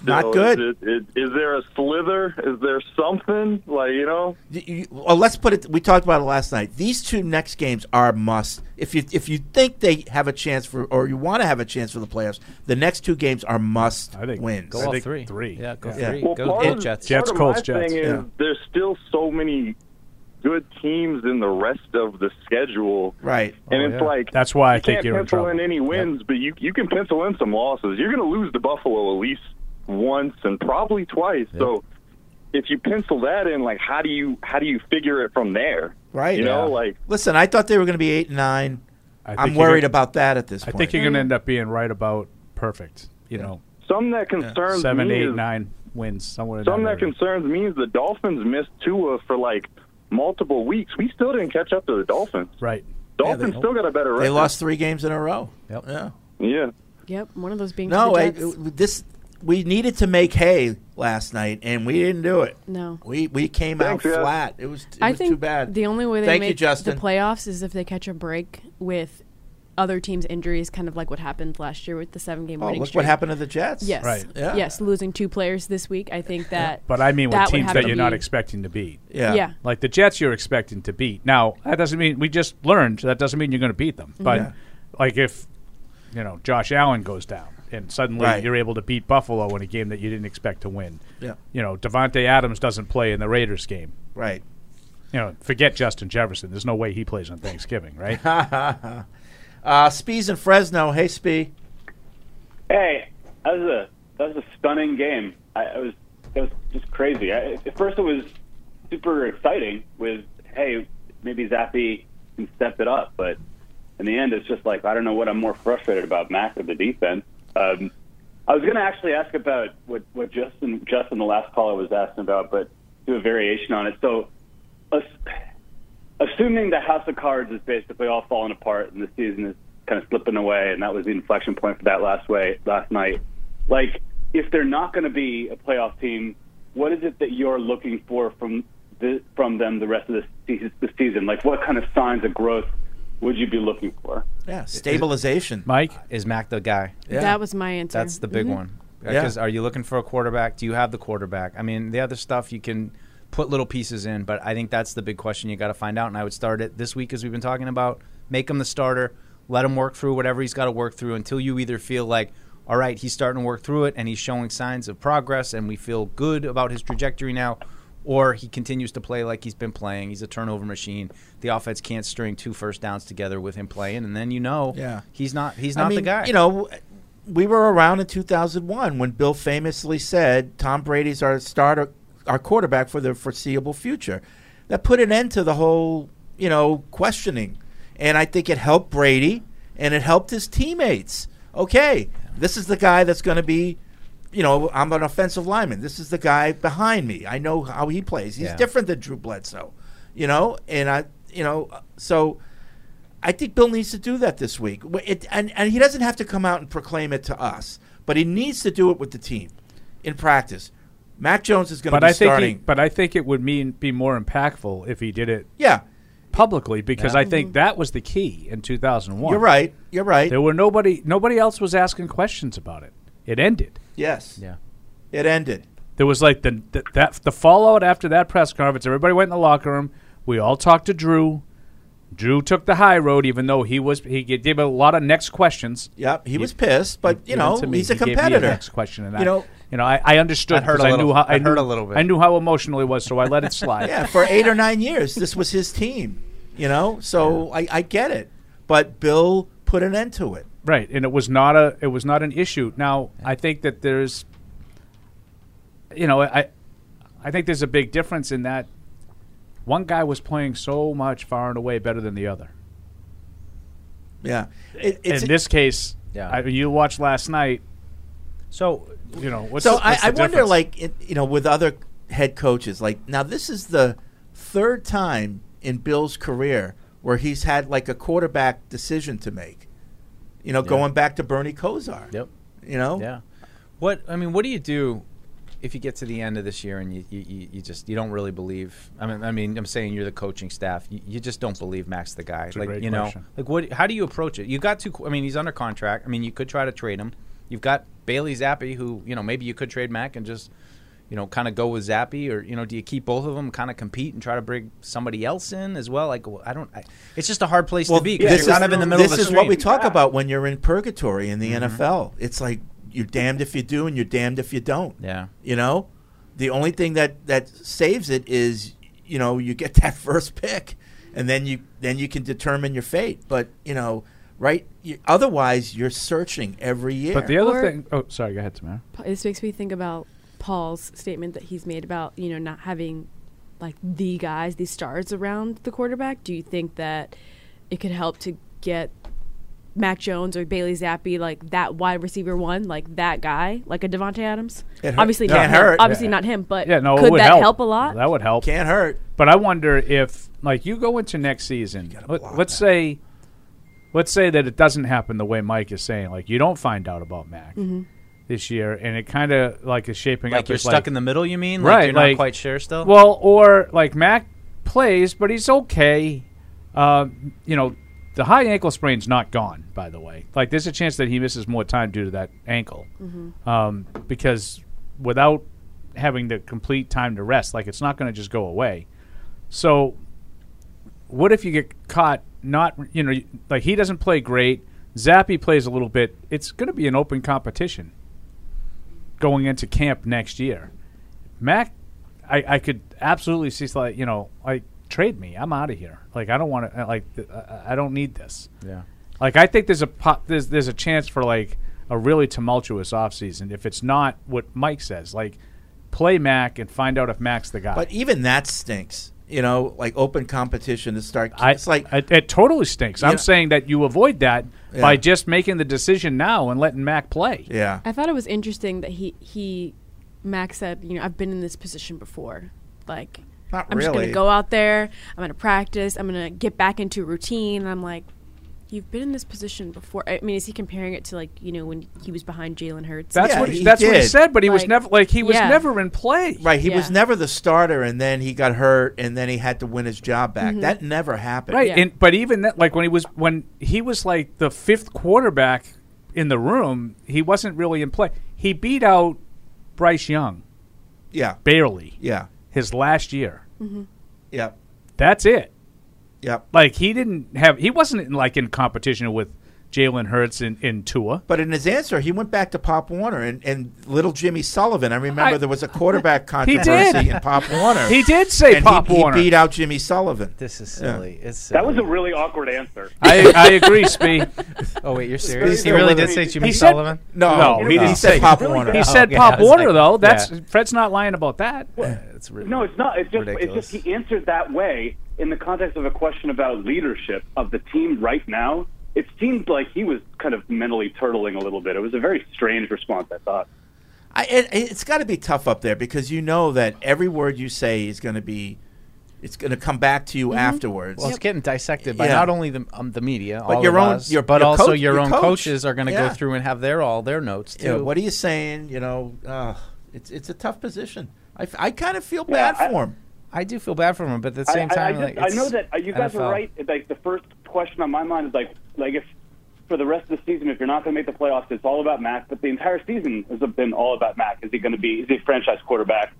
[SPEAKER 1] Not
[SPEAKER 19] Still,
[SPEAKER 1] good.
[SPEAKER 19] Is, it, is, is there a slither? Is there something like you know?
[SPEAKER 1] Y- you- well, let's put it. We talked about it last night. These two next games are must. If you if you think they have a chance for, or you want to have a chance for the playoffs, the next two games are must wins.
[SPEAKER 6] Go all three. Three. Yeah, go
[SPEAKER 1] Yeah.
[SPEAKER 6] three.
[SPEAKER 1] Well,
[SPEAKER 6] go
[SPEAKER 1] part
[SPEAKER 6] go
[SPEAKER 1] of-
[SPEAKER 6] Jets.
[SPEAKER 19] Part of my Thing is,
[SPEAKER 1] Yeah.
[SPEAKER 19] There's still so many good teams in the rest of the schedule.
[SPEAKER 1] (laughs) Right.
[SPEAKER 19] And
[SPEAKER 5] Oh,
[SPEAKER 19] it's
[SPEAKER 5] yeah.
[SPEAKER 19] like
[SPEAKER 5] That's why I
[SPEAKER 19] you
[SPEAKER 5] think
[SPEAKER 19] can't
[SPEAKER 5] you're in
[SPEAKER 19] pencil
[SPEAKER 5] trouble.
[SPEAKER 19] in, any wins, but you you can pencil in some losses. You're going to lose to Buffalo at least once and probably twice. So if you pencil that in, like how do you how do you figure it from there?
[SPEAKER 1] Right.
[SPEAKER 19] You know, like
[SPEAKER 1] listen, I thought they were going to be eight and nine.
[SPEAKER 5] I
[SPEAKER 1] I'm
[SPEAKER 5] think you're
[SPEAKER 1] worried
[SPEAKER 5] gonna-
[SPEAKER 1] about that at this
[SPEAKER 5] I
[SPEAKER 1] point.
[SPEAKER 5] think you're going
[SPEAKER 1] Mm-hmm.
[SPEAKER 5] to end up being right about perfect. You know,
[SPEAKER 19] Something that concerns
[SPEAKER 5] seven,
[SPEAKER 19] me
[SPEAKER 5] eight,
[SPEAKER 19] is-
[SPEAKER 5] nine wins somewhere. in
[SPEAKER 19] Something
[SPEAKER 5] that
[SPEAKER 19] that concerns me is the Dolphins missed Tua for like multiple weeks. We still didn't catch up to the Dolphins.
[SPEAKER 5] Right.
[SPEAKER 19] Dolphins still got a better record.
[SPEAKER 1] They lost three games in a row. Yep. Yeah.
[SPEAKER 19] Yeah.
[SPEAKER 8] Yep, one of those being to
[SPEAKER 1] No,
[SPEAKER 8] the
[SPEAKER 1] I,
[SPEAKER 8] Jets.
[SPEAKER 1] this we needed to make hay last night, and we didn't do it.
[SPEAKER 8] No.
[SPEAKER 1] We we came
[SPEAKER 8] Thanks,
[SPEAKER 1] out
[SPEAKER 8] yeah.
[SPEAKER 1] flat. It was, it
[SPEAKER 8] I
[SPEAKER 1] was
[SPEAKER 8] think
[SPEAKER 1] too bad.
[SPEAKER 8] the only way they
[SPEAKER 1] Thank
[SPEAKER 8] make
[SPEAKER 1] you, Justin.
[SPEAKER 8] the playoffs is if they catch a break with other teams' injuries, kind of like what happened last year with the seven-game
[SPEAKER 1] Oh,
[SPEAKER 8] winning
[SPEAKER 1] look what
[SPEAKER 8] streak.
[SPEAKER 1] happened to the Jets.
[SPEAKER 8] Yes,
[SPEAKER 5] Right. Yeah.
[SPEAKER 8] yes, losing two players this week. I think that.
[SPEAKER 5] But I mean with
[SPEAKER 8] that would
[SPEAKER 5] teams
[SPEAKER 8] have
[SPEAKER 5] that
[SPEAKER 8] to
[SPEAKER 5] you're not
[SPEAKER 8] be-
[SPEAKER 5] expecting to beat.
[SPEAKER 8] Yeah. Yeah.
[SPEAKER 5] Like the Jets you're expecting to beat. Now, that doesn't mean we just learned that doesn't mean you're going to beat
[SPEAKER 8] Mm-hmm.
[SPEAKER 5] them. But
[SPEAKER 1] Yeah.
[SPEAKER 5] like if you know, Josh Allen goes down and suddenly
[SPEAKER 1] Right.
[SPEAKER 5] you're able to beat Buffalo in a game that you didn't expect to win.
[SPEAKER 1] Yeah.
[SPEAKER 5] You know, Devontae Adams doesn't play in the Raiders game.
[SPEAKER 1] Right.
[SPEAKER 5] You know, forget Justin Jefferson. There's no way he plays on Thanksgiving, right?
[SPEAKER 1] (laughs) uh, Spees in Fresno. Hey, Spee.
[SPEAKER 3] Hey, that was a that was a stunning game. I, I was that was just crazy. I, at first, it was super exciting with hey, maybe Zappy can step it up, but in the end, it's just like I don't know what I'm more frustrated about, Mac or the defense. Um, I was going to actually ask about what what Justin Justin the last caller was asking about, but do a variation on it. So. ass- Assuming the House of Cards is basically all falling apart and the season is kind of slipping away, and that was the inflection point for that last way last night. Like, if they're not going to be a playoff team, what is it that you're looking for from the, from them the rest of the, se- the season? Like, what kind of signs of growth would you be looking for?
[SPEAKER 1] Yeah, stabilization.
[SPEAKER 5] Mike
[SPEAKER 6] is Mac the guy.
[SPEAKER 8] Yeah. That was my answer.
[SPEAKER 6] That's the big
[SPEAKER 8] Mhm.
[SPEAKER 6] one.
[SPEAKER 1] Yeah.
[SPEAKER 6] Because are you looking for a quarterback? Do you have the quarterback? I mean, the other stuff you can put little pieces in, but I think that's the big question you got to find out. And I would start it this week, as we've been talking about. Make him the starter. Let him work through whatever he's got to work through until you either feel like, all right, he's starting to work through it and he's showing signs of progress and we feel good about his trajectory now, or he continues to play like he's been playing. He's a turnover machine. The offense can't string two first downs together with him playing, and then you know
[SPEAKER 1] Yeah.
[SPEAKER 6] he's not he's
[SPEAKER 1] I
[SPEAKER 6] not the
[SPEAKER 1] mean,
[SPEAKER 6] guy.
[SPEAKER 1] You know, we were around in 2001 when Bill famously said Tom Brady's our starter, our quarterback for the foreseeable future. That put an end to the whole, you know, questioning. And I think it helped Brady and it helped his teammates. Okay, this is the guy that's going to be, you know, I'm an offensive lineman. This is the guy behind me. I know how he plays. He's
[SPEAKER 20] Yeah.
[SPEAKER 1] different than Drew Bledsoe, you know, and I, you know, so. I think Bill needs to do that this week. Wh- It, and, and he doesn't have to come out and proclaim it to us, but he needs to do it with the team in practice. Mac Jones is going to
[SPEAKER 5] but
[SPEAKER 1] be
[SPEAKER 5] I think
[SPEAKER 1] starting.
[SPEAKER 5] He, but I think it would mean be more impactful if he did it.
[SPEAKER 1] Yeah.
[SPEAKER 5] Publicly, because
[SPEAKER 1] Yeah.
[SPEAKER 5] I think that was the key in 2001.
[SPEAKER 1] You're right. You're right.
[SPEAKER 5] There were nobody. Nobody else was asking questions about it. It ended.
[SPEAKER 1] yes.
[SPEAKER 6] Yeah.
[SPEAKER 1] It ended.
[SPEAKER 5] There was like the, the that the fallout after that press conference. Everybody went in the locker room. We all talked to Drew. Drew took the high road, even though he was he gave a lot of next questions.
[SPEAKER 1] Yep, he was pissed, but, you know,
[SPEAKER 5] to me,
[SPEAKER 1] he's a
[SPEAKER 5] he gave me
[SPEAKER 1] competitor.
[SPEAKER 5] next question, and
[SPEAKER 1] You
[SPEAKER 5] I,
[SPEAKER 1] know-
[SPEAKER 5] you know, I, I understood
[SPEAKER 1] That hurt
[SPEAKER 5] because
[SPEAKER 1] a
[SPEAKER 5] I
[SPEAKER 1] little.
[SPEAKER 5] knew how I
[SPEAKER 1] That hurt
[SPEAKER 5] knew-
[SPEAKER 1] a little bit.
[SPEAKER 5] I knew how emotional he was, so I
[SPEAKER 1] (laughs)
[SPEAKER 5] let it slide.
[SPEAKER 1] Yeah, for eight or nine years, this was his team, you know? So I, I get it. But Bill put an end to it.
[SPEAKER 5] Right, and it was not a it was not an issue. Now I think that there's, you know, I, I think there's a big difference in that. One guy was playing so much far and away better than the other.
[SPEAKER 1] Yeah, It- it's-
[SPEAKER 5] in this case, I- you watched last night.
[SPEAKER 6] So
[SPEAKER 5] you know, what's
[SPEAKER 1] so
[SPEAKER 5] the-
[SPEAKER 1] I,
[SPEAKER 5] what's the
[SPEAKER 1] I wonder,
[SPEAKER 5] difference?
[SPEAKER 1] like it, you know, with other head coaches, like now this is the third time in Bill's career where he's had like a quarterback decision to make. You know,
[SPEAKER 6] Yeah.
[SPEAKER 1] going back to Bernie Kosar.
[SPEAKER 6] Yep.
[SPEAKER 1] You know.
[SPEAKER 6] Yeah. What I mean, what do you do if you get to the end of this year and you, you, you you just you don't really believe? I mean, I mean, I'm saying you're the coaching staff. You, you just don't believe Max the guy.
[SPEAKER 5] a
[SPEAKER 6] like
[SPEAKER 5] great
[SPEAKER 6] you know,
[SPEAKER 5] question.
[SPEAKER 6] like what? How do you approach it? You got two. qu- I mean, he's under contract. I mean, you could try to trade him. You've got Bailey Zappi, who you know maybe you could trade Mac and just you know kind of go with Zappi, or you know, do you keep both of them, kind of compete and try to bring somebody else in as well? Like well, I don't. I, it's just a hard place to be. 'cause
[SPEAKER 1] this
[SPEAKER 6] you're
[SPEAKER 1] is,
[SPEAKER 6] kind of in the middle.
[SPEAKER 1] this
[SPEAKER 6] of a
[SPEAKER 1] is what we
[SPEAKER 6] stream. Mm-hmm.
[SPEAKER 1] talk about when you're in purgatory in the NFL. It's like you're damned if you do, and you're damned if you don't.
[SPEAKER 6] Yeah.
[SPEAKER 1] You know, the only thing that that saves it is you know you get (laughs) that first pick, and then you then you can determine your fate. But you know, right? You, otherwise, you're searching every year.
[SPEAKER 5] But the other
[SPEAKER 8] Or-
[SPEAKER 5] thing, oh, sorry, go ahead, Tamara.
[SPEAKER 8] Pa- This makes me think about Paul's statement that he's made about you know not having like the guys, the stars around the quarterback. Do you think that it could help to get Mac Jones or Bailey Zappi like that wide receiver one, like that guy, like a Devonte Adams?
[SPEAKER 5] It hurt-
[SPEAKER 8] Obviously
[SPEAKER 5] Yeah.
[SPEAKER 8] not
[SPEAKER 5] Can't
[SPEAKER 8] him.
[SPEAKER 5] hurt.
[SPEAKER 8] Obviously
[SPEAKER 5] Yeah.
[SPEAKER 8] not him, but
[SPEAKER 5] yeah, no, it
[SPEAKER 8] could
[SPEAKER 5] would
[SPEAKER 8] that help.
[SPEAKER 5] help.
[SPEAKER 8] a lot?
[SPEAKER 5] That would help.
[SPEAKER 1] Can't hurt.
[SPEAKER 5] But I wonder if, like, you go into next season. Let, us say, let's say that it doesn't happen the way Mike is saying. Like, you don't find out about Mac.
[SPEAKER 8] Mhm.
[SPEAKER 5] this year, and it kind of like is shaping
[SPEAKER 6] Like
[SPEAKER 5] up.
[SPEAKER 6] you're
[SPEAKER 5] as,
[SPEAKER 6] stuck in the middle, you mean? Like
[SPEAKER 5] Right,
[SPEAKER 6] you're not quite sure still?
[SPEAKER 5] Well, or like Mac plays, but he's okay. Um, you know, the high ankle sprain's not gone, by the way. Like there's a chance that he misses more time due to that ankle,
[SPEAKER 4] Mhm.
[SPEAKER 5] um, because without having the complete time to rest, like it's not going to just go away. So what if you get caught not you know like he doesn't play great zappy plays a little bit it's going to be an open competition going into camp next year mac i, I could absolutely see like you know like trade me i'm out of here like i don't want to like th- uh, I- i don't need this
[SPEAKER 6] Yeah.
[SPEAKER 5] like i think there's a po- there's there's a chance for like a really tumultuous offseason if it's not what mike says like play mac and find out if mac's the guy
[SPEAKER 1] But even that stinks. You know, like open competition to start.
[SPEAKER 5] I-
[SPEAKER 1] it's like
[SPEAKER 5] it, it totally stinks. I'm
[SPEAKER 1] Yeah.
[SPEAKER 5] saying that you avoid that
[SPEAKER 1] Yeah.
[SPEAKER 5] by just making the decision now and letting Mac play.
[SPEAKER 1] Yeah.
[SPEAKER 8] I thought it was interesting that he he Max said, you know, I've been in this position before. Like
[SPEAKER 1] Not
[SPEAKER 8] I'm just
[SPEAKER 1] really.
[SPEAKER 8] gonna go out there, I'm gonna practice, I'm gonna get back into routine and I'm like, You've been in this position before. I mean, is he comparing it to like, you know, when he was behind Jalen Hurts?
[SPEAKER 5] That's what that's what he said, but he was
[SPEAKER 8] Like,
[SPEAKER 5] never like he was
[SPEAKER 8] yeah.
[SPEAKER 5] never in play.
[SPEAKER 1] Right, he
[SPEAKER 8] Yeah.
[SPEAKER 1] was never the starter, and then he got hurt, and then he had to win his job back.
[SPEAKER 8] Mm-hmm.
[SPEAKER 5] Mhm.
[SPEAKER 1] That never happened.
[SPEAKER 5] Right, and but even that, like when he was when he was like the fifth quarterback in the room, he wasn't really in play. He beat out Bryce Young,
[SPEAKER 1] yeah,
[SPEAKER 5] barely.
[SPEAKER 1] Yeah.
[SPEAKER 5] his last year.
[SPEAKER 1] Mhm. Yep.
[SPEAKER 5] That's it.
[SPEAKER 1] Yep.
[SPEAKER 5] Like he didn't have he wasn't in, like in competition with Jalen Hurts and, and Tua.
[SPEAKER 1] But in his answer, he went back to Pop Warner and, and little Jimmy Sullivan. I remember
[SPEAKER 5] I-
[SPEAKER 1] there was a quarterback
[SPEAKER 5] (laughs) He did.
[SPEAKER 1] controversy in Pop Warner.
[SPEAKER 5] He did say
[SPEAKER 1] and
[SPEAKER 5] Pop
[SPEAKER 1] he,
[SPEAKER 5] Warner.
[SPEAKER 1] He beat out Jimmy Sullivan.
[SPEAKER 6] This is
[SPEAKER 1] Yeah.
[SPEAKER 6] silly. It's
[SPEAKER 3] That was a really awkward answer.
[SPEAKER 5] I, I
[SPEAKER 1] (laughs)
[SPEAKER 5] agree, Spee.
[SPEAKER 6] Oh, wait, you're serious? He really did say Jimmy
[SPEAKER 5] He
[SPEAKER 6] Sullivan?
[SPEAKER 5] no,
[SPEAKER 6] No,
[SPEAKER 5] he,
[SPEAKER 6] he
[SPEAKER 5] didn't
[SPEAKER 6] said
[SPEAKER 5] say
[SPEAKER 6] Pop Warner.
[SPEAKER 5] He said
[SPEAKER 6] Okay, I
[SPEAKER 5] Pop
[SPEAKER 6] was
[SPEAKER 5] Warner
[SPEAKER 6] like-
[SPEAKER 5] though. That's
[SPEAKER 6] yeah.
[SPEAKER 5] Fred's not lying about that.
[SPEAKER 6] it's
[SPEAKER 3] No, it's not. It's just
[SPEAKER 6] Ridiculous.
[SPEAKER 3] it's just he answered that way in the context of a question about leadership of the team right now. It seemed like he was kind of mentally turtling a little bit. It was a very strange response, I thought.
[SPEAKER 1] I, it, it's got to be tough up there because you know that every word you say is going to be, it's going to come back to you
[SPEAKER 5] Mm-hmm.
[SPEAKER 1] afterwards.
[SPEAKER 6] Well, it's getting dissected by
[SPEAKER 1] Yeah.
[SPEAKER 6] not only the, um, the media,
[SPEAKER 1] But
[SPEAKER 6] all
[SPEAKER 1] your
[SPEAKER 6] of
[SPEAKER 1] own-
[SPEAKER 6] us,
[SPEAKER 1] your-
[SPEAKER 6] but
[SPEAKER 1] your
[SPEAKER 6] also
[SPEAKER 1] coach-
[SPEAKER 6] your,
[SPEAKER 1] your
[SPEAKER 6] own
[SPEAKER 1] coach.
[SPEAKER 6] coaches are going to
[SPEAKER 1] Yeah.
[SPEAKER 6] go through and have their all their notes too.
[SPEAKER 1] Yeah, what are you saying? You know, uh, it's it's a tough position. I, f- I kind of feel bad for him.
[SPEAKER 6] I do feel bad for him, but at the
[SPEAKER 3] I-
[SPEAKER 6] same
[SPEAKER 3] I, I,
[SPEAKER 6] time,
[SPEAKER 3] just-
[SPEAKER 6] like,
[SPEAKER 3] I
[SPEAKER 6] it's
[SPEAKER 3] know that uh, you guys
[SPEAKER 6] NFL.
[SPEAKER 3] are right. Like the first question on my mind is like, like if for the rest of the season, if you're not going to make the playoffs, it's all about Mac. But the entire season has been all about Mac. Is he going to be? Is he a franchise quarterback?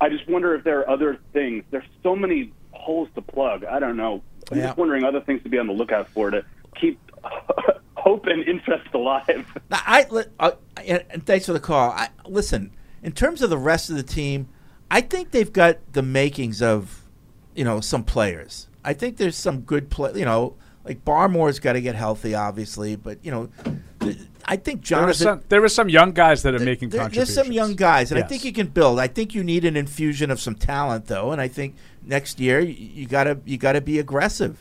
[SPEAKER 3] I just wonder if there are other things. There's so many holes to plug. I don't know. I'm
[SPEAKER 1] Yeah.
[SPEAKER 3] just wondering other things to be on the lookout for to keep (laughs) hope and interest alive.
[SPEAKER 1] Now, I li- uh, and and thanks for the call. I, listen, in terms of the rest of the team, I think they've got the makings of, you know, some players. I think there's some good play. You know, like Barmore's got to get healthy, obviously, but you know, th- I think
[SPEAKER 5] There are,
[SPEAKER 1] Jonathan.
[SPEAKER 5] some, there are some young guys that are making
[SPEAKER 1] There-
[SPEAKER 5] contributions.
[SPEAKER 1] There's some young guys, and I
[SPEAKER 5] Yes.
[SPEAKER 1] think you can build. I think you need an infusion of some talent, though, and I think next year you, you gotta you gotta be aggressive,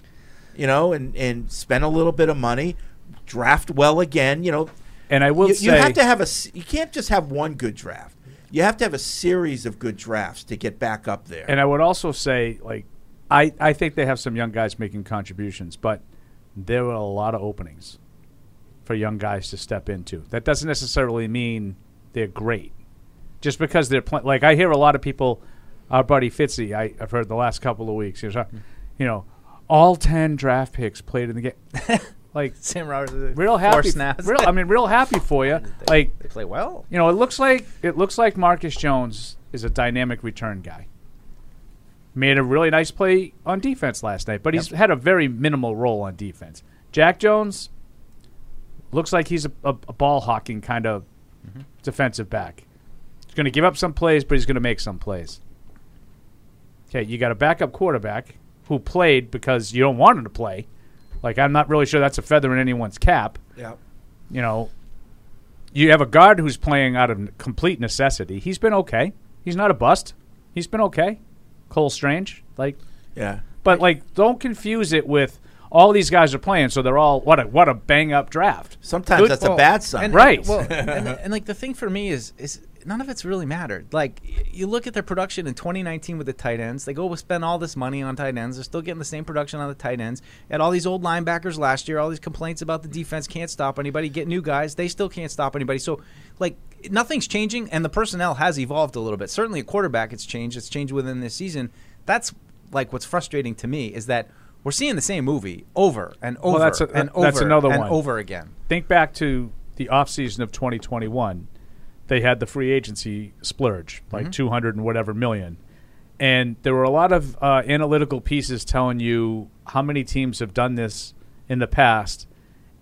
[SPEAKER 1] you know, and and spend a little bit of money, draft well again, you know.
[SPEAKER 5] And I will
[SPEAKER 1] you, you
[SPEAKER 5] say-
[SPEAKER 1] have to have a s- you can't just have one good draft. You have to have a series of good drafts to get back up there.
[SPEAKER 5] And I would also say, like, I, I think they have some young guys making contributions, but there were a lot of openings for young guys to step into. That doesn't necessarily mean they're great. Just because they're playing, like, I hear a lot of people, our buddy Fitzy, I, I've heard the last couple of weeks, he was, uh, you know, all 10 draft picks played in the (laughs) game. like,
[SPEAKER 6] Sam Roberts,
[SPEAKER 5] real
[SPEAKER 6] four
[SPEAKER 5] happy.
[SPEAKER 6] snaps.
[SPEAKER 5] Real, I mean, real happy for you. Like
[SPEAKER 6] (laughs) they play well.
[SPEAKER 5] You know, it looks like it looks like Marcus Jones is a dynamic return guy. Made a really nice play on defense last night, but he's
[SPEAKER 6] Yep.
[SPEAKER 5] had a very minimal role on defense. Jack Jones looks like he's a, a, a ball hawking kind of
[SPEAKER 6] Mm-hmm.
[SPEAKER 5] defensive back. He's going to give up some plays, but he's going to make some plays. Okay, you got a backup quarterback who played because you don't want him to play. Like I'm not really sure that's a feather in anyone's cap.
[SPEAKER 1] Yep.
[SPEAKER 5] You know, you have a guard who's playing out of n- complete necessity. He's been okay. He's not a bust. He's been okay. Cole Strange, like
[SPEAKER 1] Yeah.
[SPEAKER 5] But like, don't confuse it with all these guys are playing, so they're all what a what a bang up draft.
[SPEAKER 1] Sometimes
[SPEAKER 6] Well, and-
[SPEAKER 5] right? (laughs)
[SPEAKER 1] (laughs)
[SPEAKER 6] Well, and, and, like the thing for me is is none of it's really mattered. Like y- you look at their production in 2019 with the tight ends, they go spend all this money on tight ends. They're still getting the same production on the tight ends. Had all these old linebackers last year, all these complaints about the defense can't stop anybody. Get new guys, they still can't stop anybody. So like nothing's changing, and the personnel has evolved a little bit. Certainly, a quarterback it's changed. It's changed within this season. That's like what's frustrating to me is that. We're seeing the same movie over and over
[SPEAKER 5] Well, that's a-
[SPEAKER 6] and over
[SPEAKER 5] that's another
[SPEAKER 6] and
[SPEAKER 5] one.
[SPEAKER 6] over again.
[SPEAKER 5] Think back to the offseason of 2021. They had the free agency splurge, like
[SPEAKER 6] Mhm.
[SPEAKER 5] 200 and whatever million. And there were a lot of uh, analytical pieces telling you how many teams have done this in the past.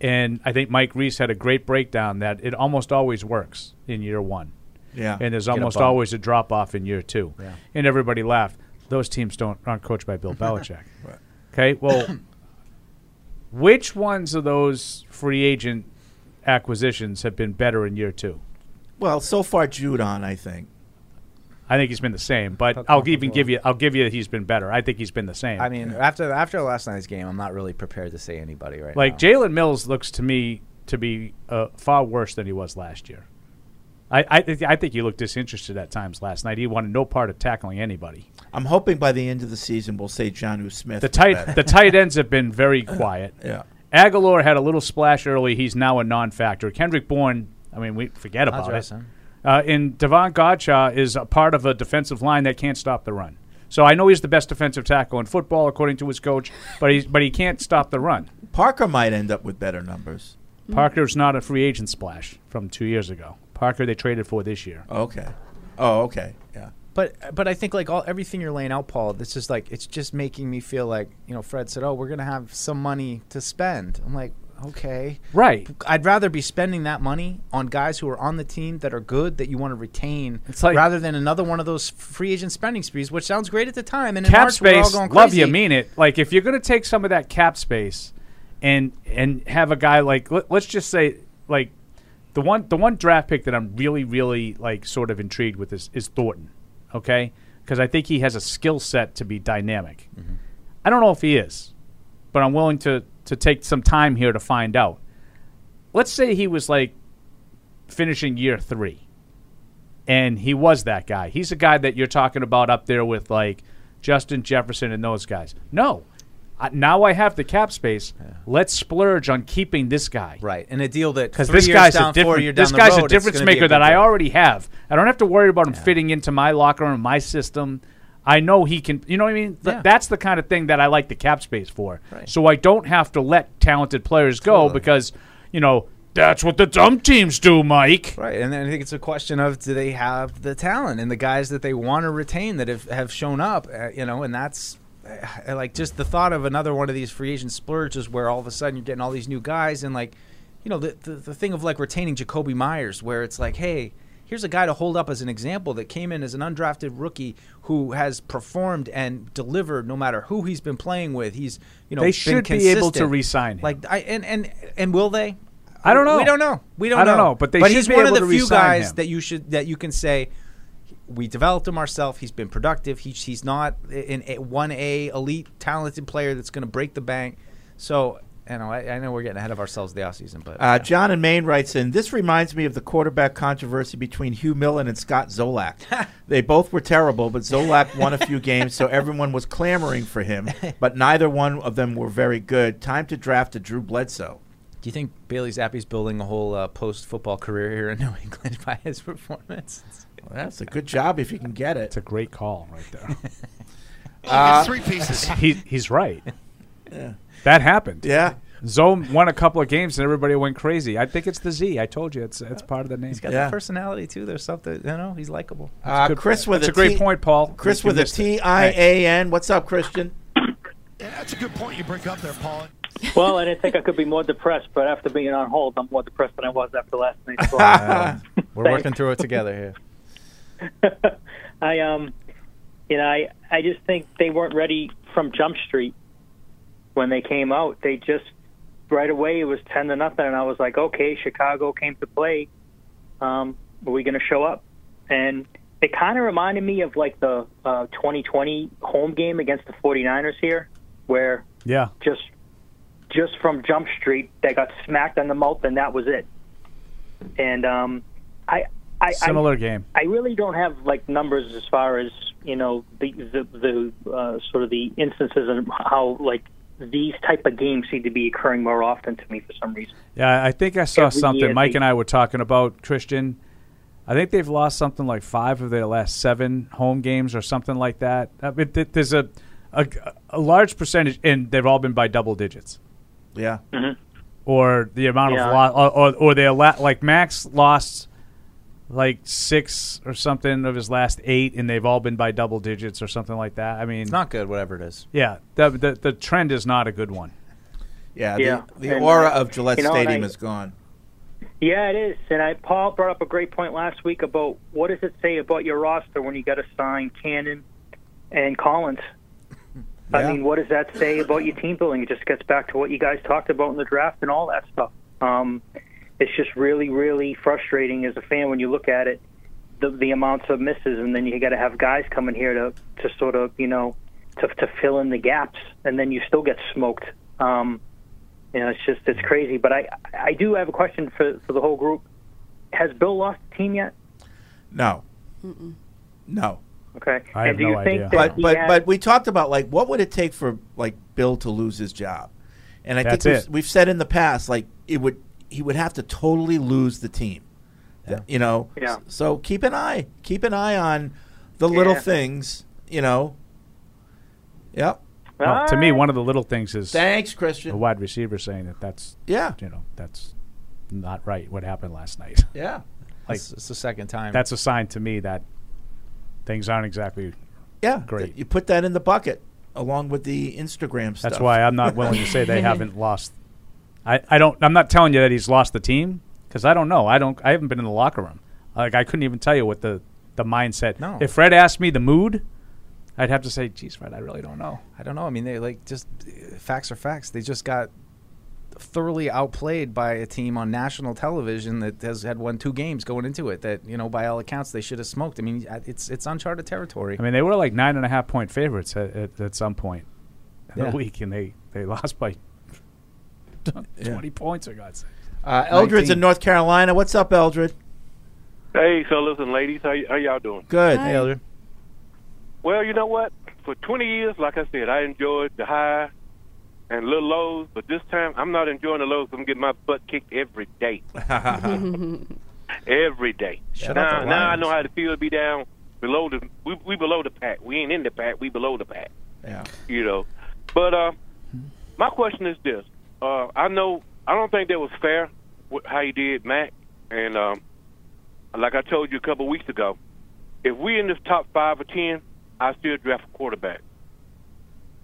[SPEAKER 5] And I think Mike Reese had a great breakdown that it almost always works in year one.
[SPEAKER 1] Yeah.
[SPEAKER 5] And there's
[SPEAKER 1] Get a
[SPEAKER 5] almost
[SPEAKER 1] bump.
[SPEAKER 5] always a drop off in year two.
[SPEAKER 1] Yeah.
[SPEAKER 5] And everybody laughed. Those teams don't aren't coached by
[SPEAKER 1] (laughs)
[SPEAKER 5] Bill Belichick. Okay.
[SPEAKER 1] (coughs)
[SPEAKER 5] Well, which ones of those free agent acquisitions have been better in year two?
[SPEAKER 1] Well, so far Judon, I think.
[SPEAKER 5] I think he's been the same, but I'll even give you I'll give you he's been better. I think he's been the same.
[SPEAKER 6] I mean, after after last night's game, I'm not really prepared to say anybody right
[SPEAKER 5] like
[SPEAKER 6] now.
[SPEAKER 5] Jalen Mills looks to me to be uh, far worse than he was last year. I I, th- I think he looked disinterested at times last night. He wanted no part of tackling anybody.
[SPEAKER 1] I'm hoping by the end of the season we'll say John U. Smith.
[SPEAKER 5] The
[SPEAKER 1] is
[SPEAKER 5] tight
[SPEAKER 1] better.
[SPEAKER 5] the tight ends have been
[SPEAKER 1] (coughs)
[SPEAKER 5] very quiet.
[SPEAKER 1] Yeah.
[SPEAKER 5] Aguilar had a little splash early. He's now a non-factor. Kendrick Bourne, I mean, we forget
[SPEAKER 6] I'll
[SPEAKER 5] about
[SPEAKER 6] address
[SPEAKER 5] it.
[SPEAKER 6] him.
[SPEAKER 5] Uh, and Devon Godcha is a part of a defensive line that can't stop the run. So I know he's the best defensive tackle in football, according to his coach, but he's but he can't stop the run.
[SPEAKER 1] Parker might end up with better numbers.
[SPEAKER 5] Parker's not a free agent splash from two years ago. Parker they traded for this year.
[SPEAKER 1] Okay. Oh, okay. Yeah.
[SPEAKER 6] But but I think like all everything you're laying out, Paul, this is like it's just making me feel like you know Fred said, oh, we're gonna have some money to spend. I'm like, okay,
[SPEAKER 5] right.
[SPEAKER 6] I'd rather be spending that money on guys who are on the team that are good that you want to retain,
[SPEAKER 5] It's like-
[SPEAKER 6] rather than another one of those free agent spending sprees, which sounds great at the time. And in
[SPEAKER 5] cap
[SPEAKER 6] March, we're all
[SPEAKER 5] space,
[SPEAKER 6] going
[SPEAKER 5] love
[SPEAKER 6] crazy.
[SPEAKER 5] you, mean it. Like if you're going to take some of that cap space and and have a guy like let, let's just say like the one the one draft pick that I'm really really like sort of intrigued with is is Thornton, okay? Because I think he has a skill set to be dynamic. I don't know if he is, but I'm willing to to take some time here to find out. Let's say he was like finishing year three and he was that guy. He's a guy that you're talking about up there with like Justin Jefferson and those guys. No, I, now I have the cap space. Let's splurge on keeping this guy.
[SPEAKER 6] Right, and a deal that
[SPEAKER 5] because
[SPEAKER 6] three
[SPEAKER 5] this
[SPEAKER 6] years
[SPEAKER 5] guy's a
[SPEAKER 6] down, four year
[SPEAKER 5] different.
[SPEAKER 6] down
[SPEAKER 5] This
[SPEAKER 6] the
[SPEAKER 5] guy's
[SPEAKER 6] road,
[SPEAKER 5] a
[SPEAKER 6] it's
[SPEAKER 5] difference
[SPEAKER 6] gonna be a
[SPEAKER 5] maker
[SPEAKER 6] big
[SPEAKER 5] that I
[SPEAKER 6] deal.
[SPEAKER 5] already have. I don't have to worry about him fitting into my locker room, my system. I know he can. You know what I mean? Th- That's the kind of thing that I like the cap space for. So I don't have to let talented players go because you know that's what the dumb teams do, Mike.
[SPEAKER 6] Right, and then I think it's a question of do they have the talent and the guys that they want to retain that have, have shown up, uh, you know, and that's uh, like just the thought of another one of these free agent splurges where all of a sudden you're getting all these new guys and like, you know, the the, the thing of like retaining Jacoby Myers where it's like, hey. Here's a guy to hold up as an example that came in as an undrafted rookie who has performed and delivered no matter who he's been playing with. He's, you know,
[SPEAKER 5] They
[SPEAKER 6] been
[SPEAKER 5] should be able to
[SPEAKER 6] consistent.
[SPEAKER 5] re-sign him.
[SPEAKER 6] Like I and and and will they?
[SPEAKER 5] I don't know.
[SPEAKER 6] We don't know. We don't
[SPEAKER 5] I
[SPEAKER 6] know.
[SPEAKER 5] don't know, but they should
[SPEAKER 6] he's
[SPEAKER 5] be
[SPEAKER 6] one
[SPEAKER 5] able
[SPEAKER 6] of the
[SPEAKER 5] to
[SPEAKER 6] few
[SPEAKER 5] re-sign
[SPEAKER 6] guys
[SPEAKER 5] him.
[SPEAKER 6] that you should that you can say we developed him ourselves. He's been productive. He, he's not an one A 1A elite talented player that's going to break the bank. So you know, I, I know we're getting ahead of ourselves the offseason, but
[SPEAKER 1] Uh, John and Maine writes in This reminds me of the quarterback controversy between Hugh Millen and
[SPEAKER 6] (laughs)
[SPEAKER 1] Scott Zolak. they both were terrible, but Zolak won a few games, so everyone was clamoring for him, but neither one of them were very good. Time to draft a Drew Bledsoe.
[SPEAKER 6] do you think Bailey Zappi's building a whole uh, post football career here in (laughs) New England by his performance?
[SPEAKER 1] Well, that's a good job if you can get it. It's
[SPEAKER 5] a great call right
[SPEAKER 1] (laughs)
[SPEAKER 5] there.
[SPEAKER 1] Uh, three pieces.
[SPEAKER 5] (laughs) He, he's right.
[SPEAKER 1] Yeah.
[SPEAKER 5] That happened.
[SPEAKER 1] Yeah.
[SPEAKER 5] Zome won a couple of games and everybody went crazy. I think it's the Z. I told you it's it's part of the name. He's
[SPEAKER 6] Got the personality too. There's something you know. He's likable.
[SPEAKER 1] Uh, Chris with
[SPEAKER 5] that's
[SPEAKER 1] a
[SPEAKER 5] a great
[SPEAKER 1] T-
[SPEAKER 5] point, Paul.
[SPEAKER 1] Chris
[SPEAKER 5] You
[SPEAKER 1] with a
[SPEAKER 5] missed it.
[SPEAKER 1] T I A N. What's up, Christian?
[SPEAKER 17] Yeah, that's a good point you bring up there, Paul.
[SPEAKER 4] (laughs) well, I didn't think I could be more depressed, but after being on hold, I'm more depressed than I was after last night's call.
[SPEAKER 6] We're
[SPEAKER 4] Thanks.
[SPEAKER 6] working through it together
[SPEAKER 5] (laughs)
[SPEAKER 6] here.
[SPEAKER 4] I um, you know, I I just think they weren't ready from Jump Street when they came out. They just right away it was ten to nothing, and I was like, okay, Chicago came to play. Um, are we going to show up? And it kind of reminded me of like the uh, 2020 home game against the 49ers here, where
[SPEAKER 5] Yeah.
[SPEAKER 4] just just from Jump Street. They got smacked on the mouth, and that was it. And um, I I,
[SPEAKER 5] Similar
[SPEAKER 4] I,
[SPEAKER 5] game.
[SPEAKER 4] I really don't have like numbers as far as you know the the, the uh, sort of the instances and how like these type of games seem to be occurring more often to me for some reason.
[SPEAKER 5] Yeah, I think I saw
[SPEAKER 4] Every
[SPEAKER 5] something
[SPEAKER 4] year
[SPEAKER 5] Mike
[SPEAKER 4] they-
[SPEAKER 5] and I were talking about, Christian. I think they've lost something like five of their last seven home games or something like that. I mean, th- there's a, a, a large percentage, and they've all been by double digits.
[SPEAKER 1] Yeah.
[SPEAKER 4] Mm-hmm.
[SPEAKER 5] Or the amount
[SPEAKER 1] Yeah.
[SPEAKER 5] of loss, or, or, or their la- like Max lost like six or something of his last eight, and they've all been by double digits or something like that. I mean, it's
[SPEAKER 6] not good, whatever it is.
[SPEAKER 5] Yeah, the, the, the trend is not a good one.
[SPEAKER 1] Yeah,
[SPEAKER 5] the-
[SPEAKER 4] Yeah.
[SPEAKER 1] The
[SPEAKER 4] And,
[SPEAKER 1] aura
[SPEAKER 4] uh,
[SPEAKER 1] of Gillette
[SPEAKER 4] you know, and
[SPEAKER 1] Stadium
[SPEAKER 4] I-
[SPEAKER 1] is gone.
[SPEAKER 4] Yeah, it is. And I, Paul brought up a great point last week about what does it say about your roster when you got to sign Cannon and Collins. I mean, what does that say about your team building? It just gets back to what you guys talked about in the draft and all that stuff. Um, it's just really, really frustrating as a fan when you look at it, the, the amounts of misses, and then you got to have guys coming here to to sort of you know to to fill in the gaps, and then you still get smoked. Um, you know, it's just it's crazy. But I I do have a question for for the whole group. Has Bill lost the team yet?
[SPEAKER 1] No, no.
[SPEAKER 4] Okay. and do you think that
[SPEAKER 1] But
[SPEAKER 4] he
[SPEAKER 1] but
[SPEAKER 4] has-
[SPEAKER 1] but we talked about like what would it take for like Bill to lose his job, and I
[SPEAKER 5] That's
[SPEAKER 1] think we've,
[SPEAKER 5] it.
[SPEAKER 1] we've said in the past like it would he would have to totally lose the team, Th- you know.
[SPEAKER 5] Yeah.
[SPEAKER 1] So keep an eye keep an eye on the little
[SPEAKER 5] Yeah.
[SPEAKER 1] things, you know. Yep.
[SPEAKER 5] Well, to me, one of the little things is
[SPEAKER 1] Thanks, Christian.
[SPEAKER 5] The wide receiver saying that that's
[SPEAKER 1] Yeah.
[SPEAKER 5] you know that's not right. What happened last night?
[SPEAKER 1] (laughs) Yeah.
[SPEAKER 5] like
[SPEAKER 6] It's- it's the second time.
[SPEAKER 5] That's a sign to me that things aren't exactly.
[SPEAKER 1] Yeah.
[SPEAKER 5] Great.
[SPEAKER 1] You put that in the bucket along with the Instagram stuff.
[SPEAKER 5] That's why I'm not willing to say
[SPEAKER 1] (laughs)
[SPEAKER 5] they haven't lost. I, I don't. I'm not telling you that he's lost the team because I don't know. I don't. I haven't been in the locker room. Like I couldn't even tell you what the the mindset.
[SPEAKER 6] No.
[SPEAKER 5] If Fred asked me the mood, I'd have to say, "Geez, Fred, I really don't know."
[SPEAKER 6] I don't know. I mean, they like just facts are facts. They just got thoroughly outplayed by a team on national television that has had won two games going into it. That you know, by all accounts, they should have smoked. I mean, I- it's it's uncharted territory.
[SPEAKER 5] I mean, they were like nine and a half point favorites at, at, at some point in
[SPEAKER 6] Yeah.
[SPEAKER 5] the week, and they, they lost by 20
[SPEAKER 1] Yeah.
[SPEAKER 5] points, I got
[SPEAKER 1] Uh, Eldred's in North Carolina. What's up, Eldred?
[SPEAKER 7] Hey, fellas and ladies, how, y- how y'all doing?
[SPEAKER 1] Good. Eldred.
[SPEAKER 7] Well, you know what? For 20 years, like I said, I enjoyed the high and little lows, but this time I'm not enjoying the lows. I'm getting my butt kicked every day. every day.
[SPEAKER 20] Shut
[SPEAKER 7] now,
[SPEAKER 20] up the
[SPEAKER 7] now I
[SPEAKER 20] Lions.
[SPEAKER 7] know how to feel to be down below the. We, we below the pack. We ain't in the pack. We below the pack.
[SPEAKER 1] Yeah.
[SPEAKER 7] You know. But uh, my question is this: uh, I know I don't think that was fair wh- how you did Mac, and um, like I told you a couple weeks ago, if we in this top five or ten, I still draft a quarterback.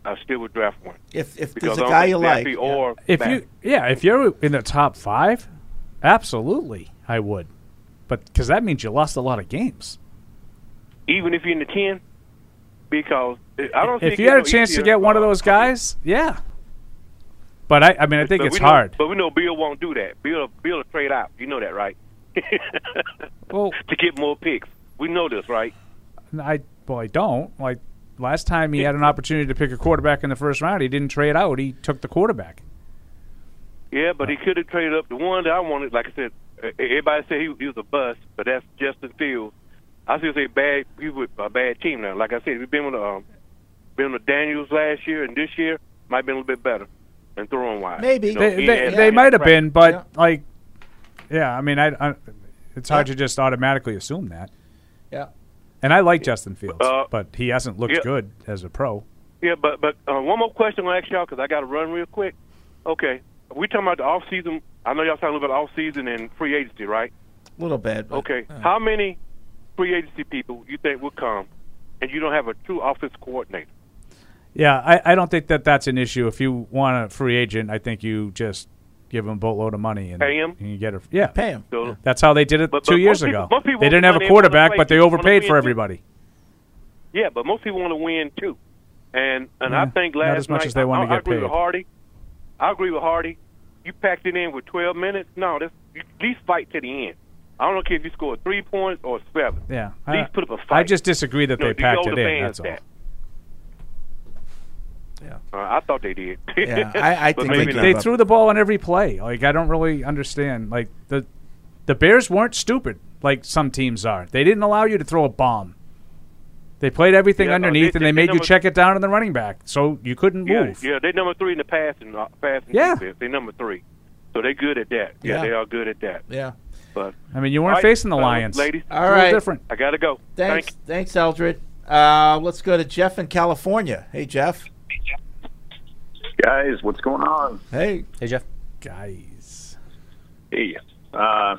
[SPEAKER 7] I still would draft one.
[SPEAKER 1] If if
[SPEAKER 7] Because
[SPEAKER 1] there's a
[SPEAKER 7] I don't
[SPEAKER 1] guy
[SPEAKER 7] think
[SPEAKER 1] you like,
[SPEAKER 7] Zappy or
[SPEAKER 5] If
[SPEAKER 7] Mac.
[SPEAKER 5] you, yeah, if you're in the top five, absolutely, I would, but because that means you lost a lot of games.
[SPEAKER 7] even if you're in the ten, because I don't.
[SPEAKER 5] If
[SPEAKER 7] think
[SPEAKER 5] you had a
[SPEAKER 7] it's
[SPEAKER 5] chance to
[SPEAKER 7] easier.
[SPEAKER 5] get one of those guys, yeah. But I, I mean, I think
[SPEAKER 7] But
[SPEAKER 5] it's
[SPEAKER 7] we know-
[SPEAKER 5] hard.
[SPEAKER 7] But we know Bill won't do that. Bill, Bill will trade out. You know that, right? (laughs)
[SPEAKER 5] well,
[SPEAKER 7] to get more picks. We know this, right?
[SPEAKER 5] And I, well, I don't like. Last time he had an opportunity to pick a quarterback in the first round, he didn't trade out. He took the quarterback.
[SPEAKER 7] Yeah, but he could have traded up the one that I wanted. Like I said, e- everybody said he, he was a bust, but that's Justin Fields. I still say bad. He with a bad team now. Like I said, we've been with um, been with Daniels last year and this year might have been a little bit better and throwing wise.
[SPEAKER 1] Maybe.
[SPEAKER 7] You know,
[SPEAKER 5] they
[SPEAKER 7] he
[SPEAKER 5] they,
[SPEAKER 7] had-
[SPEAKER 5] they might have
[SPEAKER 7] right.
[SPEAKER 5] been, but like, yeah. I mean, I, I it's hard to just automatically assume that.
[SPEAKER 1] Yeah.
[SPEAKER 5] And I like Justin Fields,
[SPEAKER 7] Uh,
[SPEAKER 5] but he hasn't looked
[SPEAKER 7] yeah.
[SPEAKER 5] good as a pro.
[SPEAKER 7] Yeah, but but uh, one more question I'll ask y'all because I got to run real quick. Okay, we talking about the off season. I know y'all talking about off season and free agency, right?
[SPEAKER 1] a little bit. but-
[SPEAKER 7] Okay, how many free agency people you think will come, and you don't have a true office coordinator?
[SPEAKER 5] Yeah, I, I don't think that that's an issue. If you want a free agent, I think you just give him a boatload of money and,
[SPEAKER 7] Pay him?
[SPEAKER 5] and you get a yeah
[SPEAKER 1] pay him.
[SPEAKER 7] So-
[SPEAKER 5] That's how they did it
[SPEAKER 7] But-
[SPEAKER 5] two
[SPEAKER 7] but
[SPEAKER 5] years
[SPEAKER 7] most people-
[SPEAKER 5] ago.
[SPEAKER 7] most people
[SPEAKER 5] they didn't
[SPEAKER 7] want
[SPEAKER 5] have a
[SPEAKER 7] money, want to
[SPEAKER 5] quarterback,
[SPEAKER 7] play,
[SPEAKER 5] but they
[SPEAKER 7] they want to
[SPEAKER 5] overpaid
[SPEAKER 7] win,
[SPEAKER 5] for
[SPEAKER 7] too.
[SPEAKER 5] everybody.
[SPEAKER 7] Yeah, but most people want to win too, and and I
[SPEAKER 5] Yeah,
[SPEAKER 7] think
[SPEAKER 5] not
[SPEAKER 7] last
[SPEAKER 5] as much
[SPEAKER 7] night
[SPEAKER 5] as they want
[SPEAKER 7] I,
[SPEAKER 5] to
[SPEAKER 7] I
[SPEAKER 5] get
[SPEAKER 7] agree with
[SPEAKER 5] paid.
[SPEAKER 7] Hardy. I agree with Hardy. You packed it in with 12 minutes. No, that's you at least fight to the end. I don't care if you score three points or seven.
[SPEAKER 5] Yeah,
[SPEAKER 7] At
[SPEAKER 5] I-
[SPEAKER 7] least put up a fight.
[SPEAKER 5] I just disagree that
[SPEAKER 7] No,
[SPEAKER 5] they
[SPEAKER 7] do you
[SPEAKER 5] packed
[SPEAKER 7] owe
[SPEAKER 5] it
[SPEAKER 7] the
[SPEAKER 5] in.
[SPEAKER 7] fans
[SPEAKER 5] That's all.
[SPEAKER 7] that? Uh, I thought they did.
[SPEAKER 5] Yeah,
[SPEAKER 1] I- I
[SPEAKER 7] (laughs) But
[SPEAKER 1] think
[SPEAKER 7] maybe
[SPEAKER 5] They,
[SPEAKER 7] not.
[SPEAKER 5] they threw the ball on every play. Like I don't really understand. Like the the Bears weren't stupid. like some teams are. They didn't allow you to throw a bomb. They played everything
[SPEAKER 7] Yeah, no,
[SPEAKER 5] underneath,
[SPEAKER 7] they-
[SPEAKER 5] and
[SPEAKER 7] they-
[SPEAKER 5] they,
[SPEAKER 7] they
[SPEAKER 5] made you
[SPEAKER 7] never-
[SPEAKER 5] check it down on the running back, so you couldn't
[SPEAKER 7] Yeah,
[SPEAKER 5] move.
[SPEAKER 7] yeah, they're number three in the passing, uh, passing
[SPEAKER 5] Yeah.
[SPEAKER 7] defense. They're number three, so they're good at that. Yeah,
[SPEAKER 5] Yeah.
[SPEAKER 7] they are good at that.
[SPEAKER 1] Yeah.
[SPEAKER 7] But
[SPEAKER 5] I mean, you weren't
[SPEAKER 7] All right,
[SPEAKER 5] facing the
[SPEAKER 7] fellas,
[SPEAKER 5] Lions.
[SPEAKER 7] ladies.
[SPEAKER 5] It's a little different.
[SPEAKER 7] I gotta go.
[SPEAKER 1] Thanks, thanks, Eldred. Uh, let's go to Jeff in California. Hey, Jeff.
[SPEAKER 2] Guys, what's going on?
[SPEAKER 1] Hey.
[SPEAKER 6] Hey, Jeff.
[SPEAKER 5] Guys.
[SPEAKER 2] Hey. Uh,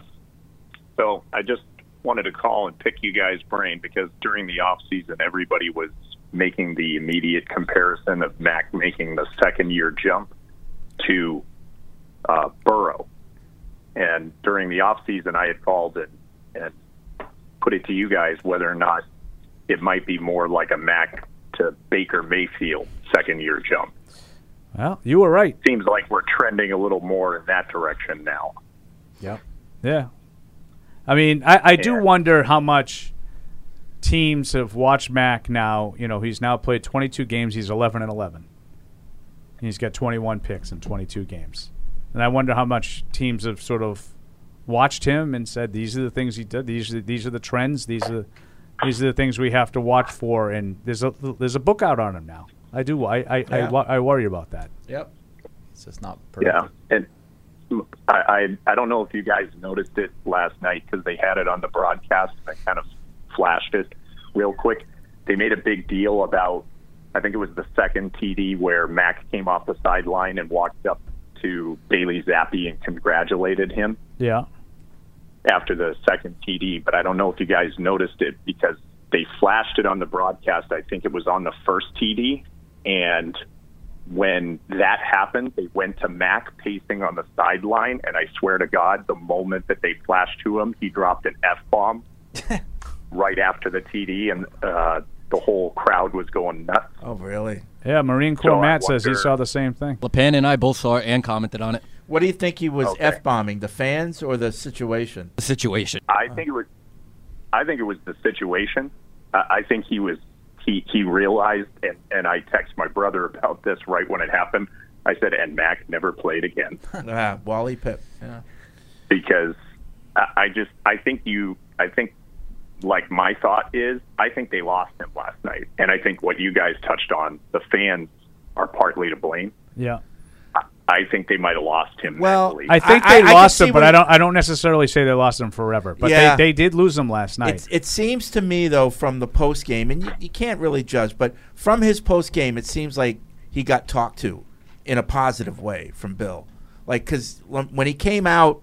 [SPEAKER 2] so I just wanted to call and pick you guys' brain because during the off season, everybody was making the immediate comparison of Mac making the second year jump to uh, Burrow. And during the off season, I had called and, and put it to you guys whether or not it might be more like a Mac to Baker Mayfield second year jump.
[SPEAKER 5] Well, you were right.
[SPEAKER 2] Seems like we're trending a little more in that direction now.
[SPEAKER 5] Yeah. Yeah. I mean, I, I do wonder how much teams have watched Mac now. You know, he's now played 22 games. He's 11 and 11. And he's got 21 picks in 22 games. And I wonder how much teams have sort of watched him and said, "These are the things he did. These are these are the trends. These are these are the things we have to watch for." And there's a there's a book out on him now. I do. I I, I,
[SPEAKER 2] Yeah.
[SPEAKER 5] wo- I worry about that.
[SPEAKER 1] Yep.
[SPEAKER 6] It's just not
[SPEAKER 2] Yeah, and I, I I don't know if you guys noticed it last night because they had it on the broadcast and I kind of flashed it real quick. They made a big deal about I think it was the second TD where Mac came off the sideline and walked up to Bailey Zappi and congratulated him
[SPEAKER 5] Yeah.
[SPEAKER 2] after the second TD. But I don't know if you guys noticed it because they flashed it on the broadcast. I think it was on the first TD and when that happened, they went to Mac pacing on the sideline, and I swear to God, the moment that they flashed to him, he dropped an f bomb right after the TD, and uh, the whole crowd was going nuts.
[SPEAKER 1] Oh, really?
[SPEAKER 5] Yeah. Marine Corps
[SPEAKER 2] So I
[SPEAKER 5] Matt says he
[SPEAKER 2] wonder-
[SPEAKER 5] saw the same thing.
[SPEAKER 9] LePan and I both saw it and commented on it.
[SPEAKER 1] What do you think he was
[SPEAKER 2] Okay.
[SPEAKER 1] f bombing? The fans or the situation?
[SPEAKER 9] The situation.
[SPEAKER 2] I think it was, I think it was the situation. Uh, I think he was he he realized, and and I text my brother about this right when it happened. I said, and Mac never played again.
[SPEAKER 1] ah, Wally Pip. Yeah.
[SPEAKER 2] because I I just I think you I think like my thought is I think they lost him last night, and I think what you guys touched on the fans are partly to blame.
[SPEAKER 5] Yeah.
[SPEAKER 2] I think they might have lost him.
[SPEAKER 1] Well,
[SPEAKER 5] I think they
[SPEAKER 1] can
[SPEAKER 5] lost
[SPEAKER 1] see
[SPEAKER 5] him, but
[SPEAKER 1] what-
[SPEAKER 5] I don't. I don't necessarily say they lost him forever. But
[SPEAKER 1] Yeah.
[SPEAKER 5] they, they did lose him last night.
[SPEAKER 1] It's, it seems to me, though, from the post game, and you, you can't really judge, but from his post game, it seems like he got talked to in a positive way from Bill. Like, because when he came out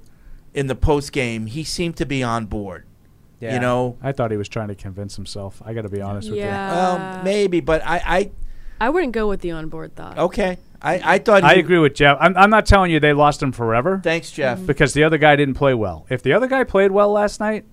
[SPEAKER 1] in the post game, he seemed to be on board. You know,
[SPEAKER 5] I thought he was trying to convince himself. I got to be honest with you.
[SPEAKER 1] well, Um, maybe, but I,
[SPEAKER 8] I wouldn't go with the onboard thought.
[SPEAKER 1] I okay. I, I thought
[SPEAKER 5] I
[SPEAKER 1] he-
[SPEAKER 5] agree with Jeff. I'm, I'm not telling you they lost him forever.
[SPEAKER 1] Thanks, Jeff. Mhm.
[SPEAKER 5] Because the other guy didn't play well. If the other guy played well last night,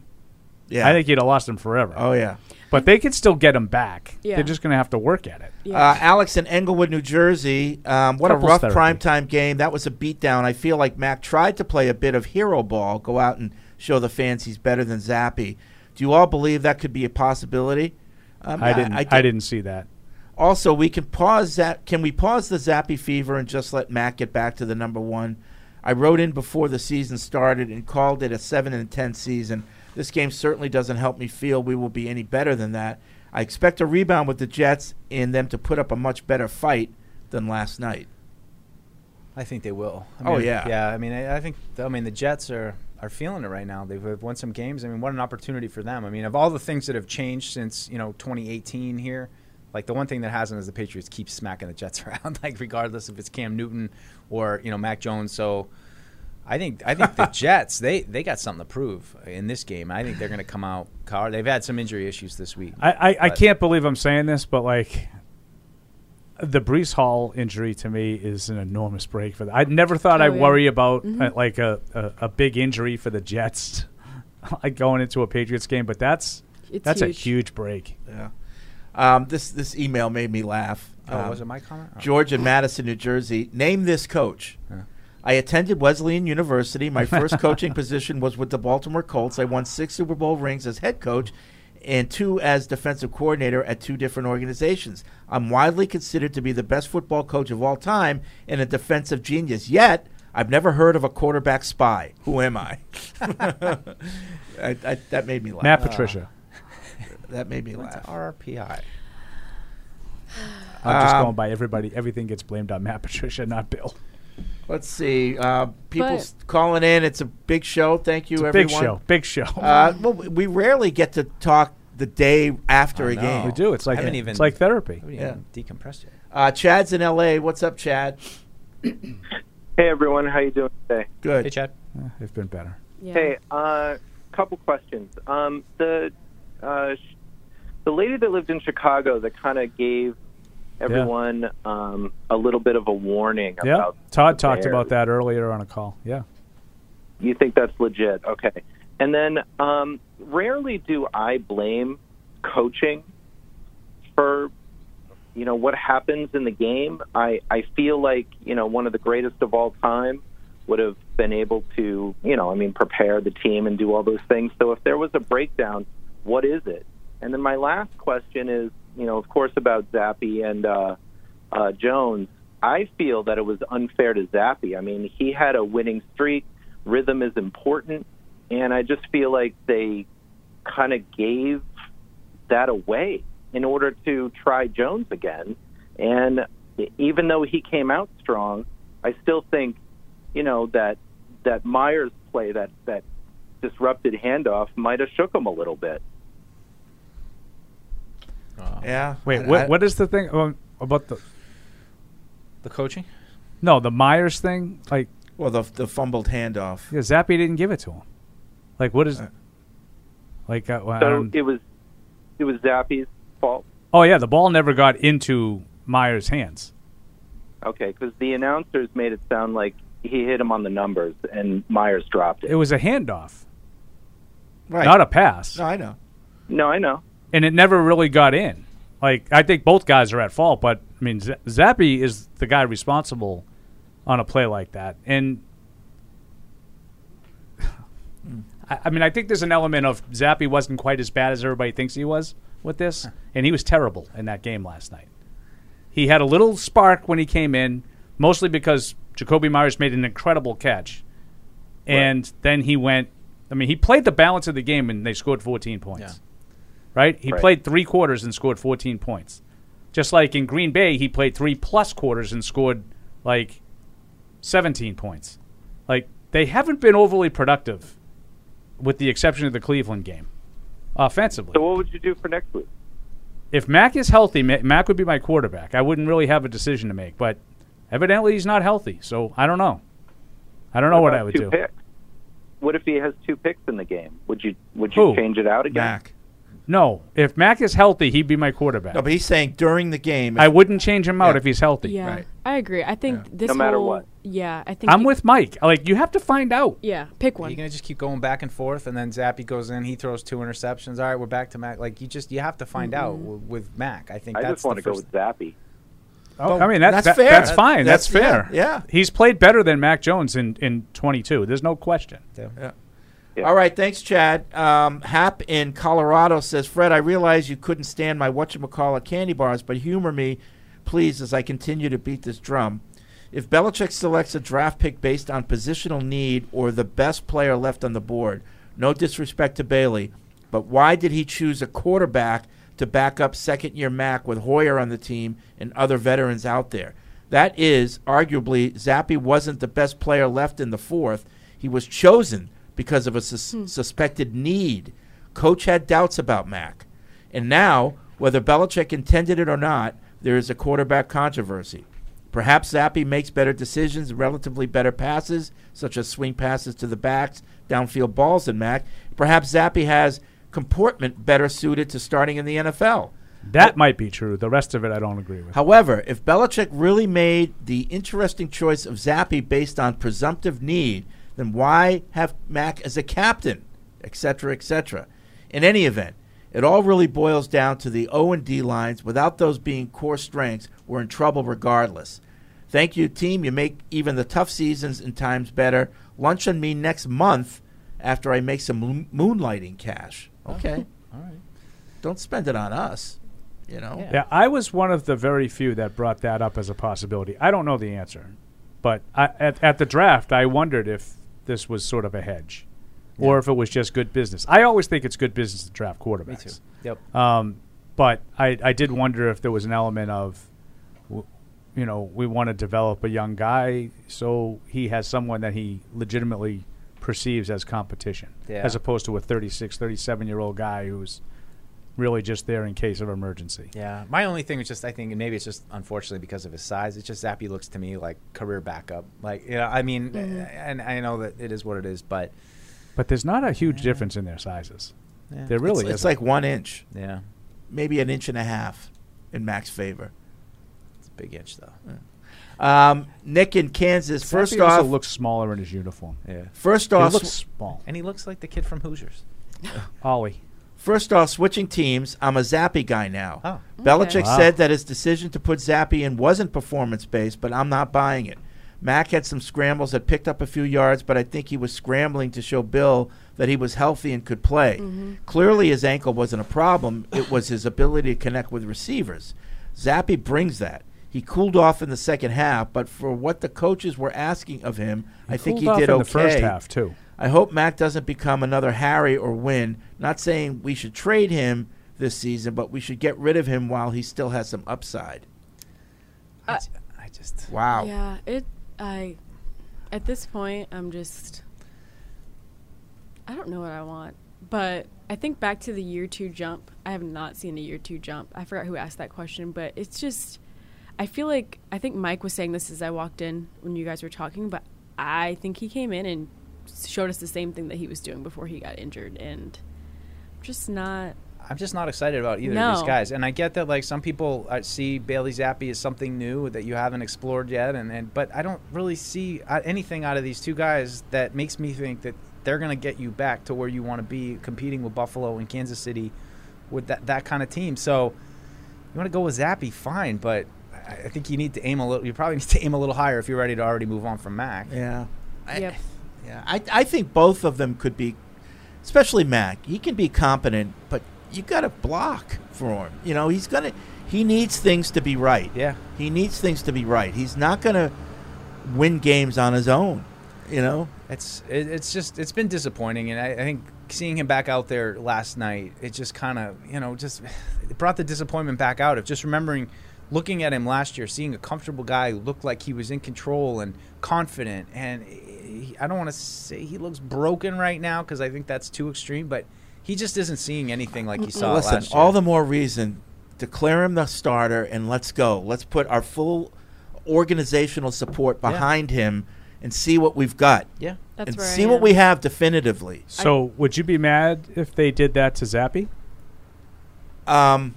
[SPEAKER 1] yeah,
[SPEAKER 5] I think you'd have lost him forever.
[SPEAKER 1] Oh yeah.
[SPEAKER 5] But they could still get him back.
[SPEAKER 1] Yeah.
[SPEAKER 5] They're just going to have to work at it.
[SPEAKER 1] Uh, Alex in Englewood, New Jersey. Um, what
[SPEAKER 5] Couples
[SPEAKER 1] a rough
[SPEAKER 5] therapy.
[SPEAKER 1] primetime game. That was a beatdown. I feel like Mac tried to play a bit of hero ball, go out and show the fans he's better than Zappy. Do you all believe that could be a possibility? Um,
[SPEAKER 5] I didn't. I,
[SPEAKER 1] did-
[SPEAKER 5] didn't see that.
[SPEAKER 1] Also, we can pause that. Can we pause the Zappy fever and just let Mac get back to the number one? I wrote in before the season started and called it a seven and ten season. This game certainly doesn't help me feel we will be any better than that. I expect a rebound with the Jets and them to put up a much better fight than last night.
[SPEAKER 6] I think they will. I
[SPEAKER 1] Oh,
[SPEAKER 6] mean,
[SPEAKER 1] yeah.
[SPEAKER 6] yeah. I mean, I, I think I mean the Jets are are feeling it right now. They've uh, won some games. I mean, what an opportunity for them. I mean, of all the things that have changed since you know 2018 here, like the one thing that hasn't is the Patriots keep smacking the Jets (laughs) around, like regardless if it's Cam Newton or you know Mac Jones. So. I think I
[SPEAKER 5] (laughs)
[SPEAKER 6] think the Jets they, they got something to prove in this game. I think they're going to come out. Car they've had some injury issues this week.
[SPEAKER 5] I, I, I
[SPEAKER 6] But-
[SPEAKER 5] can't believe I'm saying this, but like the Brees Hall injury to me is an enormous break for them. I never thought
[SPEAKER 6] Oh,
[SPEAKER 5] I'd
[SPEAKER 6] yeah.
[SPEAKER 5] worry about
[SPEAKER 6] Mhm.
[SPEAKER 5] uh, like a, a, a big injury for the Jets, (laughs) like going into a Patriots game. But that's
[SPEAKER 1] It's
[SPEAKER 5] that's a
[SPEAKER 1] huge.
[SPEAKER 5] huge break.
[SPEAKER 1] Yeah. Um, this this email (laughs) made me laugh.
[SPEAKER 6] Oh,
[SPEAKER 1] Um,
[SPEAKER 6] was it my comment? Oh.
[SPEAKER 1] George in Madison, New Jersey. Name this coach. I attended Wesleyan University.
[SPEAKER 6] (laughs)
[SPEAKER 1] My first coaching position was with the Baltimore Colts. I won six Super Bowl rings as head coach and two as defensive coordinator at two different organizations. I'm widely considered to be the best football coach of all time and a defensive genius. Yet, I've never heard of a quarterback spy. Who am I? (laughs) I, I that made me laugh. Uh,
[SPEAKER 5] Matt Patricia.
[SPEAKER 1] that made me
[SPEAKER 6] What's
[SPEAKER 1] laugh.
[SPEAKER 6] RPI.
[SPEAKER 5] I'm just
[SPEAKER 1] Um,
[SPEAKER 5] going by everybody. Everything gets blamed on Matt Patricia, not Bill.
[SPEAKER 1] Let's see. Uh, people
[SPEAKER 5] But-
[SPEAKER 1] s- calling in. It's a big show. Thank you,
[SPEAKER 5] It's a big
[SPEAKER 1] everyone.
[SPEAKER 5] show, big show.
[SPEAKER 1] Uh, well, we we rarely get to talk the day after a game.
[SPEAKER 5] We do. It's like
[SPEAKER 1] Haven't
[SPEAKER 5] it's like therapy.
[SPEAKER 1] haven't even
[SPEAKER 6] decompressed yet.
[SPEAKER 1] Uh, Chad's in L.A. What's up, Chad?
[SPEAKER 21] Hey everyone, how you doing today?
[SPEAKER 1] Good.
[SPEAKER 21] Hey Chad.
[SPEAKER 5] Uh, they've been better.
[SPEAKER 21] Hey, uh, couple questions. Um, the uh, sh- the lady that lived in Chicago that kind of gave everyone um, a little bit of a warning
[SPEAKER 5] Yeah.
[SPEAKER 21] about.
[SPEAKER 5] Todd talked
[SPEAKER 21] Bears.
[SPEAKER 5] about that earlier on a call. Yeah.
[SPEAKER 21] You think that's legit? Okay. And then um, rarely do I blame coaching for you know what happens in the game. I I feel like you know one of the greatest of all time would have been able to you know I mean prepare the team and do all those things. So if there was a breakdown, what is it? And then my last question is you know of course about Zappy and uh, uh, Jones. I feel that it was unfair to Zappy. I mean he had a winning streak. Rhythm is important, and I just feel like they kind of gave that away in order to try Jones again. And even though he came out strong, I still think, you know, that that Myers play, that that disrupted handoff, might have shook him a little bit.
[SPEAKER 1] yeah.
[SPEAKER 5] Wait,
[SPEAKER 1] I-
[SPEAKER 5] what,
[SPEAKER 1] I-
[SPEAKER 5] what is the thing um, about the
[SPEAKER 6] the coaching?
[SPEAKER 5] No, the Myers thing. Like,
[SPEAKER 1] well, the the fumbled handoff. Uh,
[SPEAKER 5] Yeah, Zappy didn't give it to him. Like, what is? like, uh, well, I
[SPEAKER 21] So
[SPEAKER 5] don't-
[SPEAKER 21] it was it was Zappy's fault.
[SPEAKER 5] oh yeah, the ball never got into Myers' hands.
[SPEAKER 21] Okay, because the announcers made it sound like he hit him on the numbers and Myers dropped it.
[SPEAKER 5] It was a handoff,
[SPEAKER 1] right?
[SPEAKER 5] Not a pass.
[SPEAKER 1] No, I know.
[SPEAKER 21] No, I know.
[SPEAKER 5] and it never really got in. Like, I think both guys are at fault, but I mean, Z- Zappy is the guy responsible on a play like that, and. I I mean, I think there's an element of Zappy wasn't quite as bad as everybody thinks he was with this, and he was terrible in that game last night. He had a little spark when he came in, mostly because Jacoby Myers made an incredible catch. And then he went, I mean, he played the balance of the game and they scored 14 points. Right? He
[SPEAKER 18] Right.
[SPEAKER 5] played three quarters and scored 14 points. Just like in Green Bay, he played three plus quarters and scored like 17 points. Like, they haven't been overly productive, with the exception of the Cleveland game, offensively
[SPEAKER 21] So what would you do for next week?
[SPEAKER 5] if Mac is healthy, Ma- Mac would be my quarterback. I wouldn't really have a decision to make, but evidently he's not healthy, so I don't know. I don't know what
[SPEAKER 21] about
[SPEAKER 5] I would
[SPEAKER 21] two
[SPEAKER 5] do.
[SPEAKER 21] Picks? What if he has two picks in the game? Would you would you
[SPEAKER 5] Who?
[SPEAKER 21] change it out again?
[SPEAKER 5] No, if Mac is healthy, he'd be my quarterback.
[SPEAKER 1] No, but he's saying during the game.
[SPEAKER 5] I wouldn't change him out if he's healthy.
[SPEAKER 8] Yeah, I agree. I think this
[SPEAKER 5] No matter
[SPEAKER 8] whole-
[SPEAKER 5] what.
[SPEAKER 8] Yeah, I think
[SPEAKER 5] I'm
[SPEAKER 8] you-
[SPEAKER 5] with Mike. Like you have to find out.
[SPEAKER 8] Yeah, pick one.
[SPEAKER 6] You're gonna just keep going back and forth, and then Zappy goes in. He throws two interceptions. All right, we're back to Mac. Like you just you have to find out
[SPEAKER 8] Mm-hmm.
[SPEAKER 6] w- with Mac. I think
[SPEAKER 21] I
[SPEAKER 6] that's
[SPEAKER 21] just want to
[SPEAKER 6] the
[SPEAKER 21] go
[SPEAKER 6] first
[SPEAKER 21] with Zappy.
[SPEAKER 5] Oh,
[SPEAKER 6] But
[SPEAKER 5] I mean, that's
[SPEAKER 6] that's
[SPEAKER 5] that-
[SPEAKER 6] fair.
[SPEAKER 5] That's
[SPEAKER 6] That-
[SPEAKER 5] fine. That's,
[SPEAKER 6] that's-
[SPEAKER 5] fair.
[SPEAKER 1] yeah, yeah.
[SPEAKER 5] he's played better than Mac Jones in in 22. There's no question.
[SPEAKER 1] Yeah. All right, thanks, Chad. Um, Hap in Colorado says, Fred, I realize you couldn't stand my whatchamacallit candy bars, but humor me, please, as I continue to beat this drum. If Belichick selects a draft pick based on positional need or the best player left on the board, no disrespect to Bailey, but why did he choose a quarterback to back up second year Mac with Hoyer on the team and other veterans out there? That is, arguably, Zappi wasn't the best player left in the fourth. He was chosen because of a sus- suspected need. Coach had doubts about Mac. And now, whether Belichick intended it or not, there is a quarterback controversy. Perhaps Zappi makes better decisions, relatively better passes, such as swing passes to the backs, downfield balls than Mac. Perhaps Zappi has comportment better suited to starting in the NFL.
[SPEAKER 5] That might be true. The rest of it, I don't agree with.
[SPEAKER 1] However, if Belichick really made the interesting choice of Zappi based on presumptive need, then why have Mac as a captain, et cetera, et cetera? In any event, it all really boils down to the O and D lines. Without those being core strengths, we're in trouble regardless. Thank you, team. You make even the tough seasons and times better. Lunch on me next month after I make some moon- moonlighting cash. Okay.
[SPEAKER 6] All right.
[SPEAKER 1] Don't spend it on us, (laughs) you know?
[SPEAKER 5] Yeah. I was one of the very few that brought that up as a possibility. I don't know the answer. But I, at, at the draft, I wondered if this was sort of a hedge, or if it was just good business. I always think it's good business to draft quarterbacks.
[SPEAKER 6] Yep.
[SPEAKER 5] Um, but I, I did wonder if there was an element of, w- you know, we want to develop a young guy so he has someone that he legitimately perceives as competition,
[SPEAKER 6] Yeah.
[SPEAKER 5] as opposed to a 36, 37 year old guy who's really just there in case of emergency.
[SPEAKER 6] Yeah, my only thing was just I think, and maybe it's just unfortunately because of his size. It's just Zappy looks to me like career backup. Like, you know, I mean,
[SPEAKER 8] Mm-hmm.
[SPEAKER 5] Mhm.
[SPEAKER 6] and I know that it is what it is, but
[SPEAKER 5] But there's not a huge difference in their sizes.
[SPEAKER 6] Yeah.
[SPEAKER 5] There really
[SPEAKER 6] It's-
[SPEAKER 5] is.
[SPEAKER 6] it's like
[SPEAKER 1] one inch.
[SPEAKER 6] Yeah.
[SPEAKER 1] Maybe an inch and a half in Mac's favor.
[SPEAKER 6] It's a big inch, though.
[SPEAKER 1] Um, Nick in Kansas. First
[SPEAKER 5] Zappy also
[SPEAKER 1] off,
[SPEAKER 5] looks smaller in his uniform.
[SPEAKER 6] Yeah.
[SPEAKER 1] First
[SPEAKER 5] He
[SPEAKER 1] off,
[SPEAKER 5] looks small.
[SPEAKER 6] and he looks like the kid from Hoosiers.
[SPEAKER 5] Ollie.
[SPEAKER 1] First off, switching teams, I'm a Zappy guy now.
[SPEAKER 6] Oh.
[SPEAKER 1] Belichick
[SPEAKER 5] Wow.
[SPEAKER 1] said that his decision to put Zappy in wasn't performance based, but I'm not buying it. Mac had some scrambles that picked up a few yards, but I think he was scrambling to show Bill that he was healthy and could play.
[SPEAKER 11] Mhm.
[SPEAKER 1] Clearly, his ankle wasn't a problem, it was his ability to connect with receivers. Zappy brings that. He cooled off in the second half, but for what the coaches were asking of him, I think
[SPEAKER 5] cooled
[SPEAKER 1] he
[SPEAKER 5] off
[SPEAKER 1] did
[SPEAKER 5] in
[SPEAKER 1] okay.
[SPEAKER 5] the first half, too.
[SPEAKER 1] I hope Mac doesn't become another Harry or Win. Not saying we should trade him this season, but we should get rid of him while he still has some upside.
[SPEAKER 8] I-
[SPEAKER 6] I just
[SPEAKER 1] wow.
[SPEAKER 8] Uh, Yeah, it. I. At this point, I'm just. I don't know what I want, but I think back to the year two jump. I have not seen a year two jump. I forgot who asked that question, but it's just. I feel like I think Mike was saying this as I walked in when you guys were talking, but I think he came in and showed us the same thing that he was doing before he got injured, and I'm just not.
[SPEAKER 6] I'm just not excited about either of
[SPEAKER 8] No.
[SPEAKER 6] these guys. And I get that like some people uh, see Bailey Zappi as something new that you haven't explored yet, and, and but I don't really see uh, anything out of these two guys that makes me think that they're gonna get you back to where you want to be, competing with Buffalo and Kansas City, with that that kind of team. So you want to go with Zappi, fine, but I I think you need to aim a little. You probably (laughs) need to aim a little higher if you're ready to already move on from Mac.
[SPEAKER 1] Yeah.
[SPEAKER 8] Yep.
[SPEAKER 1] Yeah, I, I think both of them could be, especially Mac. He can be competent, but you got to block for him. You know, he's gonna he needs things to be right.
[SPEAKER 6] Yeah,
[SPEAKER 1] he needs things to be right. He's not gonna win games on his own. You know,
[SPEAKER 6] It's it, it's just it's been disappointing, and I, I think seeing him back out there last night, it just kind of you know just (sighs) it brought the disappointment back out of just remembering, looking at him last year, seeing a comfortable guy who looked like he was in control and confident, and he, I don't want to say he looks broken right now because I think that's too extreme, but he just isn't seeing anything like he saw
[SPEAKER 1] Listen,
[SPEAKER 6] last year.
[SPEAKER 1] all the more reason declare him the starter and let's go. Let's put our full organizational support
[SPEAKER 6] Yeah.
[SPEAKER 1] behind him and see what we've got.
[SPEAKER 6] Yeah.
[SPEAKER 8] That's
[SPEAKER 1] and
[SPEAKER 8] where I
[SPEAKER 1] see what
[SPEAKER 8] am.
[SPEAKER 1] we have definitively.
[SPEAKER 5] So would you be mad if they did that to Zappy?
[SPEAKER 1] Um,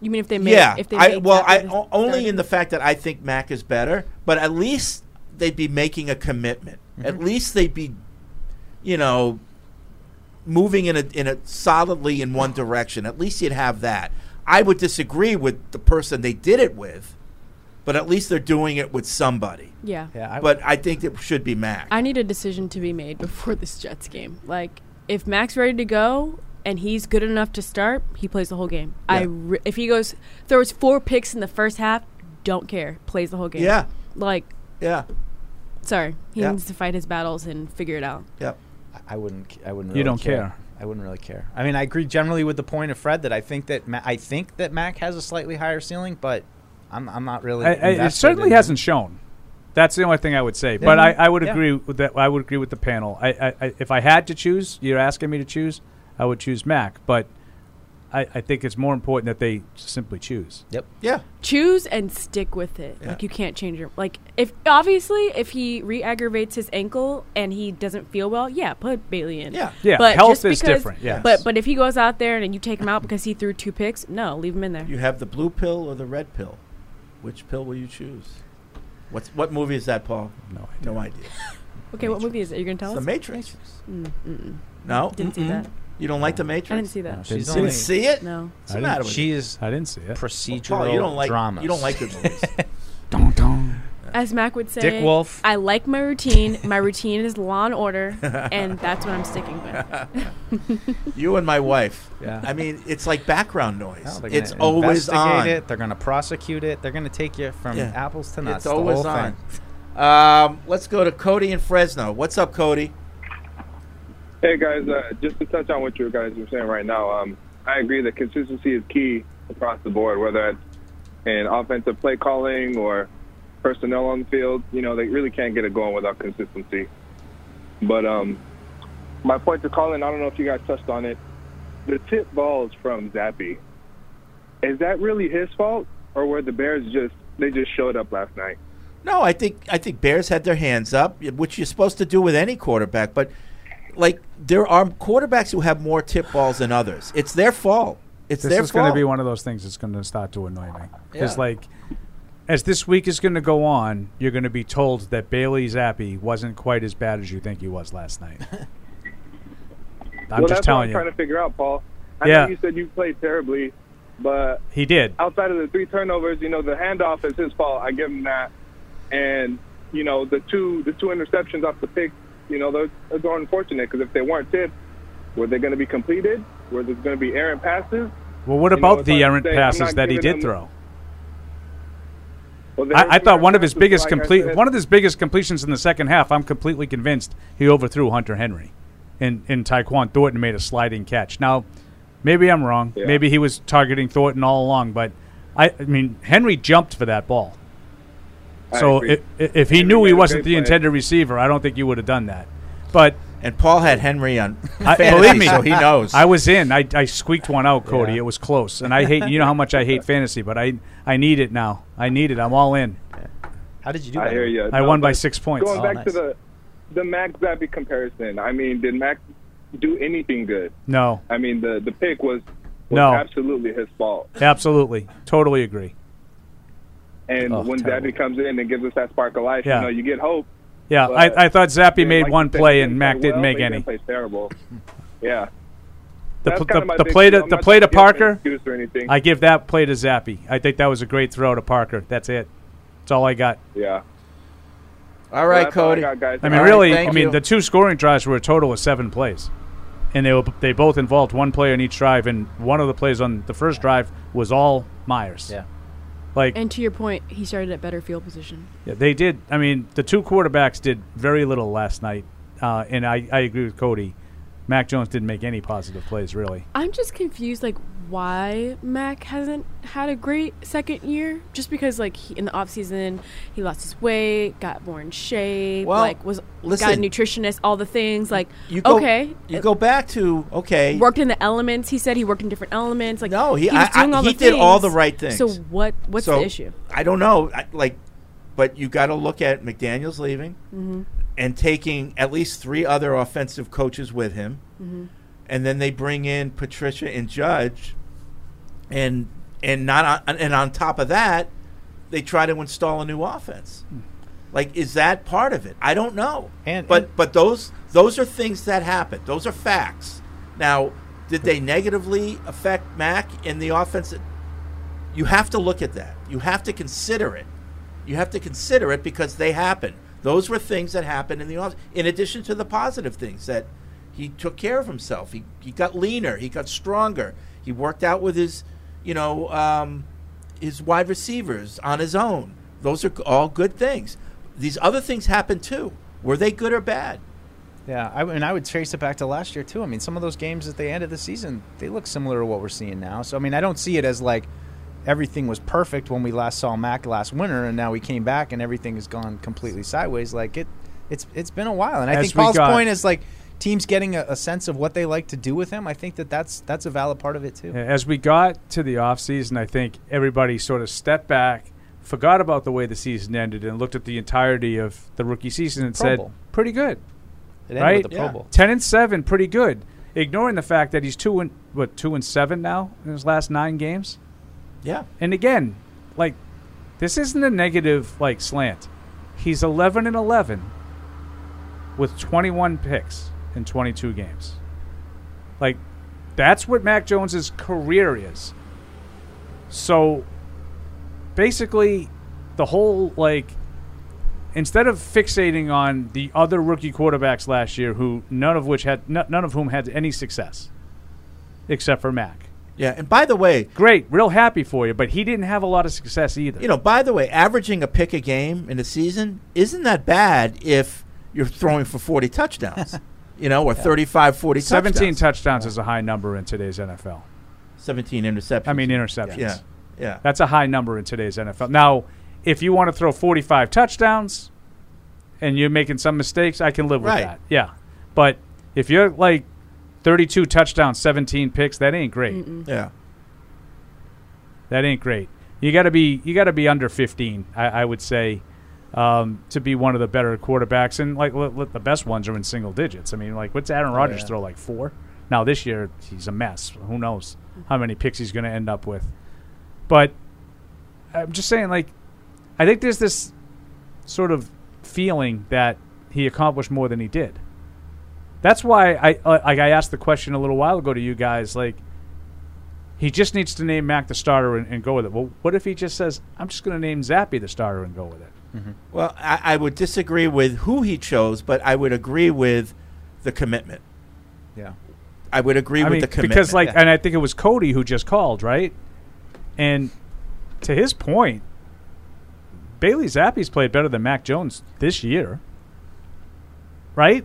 [SPEAKER 8] You mean if they made?
[SPEAKER 1] yeah,
[SPEAKER 8] If they
[SPEAKER 1] I,
[SPEAKER 8] made
[SPEAKER 1] well,
[SPEAKER 8] Zappi
[SPEAKER 1] I
[SPEAKER 8] the
[SPEAKER 1] o- only
[SPEAKER 8] starter?
[SPEAKER 1] in the fact that I think Mac is better, but at least they'd be making a commitment. At
[SPEAKER 6] Mhm.
[SPEAKER 1] least they'd be, you know, moving in a in a solidly in one direction. At least you'd have that. I would disagree with the person they did it with, but at least they're doing it with somebody.
[SPEAKER 8] Yeah. Yeah, I-
[SPEAKER 1] but I think it should be Mac.
[SPEAKER 8] I need a decision to be made before this Jets game. Like, if Mac's ready to go and he's good enough to start, he plays the whole game. I re- if he goes throws four picks in the first half, don't care. Plays the whole game.
[SPEAKER 1] Yeah.
[SPEAKER 8] Like.
[SPEAKER 1] Yeah.
[SPEAKER 8] Sorry, he
[SPEAKER 6] Yeah.
[SPEAKER 8] needs to fight his battles and figure it out.
[SPEAKER 1] Yep.
[SPEAKER 6] I wouldn't. I wouldn't.
[SPEAKER 5] You
[SPEAKER 6] Really
[SPEAKER 5] don't care.
[SPEAKER 6] I wouldn't really care. I mean, I agree generally with the point of Fred that I think that Ma- I think that Mac has a slightly higher ceiling, but I'm I'm not really.
[SPEAKER 5] I- I- it
[SPEAKER 6] invested
[SPEAKER 5] certainly
[SPEAKER 6] in-
[SPEAKER 5] hasn't shown. That's the only thing I would say. But
[SPEAKER 6] Yeah.
[SPEAKER 5] I, I would
[SPEAKER 6] Yeah.
[SPEAKER 5] agree with that. I would agree with the panel. I, I, I, if I had to choose, you're asking me to choose, I would choose Mac. But I, I think it's more important that they simply choose.
[SPEAKER 6] Yep.
[SPEAKER 1] Yeah.
[SPEAKER 8] Choose and stick with it.
[SPEAKER 5] Yeah.
[SPEAKER 8] Like you can't change your like if obviously if he re-aggravates his ankle and he doesn't feel well, yeah, put Bailey in.
[SPEAKER 5] Yeah. Yeah, health is different, yes.
[SPEAKER 8] But but if he goes out there and you take him out because he threw two picks, no, leave him in there.
[SPEAKER 1] You have the blue pill or the red pill. Which pill will you choose? What's what movie is that, Paul? No idea. No idea.
[SPEAKER 8] (laughs) Okay, what movie is it? You're gonna tell
[SPEAKER 1] It's
[SPEAKER 8] us?
[SPEAKER 1] The Matrix.
[SPEAKER 8] Mm, mm-mm.
[SPEAKER 1] No,
[SPEAKER 8] didn't see that.
[SPEAKER 1] You don't like the Matrix?
[SPEAKER 8] I didn't see that.
[SPEAKER 1] you didn't see it?
[SPEAKER 8] No.
[SPEAKER 1] What's the matter with you?
[SPEAKER 6] She is.
[SPEAKER 5] I didn't see it.
[SPEAKER 6] Procedural
[SPEAKER 1] Paul, you don't like
[SPEAKER 6] (laughs) dramas.
[SPEAKER 1] you don't like good movies.
[SPEAKER 5] Dun, dun.
[SPEAKER 8] As Mac would say,
[SPEAKER 6] Dick Wolf.
[SPEAKER 8] I like my routine. My routine is law and order,
[SPEAKER 1] (laughs)
[SPEAKER 8] and that's what I'm sticking with.
[SPEAKER 1] you and my wife.
[SPEAKER 6] Yeah.
[SPEAKER 1] I mean, it's like background noise.
[SPEAKER 6] Well, they're gonna
[SPEAKER 1] it's always
[SPEAKER 6] investigate
[SPEAKER 1] on.
[SPEAKER 6] It. They're going to prosecute it. They're going to take you from
[SPEAKER 1] Yeah.
[SPEAKER 6] apples to nuts.
[SPEAKER 1] It's
[SPEAKER 6] the whole
[SPEAKER 1] always
[SPEAKER 6] thing.
[SPEAKER 1] on. Um, let's go to Cody in Fresno. What's up, Cody?
[SPEAKER 11] Hey guys, uh, just to touch on what you guys are saying right now, um, I agree that consistency is key across the board, whether it's in offensive play calling or personnel on the field. You know, they really can't get it going without consistency. But um, my point to Colin, I don't know if you guys touched on it. The tip balls from Zappy. Is that really his fault, or were the Bears just they just showed up last night?
[SPEAKER 1] No, I think I think Bears had their hands up, which you're supposed to do with any quarterback. But like, there are quarterbacks who have more tip balls than others. It's their fault. It's
[SPEAKER 5] this
[SPEAKER 1] their
[SPEAKER 5] is going
[SPEAKER 1] fault.
[SPEAKER 5] to be one of those things that's going to start to annoy me. Because
[SPEAKER 1] Yeah.
[SPEAKER 5] like, as this week is going to go on, you're going to be told that Bailey Zappi wasn't quite as bad as you think he was
[SPEAKER 6] (laughs)
[SPEAKER 5] last night. I'm
[SPEAKER 11] well,
[SPEAKER 5] just
[SPEAKER 11] that's what I'm
[SPEAKER 5] telling you,
[SPEAKER 11] trying to figure out, Paul. I
[SPEAKER 5] Yeah.
[SPEAKER 11] know you said you played terribly, but
[SPEAKER 5] he did.
[SPEAKER 11] outside of the three turnovers, you know, the handoff is his fault. I give him that. And you know, the two the two interceptions off the pick, you know, those those are unfortunate because if they weren't tipped, were they going to be completed? Were there going to be errant passes?
[SPEAKER 5] Well, what
[SPEAKER 11] You know,
[SPEAKER 5] about
[SPEAKER 11] it's
[SPEAKER 5] the
[SPEAKER 11] hard to
[SPEAKER 5] errant
[SPEAKER 11] say. I'm
[SPEAKER 5] passes
[SPEAKER 11] not
[SPEAKER 5] that he
[SPEAKER 11] giving
[SPEAKER 5] did
[SPEAKER 11] them-
[SPEAKER 5] throw?
[SPEAKER 11] Well, there
[SPEAKER 5] I,
[SPEAKER 11] were
[SPEAKER 5] I
[SPEAKER 11] some
[SPEAKER 5] thought
[SPEAKER 11] errant
[SPEAKER 5] one of his
[SPEAKER 11] passes,
[SPEAKER 5] biggest
[SPEAKER 11] like I
[SPEAKER 5] complete
[SPEAKER 11] said.
[SPEAKER 5] one of his biggest completions in the second half. I'm completely convinced he overthrew Hunter Henry, and and Tyquan Thornton made a sliding catch. Now, maybe I'm wrong.
[SPEAKER 20] Yeah.
[SPEAKER 5] Maybe he was targeting Thornton all along, but I, I mean Henry jumped for that ball.
[SPEAKER 20] I
[SPEAKER 5] So
[SPEAKER 20] agree.
[SPEAKER 5] if, if he
[SPEAKER 20] Henry
[SPEAKER 5] knew
[SPEAKER 20] made
[SPEAKER 5] he
[SPEAKER 20] a
[SPEAKER 5] wasn't
[SPEAKER 20] great
[SPEAKER 5] the
[SPEAKER 20] play.
[SPEAKER 5] intended receiver, I don't think he would have done that. But
[SPEAKER 1] and Paul had Henry on.
[SPEAKER 5] I,
[SPEAKER 1] fantasy,
[SPEAKER 5] believe me,
[SPEAKER 1] so he knows.
[SPEAKER 5] I was in. I, I squeaked one out, Cody.
[SPEAKER 1] Yeah.
[SPEAKER 5] It was close, and I hate. You know how much I hate fantasy, but I I need it now. I need it. I'm all in.
[SPEAKER 6] How did you Oh,
[SPEAKER 11] I hear you.
[SPEAKER 5] I won by six points.
[SPEAKER 11] Going back to the the Max Zabby comparison, I mean, did Max do anything good?
[SPEAKER 5] no,
[SPEAKER 11] I mean, the the pick was, was
[SPEAKER 5] No.
[SPEAKER 11] absolutely his fault.
[SPEAKER 5] absolutely, totally agree.
[SPEAKER 11] And
[SPEAKER 5] Oh,
[SPEAKER 11] when
[SPEAKER 5] terrible.
[SPEAKER 11] Zabby comes in and gives us that spark of life,
[SPEAKER 5] Yeah.
[SPEAKER 11] you know, you get hope.
[SPEAKER 5] Yeah,
[SPEAKER 11] But-
[SPEAKER 5] I, I thought Zappy
[SPEAKER 11] And
[SPEAKER 5] made
[SPEAKER 11] like
[SPEAKER 5] one
[SPEAKER 11] you said,
[SPEAKER 5] play
[SPEAKER 11] he
[SPEAKER 5] and
[SPEAKER 11] didn't
[SPEAKER 5] Mac
[SPEAKER 11] play
[SPEAKER 5] didn't
[SPEAKER 11] well,
[SPEAKER 5] make
[SPEAKER 11] but he
[SPEAKER 5] any.
[SPEAKER 11] play terrible. Yeah.
[SPEAKER 5] The,
[SPEAKER 11] That's
[SPEAKER 5] pl-
[SPEAKER 11] kinda
[SPEAKER 5] the,
[SPEAKER 11] my
[SPEAKER 5] the
[SPEAKER 11] big
[SPEAKER 5] play
[SPEAKER 11] deal.
[SPEAKER 5] to
[SPEAKER 11] I'm
[SPEAKER 5] the
[SPEAKER 11] not
[SPEAKER 5] play to
[SPEAKER 11] trying give him an
[SPEAKER 5] Parker.
[SPEAKER 11] excuse or anything.
[SPEAKER 5] I give that play to Zappy. I think that was a great throw to Parker. That's it. That's all I got.
[SPEAKER 11] Yeah.
[SPEAKER 1] All right,
[SPEAKER 11] that's all I
[SPEAKER 1] Cody.
[SPEAKER 11] got, guys.
[SPEAKER 5] I mean,
[SPEAKER 1] All right,
[SPEAKER 5] really,
[SPEAKER 1] thank
[SPEAKER 5] I mean,
[SPEAKER 1] you.
[SPEAKER 5] the two scoring drives were a total of seven plays, and they were, they both involved one player in each drive, and one of the plays on the first drive was all Myers. Yeah, like
[SPEAKER 8] and to your point, he started at better field position.
[SPEAKER 5] Yeah, they did. I mean, the two quarterbacks did very little last night, uh, and I, I agree with Cody. Mac Jones didn't make any positive plays, really.
[SPEAKER 8] I'm just confused, like why Mac hasn't had a great second year. Just because, like, he, in the off season, he lost his weight, got more in shape,
[SPEAKER 1] Well,
[SPEAKER 8] like was got a
[SPEAKER 1] listen.
[SPEAKER 8] nutritionist, all the things. Like,
[SPEAKER 1] You go,
[SPEAKER 8] okay,
[SPEAKER 1] You go back to okay.
[SPEAKER 8] worked in the elements. He said he worked in different elements. Like,
[SPEAKER 1] No, he,
[SPEAKER 8] he was
[SPEAKER 1] I- I-
[SPEAKER 8] doing all
[SPEAKER 1] he
[SPEAKER 8] the
[SPEAKER 1] did all the
[SPEAKER 8] things.
[SPEAKER 1] right things.
[SPEAKER 8] So what? What's
[SPEAKER 1] So,
[SPEAKER 8] the issue?
[SPEAKER 1] I don't know. I, like, but you got to look at McDaniel's leaving
[SPEAKER 8] Mhm.
[SPEAKER 1] Mm-hmm. and taking at least three other offensive coaches with him,
[SPEAKER 6] Mm-hmm.
[SPEAKER 8] Mhm.
[SPEAKER 1] and then they bring in Patricia and Judge, and and not on, and on top of that, they try to install a new offense. Like, is that part of it? I don't know.
[SPEAKER 6] Hmm. And,
[SPEAKER 1] but but those those are things that happen. Those are facts. Now, did they negatively affect Mac in the offense? You have to look at that. You have to consider it. You have to consider it because they happen. Those were things that happened in the offense. In addition to the positive things that he took care of himself. He he got leaner. He got stronger. He worked out with his, you know, um, his wide receivers on his own. Those are all good things. These other things happened too. Were they good or bad?
[SPEAKER 6] Yeah, I, and I would trace it back to last year too. I mean, some of those games at the end of the season, they look similar to what we're seeing now. So I mean, I don't see it as like everything was perfect when we last saw Mac last winter, and now we came back and everything has gone completely sideways. Like it, it's it's been a while, and I
[SPEAKER 5] As
[SPEAKER 6] think
[SPEAKER 5] we
[SPEAKER 6] Paul's
[SPEAKER 5] got-
[SPEAKER 6] point is like teams getting a, a sense of what they like to do with him. I think that that's that's a valid part of it too.
[SPEAKER 5] Yeah, As we got to the offseason, I think everybody sort of stepped back, forgot about the way the season ended, and looked at the entirety of the rookie season and
[SPEAKER 6] Pro
[SPEAKER 5] said,
[SPEAKER 6] Bowl.
[SPEAKER 5] pretty good.
[SPEAKER 6] It ended
[SPEAKER 5] right?
[SPEAKER 6] with the Pro Yeah. Bowl.
[SPEAKER 5] 10 and 7, pretty good. Ignoring the fact that he's 2 and what 2 and 7 now in his last 9 games.
[SPEAKER 1] Yeah.
[SPEAKER 5] And again, like this isn't a negative like slant. He's 11 and 11 with 21 picks in 22 games. Like that's what Mac Jones's career is. So basically the whole like instead of fixating on the other rookie quarterbacks last year, who none of which had n- none of whom had any success, except for Mac.
[SPEAKER 1] Yeah, and by the way,
[SPEAKER 5] great, real happy for you, but he didn't have a lot of success either.
[SPEAKER 1] You know, by the way, averaging a pick a game in a season isn't that bad if you're throwing for
[SPEAKER 5] (laughs)
[SPEAKER 1] 40 touchdowns, you know, or thirty-five, forty 35,
[SPEAKER 5] 17
[SPEAKER 1] 40 touchdowns.
[SPEAKER 5] touchdowns is a high number in today's NFL.
[SPEAKER 1] 17 interceptions.
[SPEAKER 5] I mean interceptions.
[SPEAKER 1] Yeah, yeah.
[SPEAKER 5] That's a high number in today's NFL. Now, if you want to throw 45 touchdowns and you're making some mistakes, I can live with
[SPEAKER 1] Right.
[SPEAKER 5] that. Yeah. But if you're like 32 touchdowns, 17 picks, that ain't great.
[SPEAKER 1] Mm-mm. Yeah.
[SPEAKER 5] That ain't great. You got to be you got to be under 15, I, I would say, um, to be one of the better quarterbacks. And like l- the best ones are in single digits. I mean, like what's Aaron
[SPEAKER 12] Oh,
[SPEAKER 5] Rodgers
[SPEAKER 12] yeah.
[SPEAKER 5] throw like four? Now this year he's a mess. Who knows how many picks he's going to end up with? But I'm just saying, like, I think there's this sort of feeling that he accomplished more than he did. That's why I uh, like I asked the question a little while ago to you guys, like. He just needs to name Mac the starter and, and go with it. Well, what if he just says, "I'm just going to name Zappy the starter and go with it"?
[SPEAKER 1] Mm-hmm. Well, I, I would disagree with who he chose, but I would agree with the commitment.
[SPEAKER 6] Yeah.
[SPEAKER 1] I would agree
[SPEAKER 5] I
[SPEAKER 1] with
[SPEAKER 5] mean,
[SPEAKER 1] the commitment.
[SPEAKER 5] because like, and I think it was Cody who just called, right? And to his point, Bailey Zappy's played better than Mac Jones this year, right?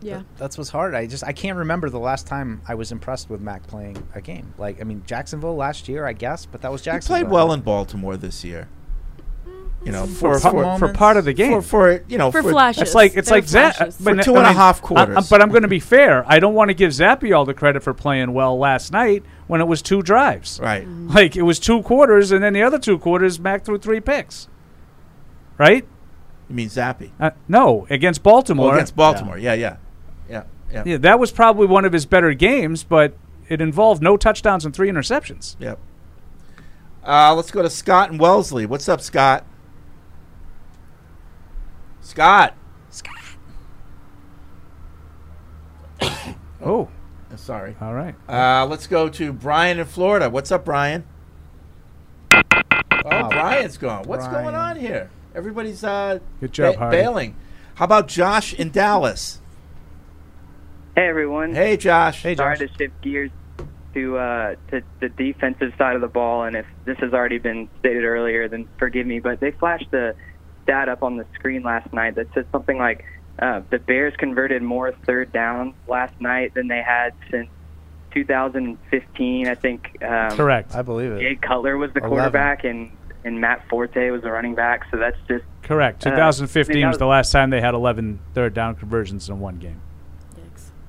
[SPEAKER 8] Yeah.
[SPEAKER 6] That's what's hard. I just I can't remember the last time I was impressed with Mac playing a game. Like I mean Jacksonville last year, I guess, but that was
[SPEAKER 1] he
[SPEAKER 6] Jacksonville.
[SPEAKER 1] played well in Baltimore this year. You know,
[SPEAKER 6] Mm, For
[SPEAKER 1] for
[SPEAKER 6] some
[SPEAKER 1] for,
[SPEAKER 6] moments.
[SPEAKER 5] part of the game.
[SPEAKER 1] for, for you know
[SPEAKER 5] For
[SPEAKER 8] flashes.
[SPEAKER 5] It's like it's
[SPEAKER 8] There
[SPEAKER 5] like
[SPEAKER 8] were
[SPEAKER 5] Zap
[SPEAKER 8] flashes.
[SPEAKER 1] For two and a half quarters.
[SPEAKER 5] I- I- but I'm going to be fair. I don't want to give Zappy all the credit for playing well last night when it was two drives.
[SPEAKER 1] Right.
[SPEAKER 5] Like it was two quarters, and then the other two quarters, Mac threw three picks. Right.
[SPEAKER 1] You mean Zappy?
[SPEAKER 5] Uh, no, against Baltimore.
[SPEAKER 1] Oh, against Baltimore. Yeah, yeah, yeah, yeah.
[SPEAKER 5] Yeah. Yeah, that was probably one of his better games, but it involved no touchdowns and three interceptions.
[SPEAKER 1] Yep. Uh, let's go to Scott and Wellesley. What's up, Scott? Scott. Scott. (coughs)
[SPEAKER 5] Oh,
[SPEAKER 1] sorry.
[SPEAKER 5] All right.
[SPEAKER 1] Uh, let's go to Brian in Florida. What's up, Brian? Oh, Brian's gone. What's going on here? Everybody's uh,
[SPEAKER 5] Good job, Hardy.
[SPEAKER 1] bailing. How about Josh in Dallas?
[SPEAKER 20] Hey everyone.
[SPEAKER 1] Hey Josh. Hey
[SPEAKER 20] Sorry to shift gears to uh, to the defensive side of the ball, and if this has already been stated earlier, then forgive me. But they flashed the stat up on the screen last night that said something like uh, the Bears converted more third downs last night than they had since 2015. I think. Um,
[SPEAKER 5] Correct.
[SPEAKER 6] I believe it.
[SPEAKER 20] Jay Cutler was the
[SPEAKER 5] Eleven.
[SPEAKER 20] quarterback, and and Matt Forte was the running back. So that's just
[SPEAKER 5] Correct.
[SPEAKER 20] Uh,
[SPEAKER 5] 2015
[SPEAKER 20] that
[SPEAKER 5] was the last time they had 11 third down conversions in one game.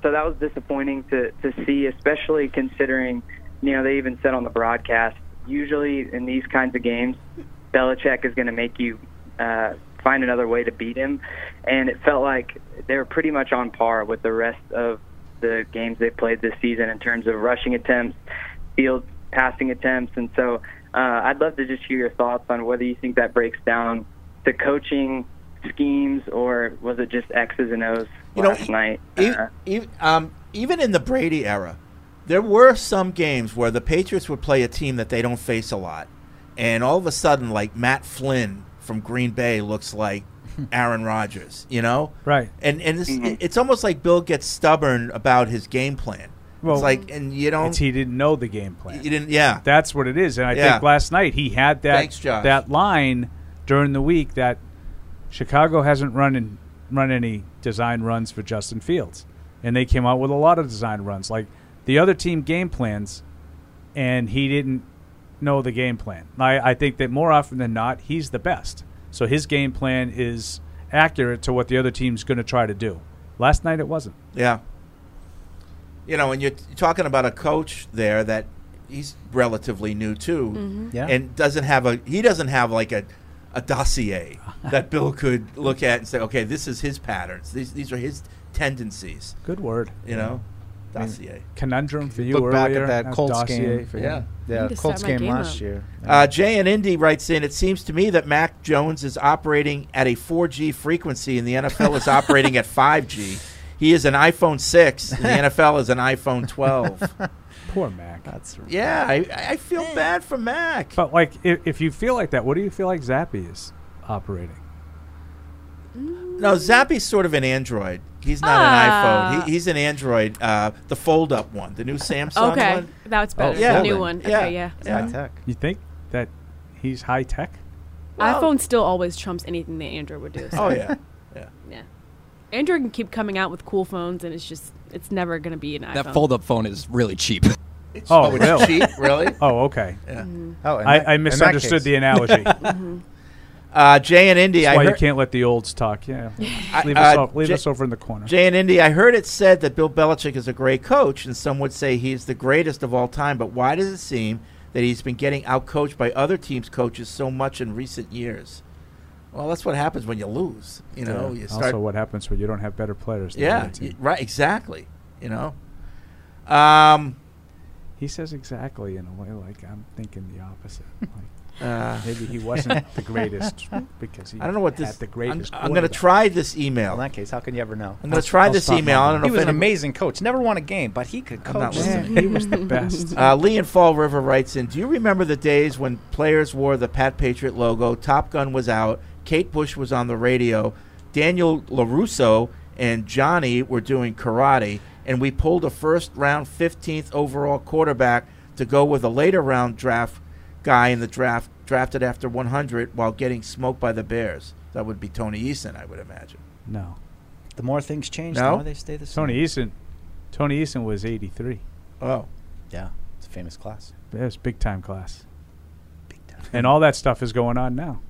[SPEAKER 20] so that was disappointing to to see, especially considering you know they even said on the broadcast. Usually in these kinds of games, Belichick is going to make you uh, find another way to beat him, and it felt like they were pretty much on par with the rest of the games they played this season in terms of rushing attempts, field passing attempts, and so uh, I'd love to just hear your thoughts on whether you think that breaks down to coaching schemes or was it just X's and O's
[SPEAKER 1] You know,
[SPEAKER 20] last night?
[SPEAKER 1] E- e- um, even in the Brady era, there were some games where the Patriots would play a team that they don't face a lot, and all of a sudden, like Matt Flynn from Green Bay
[SPEAKER 5] (laughs)
[SPEAKER 1] looks like Aaron Rodgers, you know?
[SPEAKER 5] Right. Mm-hmm.
[SPEAKER 1] And and this, it's almost like Bill gets stubborn about his game plan.
[SPEAKER 5] Well,
[SPEAKER 1] it's like, and you don't.
[SPEAKER 5] It's he didn't know the game plan.
[SPEAKER 1] You didn't. Yeah.
[SPEAKER 5] That's what it is. And I
[SPEAKER 1] Yeah.
[SPEAKER 5] think last night he had that
[SPEAKER 1] Thanks, Josh.
[SPEAKER 5] that line during the week that Chicago hasn't run in, run any design runs for Justin Fields, and they came out with a lot of design runs like the other team game plans, and he didn't know the game plan. I, I think that more often than not, he's the best. So his game plan is accurate to what the other team's going to try to do. Last night it wasn't.
[SPEAKER 1] Yeah. You know, and you're t- talking about a coach there that he's relatively new too,
[SPEAKER 5] Mhm. Yeah.
[SPEAKER 1] and doesn't have a he doesn't have like a
[SPEAKER 5] (laughs)
[SPEAKER 1] a dossier that Bill could look at and say, okay, this is his patterns. These these are his tendencies.
[SPEAKER 5] Good word.
[SPEAKER 1] You know,
[SPEAKER 5] I mean,
[SPEAKER 1] dossier.
[SPEAKER 5] conundrum for you
[SPEAKER 6] Look back at
[SPEAKER 5] earlier,
[SPEAKER 6] that
[SPEAKER 5] uh,
[SPEAKER 6] Colts
[SPEAKER 5] dossier
[SPEAKER 6] game.
[SPEAKER 5] for
[SPEAKER 6] Yeah.
[SPEAKER 5] you.
[SPEAKER 6] Yeah, I need to Colts set my game game last up. year.
[SPEAKER 1] Uh, Jay in Indy writes in, it seems to me that Mac Jones is operating at a 4G frequency and the NFL is operating at 5G. He is an iPhone 6 and the NFL is an
[SPEAKER 6] (laughs)
[SPEAKER 1] iPhone 12.
[SPEAKER 5] Poor Mac. That's
[SPEAKER 1] Yeah, I, I feel bad for Mac.
[SPEAKER 5] But like, if, if you feel like that, what do you feel like Zappy is operating?
[SPEAKER 1] No, Zappy's sort of an Android. He's not an
[SPEAKER 8] Ah.
[SPEAKER 1] iPhone. He, he's an Android, uh, the fold up one, the new Samsung
[SPEAKER 8] Okay,
[SPEAKER 1] one.
[SPEAKER 8] that's
[SPEAKER 6] Oh,
[SPEAKER 8] better.
[SPEAKER 1] yeah.
[SPEAKER 8] The new one. Okay, yeah.
[SPEAKER 5] You think that he's high tech?
[SPEAKER 8] iPhone still always trumps anything that Android would do. So.
[SPEAKER 5] Oh,
[SPEAKER 8] (laughs)
[SPEAKER 5] yeah.
[SPEAKER 1] Yeah.
[SPEAKER 8] Yeah. Android can keep coming out with cool phones, and it's just it's never going to be an iPhone.
[SPEAKER 9] That fold up phone is really cheap.
[SPEAKER 5] Oh, really? (laughs) Oh, okay.
[SPEAKER 9] Oh, in
[SPEAKER 5] I,
[SPEAKER 9] that-
[SPEAKER 5] I
[SPEAKER 9] in that
[SPEAKER 5] misunderstood
[SPEAKER 9] case.
[SPEAKER 5] the analogy.
[SPEAKER 1] (laughs)
[SPEAKER 9] Mhm.
[SPEAKER 1] Uh, Jay and Indy,
[SPEAKER 5] That's
[SPEAKER 1] I
[SPEAKER 5] why you
[SPEAKER 1] heard-
[SPEAKER 5] can't let the olds talk. Yeah,
[SPEAKER 1] (laughs) I-
[SPEAKER 5] leave, us,
[SPEAKER 1] uh,
[SPEAKER 5] o- leave
[SPEAKER 1] Jay-
[SPEAKER 5] us over in the corner.
[SPEAKER 1] Jay and Indy, I heard it said that Bill Belichick is a great coach, and some would say he's the greatest of all time. But why does it seem that he's been getting outcoached by other teams' coaches so much in recent years? Well, that's what happens when you lose. You know,
[SPEAKER 5] Yeah.
[SPEAKER 1] you start.
[SPEAKER 5] also what happens when you don't have better players? than the
[SPEAKER 1] yeah,
[SPEAKER 5] other team.
[SPEAKER 1] y- right. Exactly. You know. Um,
[SPEAKER 5] he says exactly in a way like I'm thinking the
[SPEAKER 1] (laughs)
[SPEAKER 5] opposite. Like,
[SPEAKER 1] Uh,
[SPEAKER 5] maybe he wasn't the greatest because he
[SPEAKER 1] (laughs) I don't know what
[SPEAKER 5] had
[SPEAKER 1] this.
[SPEAKER 5] the greatest.
[SPEAKER 1] I'm, I'm going to try this email.
[SPEAKER 6] In that case, how can you ever know?
[SPEAKER 1] I'm going to try this email. I don't know
[SPEAKER 6] He
[SPEAKER 1] if
[SPEAKER 6] was an
[SPEAKER 1] any-
[SPEAKER 6] amazing coach. Never won a game, but (laughs) he could
[SPEAKER 1] I'm not
[SPEAKER 6] coach.
[SPEAKER 1] listening. (laughs) Uh,
[SPEAKER 6] Uh,
[SPEAKER 1] Lee in Fall River writes in Do you remember the days when players wore the Pat Patriot logo? Top Gun was out. Kate Bush was on the radio. Daniel LaRusso and Johnny were doing karate. And we pulled a first round 15th overall quarterback to go with a later round draft guy in the draft, drafted after 100 while getting smoked by the Bears. That would be Tony Eason, I would imagine.
[SPEAKER 5] No.
[SPEAKER 6] The more things change, the more they stay the same.
[SPEAKER 5] Tony Eason. Tony Eason was 83.
[SPEAKER 1] Oh.
[SPEAKER 6] Yeah, it's a famous class.
[SPEAKER 5] Yeah, it's big time class. Big time. And all that stuff is going on now.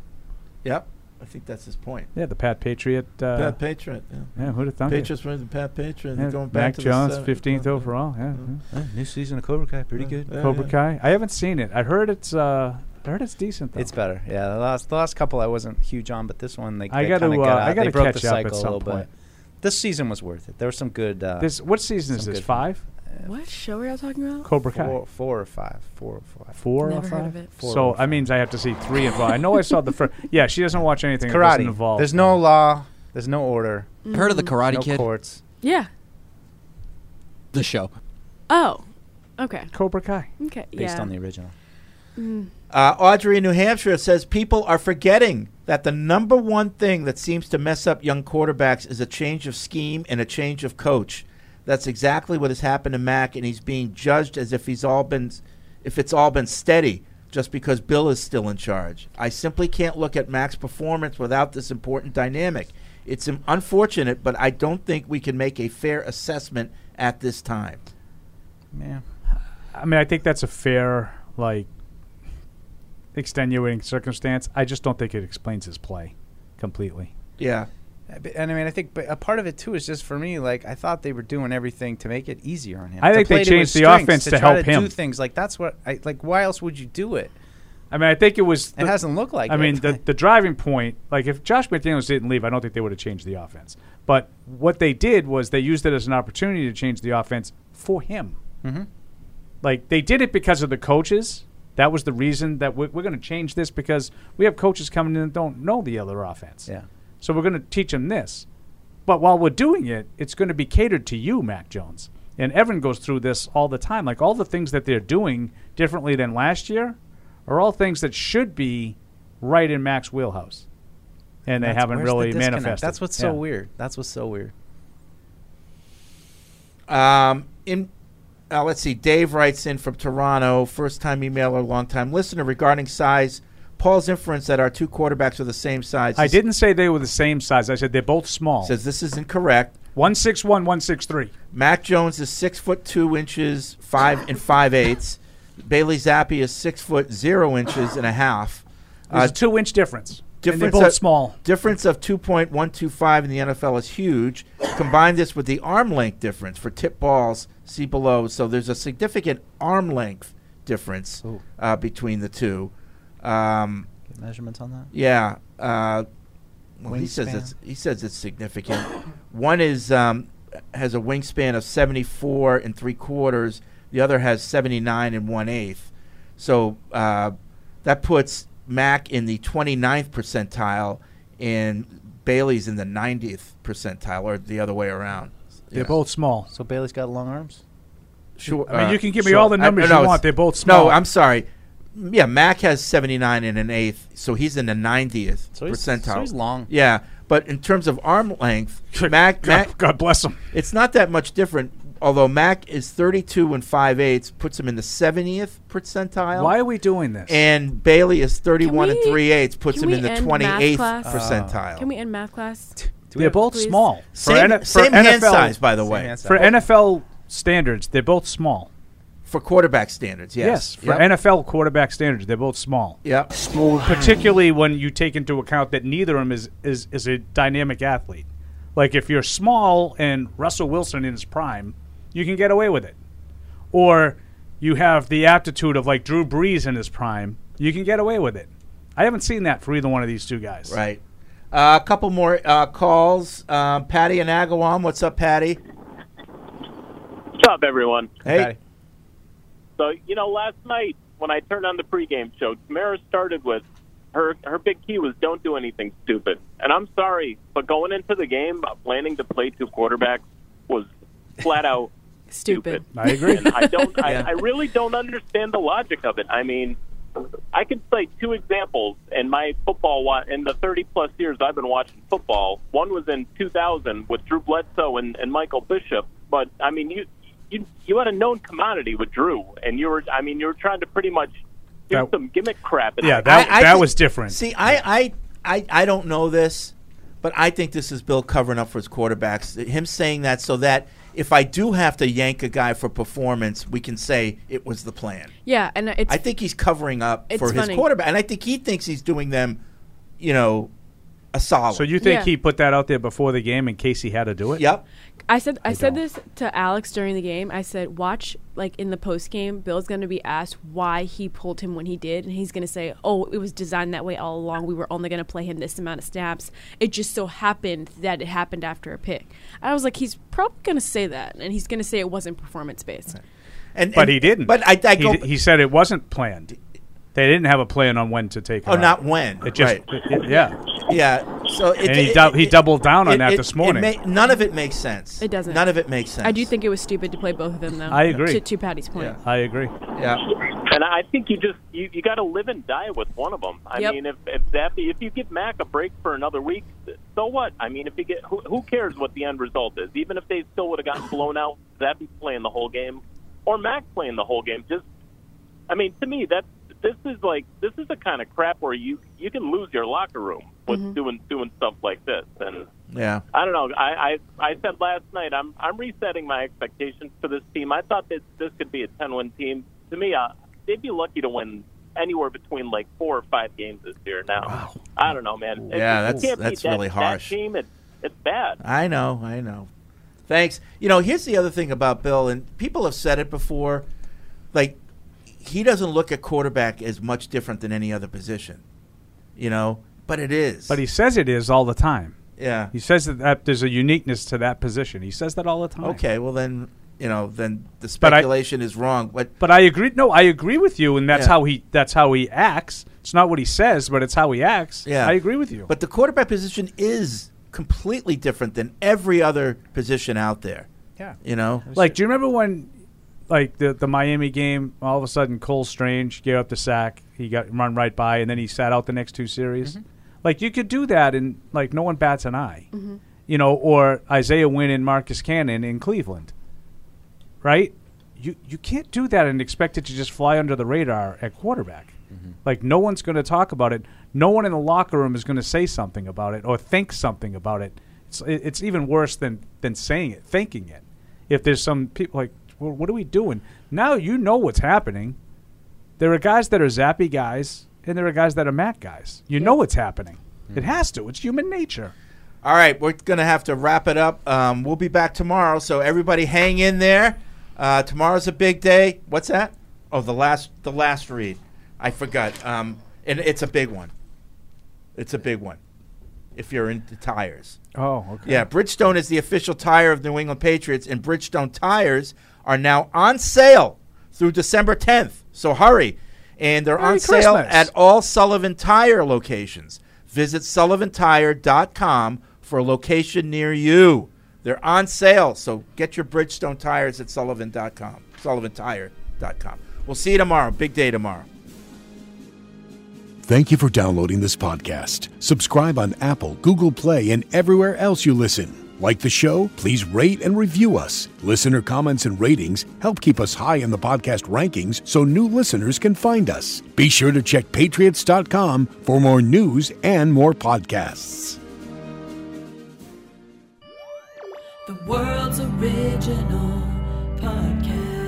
[SPEAKER 1] Yep. I think that's his point.
[SPEAKER 5] Yeah, the Pat Patriot. Uh,
[SPEAKER 1] Pat Patriot. Yeah,
[SPEAKER 5] who'd have thought?
[SPEAKER 1] Patriots were the Pat Patriot.
[SPEAKER 5] Yeah,
[SPEAKER 1] and going back
[SPEAKER 5] Mac
[SPEAKER 1] to
[SPEAKER 5] Jones,
[SPEAKER 1] the
[SPEAKER 5] 15th overall. Yeah.
[SPEAKER 1] Mm-hmm.
[SPEAKER 5] yeah.
[SPEAKER 6] New season of Cobra Kai, pretty good.
[SPEAKER 5] Cobra Kai. I haven't seen it. I heard it's. Uh, I heard it's decent though.
[SPEAKER 6] It's better. Yeah, the last the last couple I wasn't huge on, but this one they,
[SPEAKER 5] I
[SPEAKER 6] they
[SPEAKER 5] gotta,
[SPEAKER 6] kinda
[SPEAKER 5] uh,
[SPEAKER 6] got
[SPEAKER 5] I
[SPEAKER 6] out.
[SPEAKER 5] gotta
[SPEAKER 6] they broke
[SPEAKER 5] catch
[SPEAKER 6] the
[SPEAKER 5] up
[SPEAKER 6] cycle
[SPEAKER 5] at
[SPEAKER 6] a
[SPEAKER 5] some
[SPEAKER 6] little
[SPEAKER 5] point.
[SPEAKER 6] bit. This season was worth it. There were some good. Uh,
[SPEAKER 5] This- what season is
[SPEAKER 6] some
[SPEAKER 5] this,
[SPEAKER 6] good-
[SPEAKER 5] five?
[SPEAKER 8] What show are y'all talking about?
[SPEAKER 5] Cobra Kai.
[SPEAKER 6] Four, four or five. Four or five.
[SPEAKER 5] Four
[SPEAKER 8] Never
[SPEAKER 5] or
[SPEAKER 8] heard
[SPEAKER 5] five.
[SPEAKER 8] of it.
[SPEAKER 6] Four
[SPEAKER 5] so
[SPEAKER 6] or
[SPEAKER 5] that means I have to see three and five. I know I saw the first. (laughs) Yeah, she doesn't watch anything. That doesn't
[SPEAKER 6] Karate.
[SPEAKER 5] involve.
[SPEAKER 6] There's no law. There's no order.
[SPEAKER 9] Heard of the Karate
[SPEAKER 6] no
[SPEAKER 9] Kid?
[SPEAKER 6] Courts.
[SPEAKER 8] Yeah.
[SPEAKER 9] The show.
[SPEAKER 8] Oh. Okay.
[SPEAKER 5] Cobra Kai.
[SPEAKER 8] Okay.
[SPEAKER 6] Based
[SPEAKER 8] yeah.
[SPEAKER 6] on the original.
[SPEAKER 8] Mm.
[SPEAKER 1] Uh, Audrey in New Hampshire says people are forgetting that the number one thing that seems to mess up young quarterbacks is a change of scheme and a change of coach. That's exactly what has happened to Mac, and he's being judged as if he's all been, if it's all been steady, just because Bill is still in charge. I simply can't look at Mac's performance without this important dynamic. It's um, unfortunate, but I don't think we can make a fair assessment at this time.
[SPEAKER 6] Yeah.
[SPEAKER 5] I mean, I think that's a fair like extenuating circumstance. I just don't think it explains his play completely.
[SPEAKER 1] Yeah.
[SPEAKER 6] Uh, but- And I mean, I think, but a part of it too is just for me. Like, I thought they were doing everything to make it easier on him.
[SPEAKER 5] I
[SPEAKER 6] to
[SPEAKER 5] think they
[SPEAKER 6] play to his
[SPEAKER 5] changed the
[SPEAKER 6] strengths,
[SPEAKER 5] offense
[SPEAKER 6] to
[SPEAKER 5] to
[SPEAKER 6] try
[SPEAKER 5] help
[SPEAKER 6] to Do
[SPEAKER 5] him.
[SPEAKER 6] things like that's what I like. Why else would you do it?
[SPEAKER 5] I mean, I think it was.
[SPEAKER 6] It hasn't looked like
[SPEAKER 5] I mean,
[SPEAKER 6] it.
[SPEAKER 5] the the driving point. Like, if Josh McDaniels didn't leave, I don't think they would have changed the offense. But what they did was they used it as an opportunity to change the offense for him.
[SPEAKER 6] Mm-hmm.
[SPEAKER 5] Like they did it because of the coaches. That was the reason that we're, we're going to change this because we have coaches coming in that don't know the other offense.
[SPEAKER 6] Yeah.
[SPEAKER 5] So we're going to teach them this. But while we're doing it, it's going to be catered to you, Mac Jones. And Evan goes through this all the time. Like all the things that they're doing differently than last year are all things that should be right in Mac's wheelhouse. And they
[SPEAKER 6] That's-
[SPEAKER 5] haven't
[SPEAKER 6] where's the
[SPEAKER 5] really
[SPEAKER 6] disconnect?
[SPEAKER 5] manifested.
[SPEAKER 6] That's what's
[SPEAKER 5] Yeah.
[SPEAKER 6] so weird. That's what's so weird.
[SPEAKER 1] Um, in uh, let's see, Dave writes in from Toronto, first time emailer, long time listener regarding size. Paul's inference that our two quarterbacks are the same size.
[SPEAKER 5] I
[SPEAKER 1] is-
[SPEAKER 5] didn't say they were the same size. I said they're both small.
[SPEAKER 1] Says this is incorrect.
[SPEAKER 5] One six one, one six three.
[SPEAKER 1] Mac Jones is six foot two inches, five and five eighths. Bailey Zappi is six foot zero inches and a half. Uh,
[SPEAKER 5] There's a two inch difference. and they're both
[SPEAKER 1] of,
[SPEAKER 5] small.
[SPEAKER 1] Difference of 2.125 in the NFL is huge. Combine this with the arm length difference for tip balls, see below. So there's a significant arm length difference uh, between the two. Um,
[SPEAKER 6] Get measurements on that.
[SPEAKER 1] yeah. Uh, well, he says
[SPEAKER 6] Wingspan.
[SPEAKER 1] it's he says it's significant. (coughs) One is um, has a wingspan of seventy four and three quarters. The other has seventy nine and one eighth. So uh, that puts Mac in the 29th percentile, and Bailey's in the ninetieth percentile, or the other way around.
[SPEAKER 5] They're both small.
[SPEAKER 6] So Bailey's got long arms.
[SPEAKER 1] Sure.
[SPEAKER 5] I mean,
[SPEAKER 1] uh,
[SPEAKER 5] you can give me
[SPEAKER 1] sure.
[SPEAKER 5] all the
[SPEAKER 1] I-
[SPEAKER 5] numbers
[SPEAKER 1] no,
[SPEAKER 5] you
[SPEAKER 1] it's-
[SPEAKER 5] want. They're both small.
[SPEAKER 1] No, I'm sorry. yeah, Mac has 79 and an eighth, so he's in the 90th
[SPEAKER 6] he's-
[SPEAKER 1] percentile.
[SPEAKER 6] so he's long.
[SPEAKER 1] Yeah, but in terms of arm length, Mac,
[SPEAKER 5] (laughs)
[SPEAKER 1] Mac,
[SPEAKER 5] God bless him.
[SPEAKER 1] It's not that much different. Although Mac is 32 and 5 eighths, puts him in the 70th percentile.
[SPEAKER 5] Why are we doing this?
[SPEAKER 1] And Bailey is 31 and
[SPEAKER 8] Can we-
[SPEAKER 1] 3 eighths, puts
[SPEAKER 8] can
[SPEAKER 1] him
[SPEAKER 8] we
[SPEAKER 1] in the
[SPEAKER 8] end math
[SPEAKER 1] 28th
[SPEAKER 8] class? Uh.
[SPEAKER 1] percentile.
[SPEAKER 8] Can we end math class?
[SPEAKER 5] They're both
[SPEAKER 8] Please.
[SPEAKER 5] small.
[SPEAKER 1] Same- same hand size, by the Same way. hand size.
[SPEAKER 5] For NFL standards, they're both small.
[SPEAKER 1] For quarterback standards, yes.
[SPEAKER 5] for
[SPEAKER 1] Yep.
[SPEAKER 5] NFL quarterback standards, they're both small.
[SPEAKER 1] Yeah.
[SPEAKER 5] Small. Particularly when you take into account that neither of them is, is, is a dynamic athlete. Like if you're small and Russell Wilson in his prime, you can get away with it. Or you have the aptitude of like Drew Brees in his prime, you can get away with it. I haven't seen that for either one of these two guys.
[SPEAKER 1] Right. Uh, a couple more uh, calls. Um, Patty and Agawam. What's up, Patty?
[SPEAKER 12] What's up, everyone?
[SPEAKER 1] Hey.
[SPEAKER 12] So you know, last night when I turned on the pregame show, Tamara started with her her big key was "Don't do anything stupid." And I'm sorry, but going into the game, uh, planning to play two quarterbacks was flat out
[SPEAKER 8] stupid.
[SPEAKER 5] I
[SPEAKER 8] (laughs)
[SPEAKER 5] agree.
[SPEAKER 12] And I don't.
[SPEAKER 5] Yeah.
[SPEAKER 12] I, I really don't understand the logic of it. I mean, I could cite two examples in my football wa- in the 30 plus years I've been watching football. One was in 2000 with Drew Bledsoe and, and Michael Bishop. But I mean, you you you had a known commodity with Drew, and you were I mean you were trying to pretty much do
[SPEAKER 5] That-
[SPEAKER 12] some gimmick crap. And
[SPEAKER 5] Yeah,
[SPEAKER 12] I-
[SPEAKER 5] that-
[SPEAKER 1] I- I think-
[SPEAKER 5] was different.
[SPEAKER 1] See, I, I, I, I don't know this, but I think this is Bill covering up for his quarterbacks. Him saying that so that if I do have to yank a guy for performance, we can say it was the plan.
[SPEAKER 8] Yeah, and it's
[SPEAKER 1] I think he's covering up
[SPEAKER 8] It's
[SPEAKER 1] for his
[SPEAKER 8] funny.
[SPEAKER 1] quarterback, and I think he thinks he's doing them, you know, a solid.
[SPEAKER 5] So you think he put that out there before the game in case he had to do it?
[SPEAKER 1] Yep.
[SPEAKER 8] I said I,
[SPEAKER 5] I
[SPEAKER 8] said this to Alex during the game. I said, "Watch like in the post game, Bill's going to be asked why he pulled him when he did, and he's going to say, "Oh, it was designed that way all along. We were only going to play him this amount of snaps. It just so happened that it happened after a pick." I was like, "He's probably going to say that, and he's going to say it wasn't performance based."
[SPEAKER 1] And,
[SPEAKER 5] but
[SPEAKER 1] and-
[SPEAKER 5] he didn't.
[SPEAKER 1] But I, I
[SPEAKER 5] he,
[SPEAKER 1] go,
[SPEAKER 5] he said it wasn't planned. They didn't have a plan on when to take. him
[SPEAKER 1] Oh,
[SPEAKER 5] out.
[SPEAKER 1] not when,
[SPEAKER 5] It just,
[SPEAKER 1] right.
[SPEAKER 5] it- it- yeah.
[SPEAKER 1] yeah. So it,
[SPEAKER 5] And he
[SPEAKER 1] it-
[SPEAKER 5] dou- he
[SPEAKER 1] it-
[SPEAKER 5] doubled down on
[SPEAKER 1] it-
[SPEAKER 5] that
[SPEAKER 1] it-
[SPEAKER 5] this
[SPEAKER 1] it
[SPEAKER 5] morning.
[SPEAKER 1] ma- none of it makes sense.
[SPEAKER 8] It doesn't.
[SPEAKER 1] None of it makes sense.
[SPEAKER 8] I do think it was stupid to play both of them, though.
[SPEAKER 1] I agree.
[SPEAKER 8] To, to Patty's point,
[SPEAKER 5] I agree.
[SPEAKER 1] Yeah.
[SPEAKER 12] And I think you just you, you got to live and die with one of them. I
[SPEAKER 8] Yep.
[SPEAKER 12] mean, if if Zappy, if you give Mac a break for another week, so what? I mean, if you get who, who cares what the end result is? Even if they still would have gotten blown out, Zappy playing the whole game, or Mac playing the whole game. Just, I mean, to me, that's this is like this is the kind of crap where you you can lose your locker room with
[SPEAKER 8] Mm-hmm.
[SPEAKER 12] doing doing stuff like this. And
[SPEAKER 1] Yeah.
[SPEAKER 12] I don't know. I, I I said last night I'm I'm resetting my expectations for this team. I thought that this could be a 10-win team. To me, uh, they'd be lucky to win anywhere between like four or five games this year. Now, I don't know, man.
[SPEAKER 1] Yeah,
[SPEAKER 12] you
[SPEAKER 1] that's-
[SPEAKER 12] can't beat
[SPEAKER 1] that's
[SPEAKER 12] that-
[SPEAKER 1] really
[SPEAKER 12] that
[SPEAKER 1] harsh.
[SPEAKER 12] team, it, it's bad.
[SPEAKER 1] I know, I know. Thanks. You know, here's the other thing about Bill, and people have said it before. Like, he doesn't look at quarterback as much different than any other position, you know, but it is.
[SPEAKER 5] But he says it is all the time.
[SPEAKER 1] Yeah.
[SPEAKER 5] He says that, that there's a uniqueness to that position. He says that all the time.
[SPEAKER 1] Okay, well, then, you know, then the
[SPEAKER 5] But I-
[SPEAKER 1] speculation is wrong. But
[SPEAKER 5] But I agree. No, I agree with you, and that's
[SPEAKER 1] Yeah.
[SPEAKER 5] how he that's how he acts. It's not what he says, but it's how he acts.
[SPEAKER 1] Yeah.
[SPEAKER 5] I agree with you.
[SPEAKER 1] But the quarterback position is completely different than every other position out there.
[SPEAKER 5] Yeah.
[SPEAKER 1] You know?
[SPEAKER 5] Like, do you remember when, like the the Miami game? All of a sudden, Cole Strange gave up the sack. He got run right by, and then he sat out the next two series. Like you could do that, and like no one bats an eye,
[SPEAKER 13] Mhm.
[SPEAKER 5] you know. Or Isaiah Wynn and Marcus Cannon in Cleveland, right? You you can't do that and expect it to just fly under the radar at quarterback.
[SPEAKER 1] Mm-hmm.
[SPEAKER 5] Like no one's going to talk about it. No one in the locker room is going to say something about it or think something about it. It's it- it's even worse than than saying it, thinking it. If there's some people like, well, what are we doing now? You know what's happening. There are guys that are zappy guys, and there are guys that are Mac guys. You know what's happening. It has to. It's human nature.
[SPEAKER 1] All right, we're going to have to wrap it up. Um, we'll be back tomorrow, so everybody hang in there. Uh, tomorrow's a big day. What's that? Oh, the last the last read. I forgot. Um, and it's a big one. It's a big one. If you're into tires.
[SPEAKER 5] Oh, okay.
[SPEAKER 1] Yeah, Bridgestone is the official tire of the New England Patriots, and Bridgestone tires are now on sale through December 10th. So hurry. And they're
[SPEAKER 5] Merry
[SPEAKER 1] on sale
[SPEAKER 5] Christmas.
[SPEAKER 1] at all Sullivan Tire locations. Visit sullivantire.com for a location near you. They're on sale, so get your Bridgestone tires at sullivan.com, sullivantire.com. We'll see you tomorrow. Big day tomorrow.
[SPEAKER 13] Thank you for downloading this podcast. Subscribe on Apple, Google Play, and everywhere else you listen. Like the show? Please rate and review us. Listener comments and ratings help keep us high in the podcast rankings so new listeners can find us. Be sure to check patriots.com for more news and more podcasts.
[SPEAKER 15] The world's original podcast.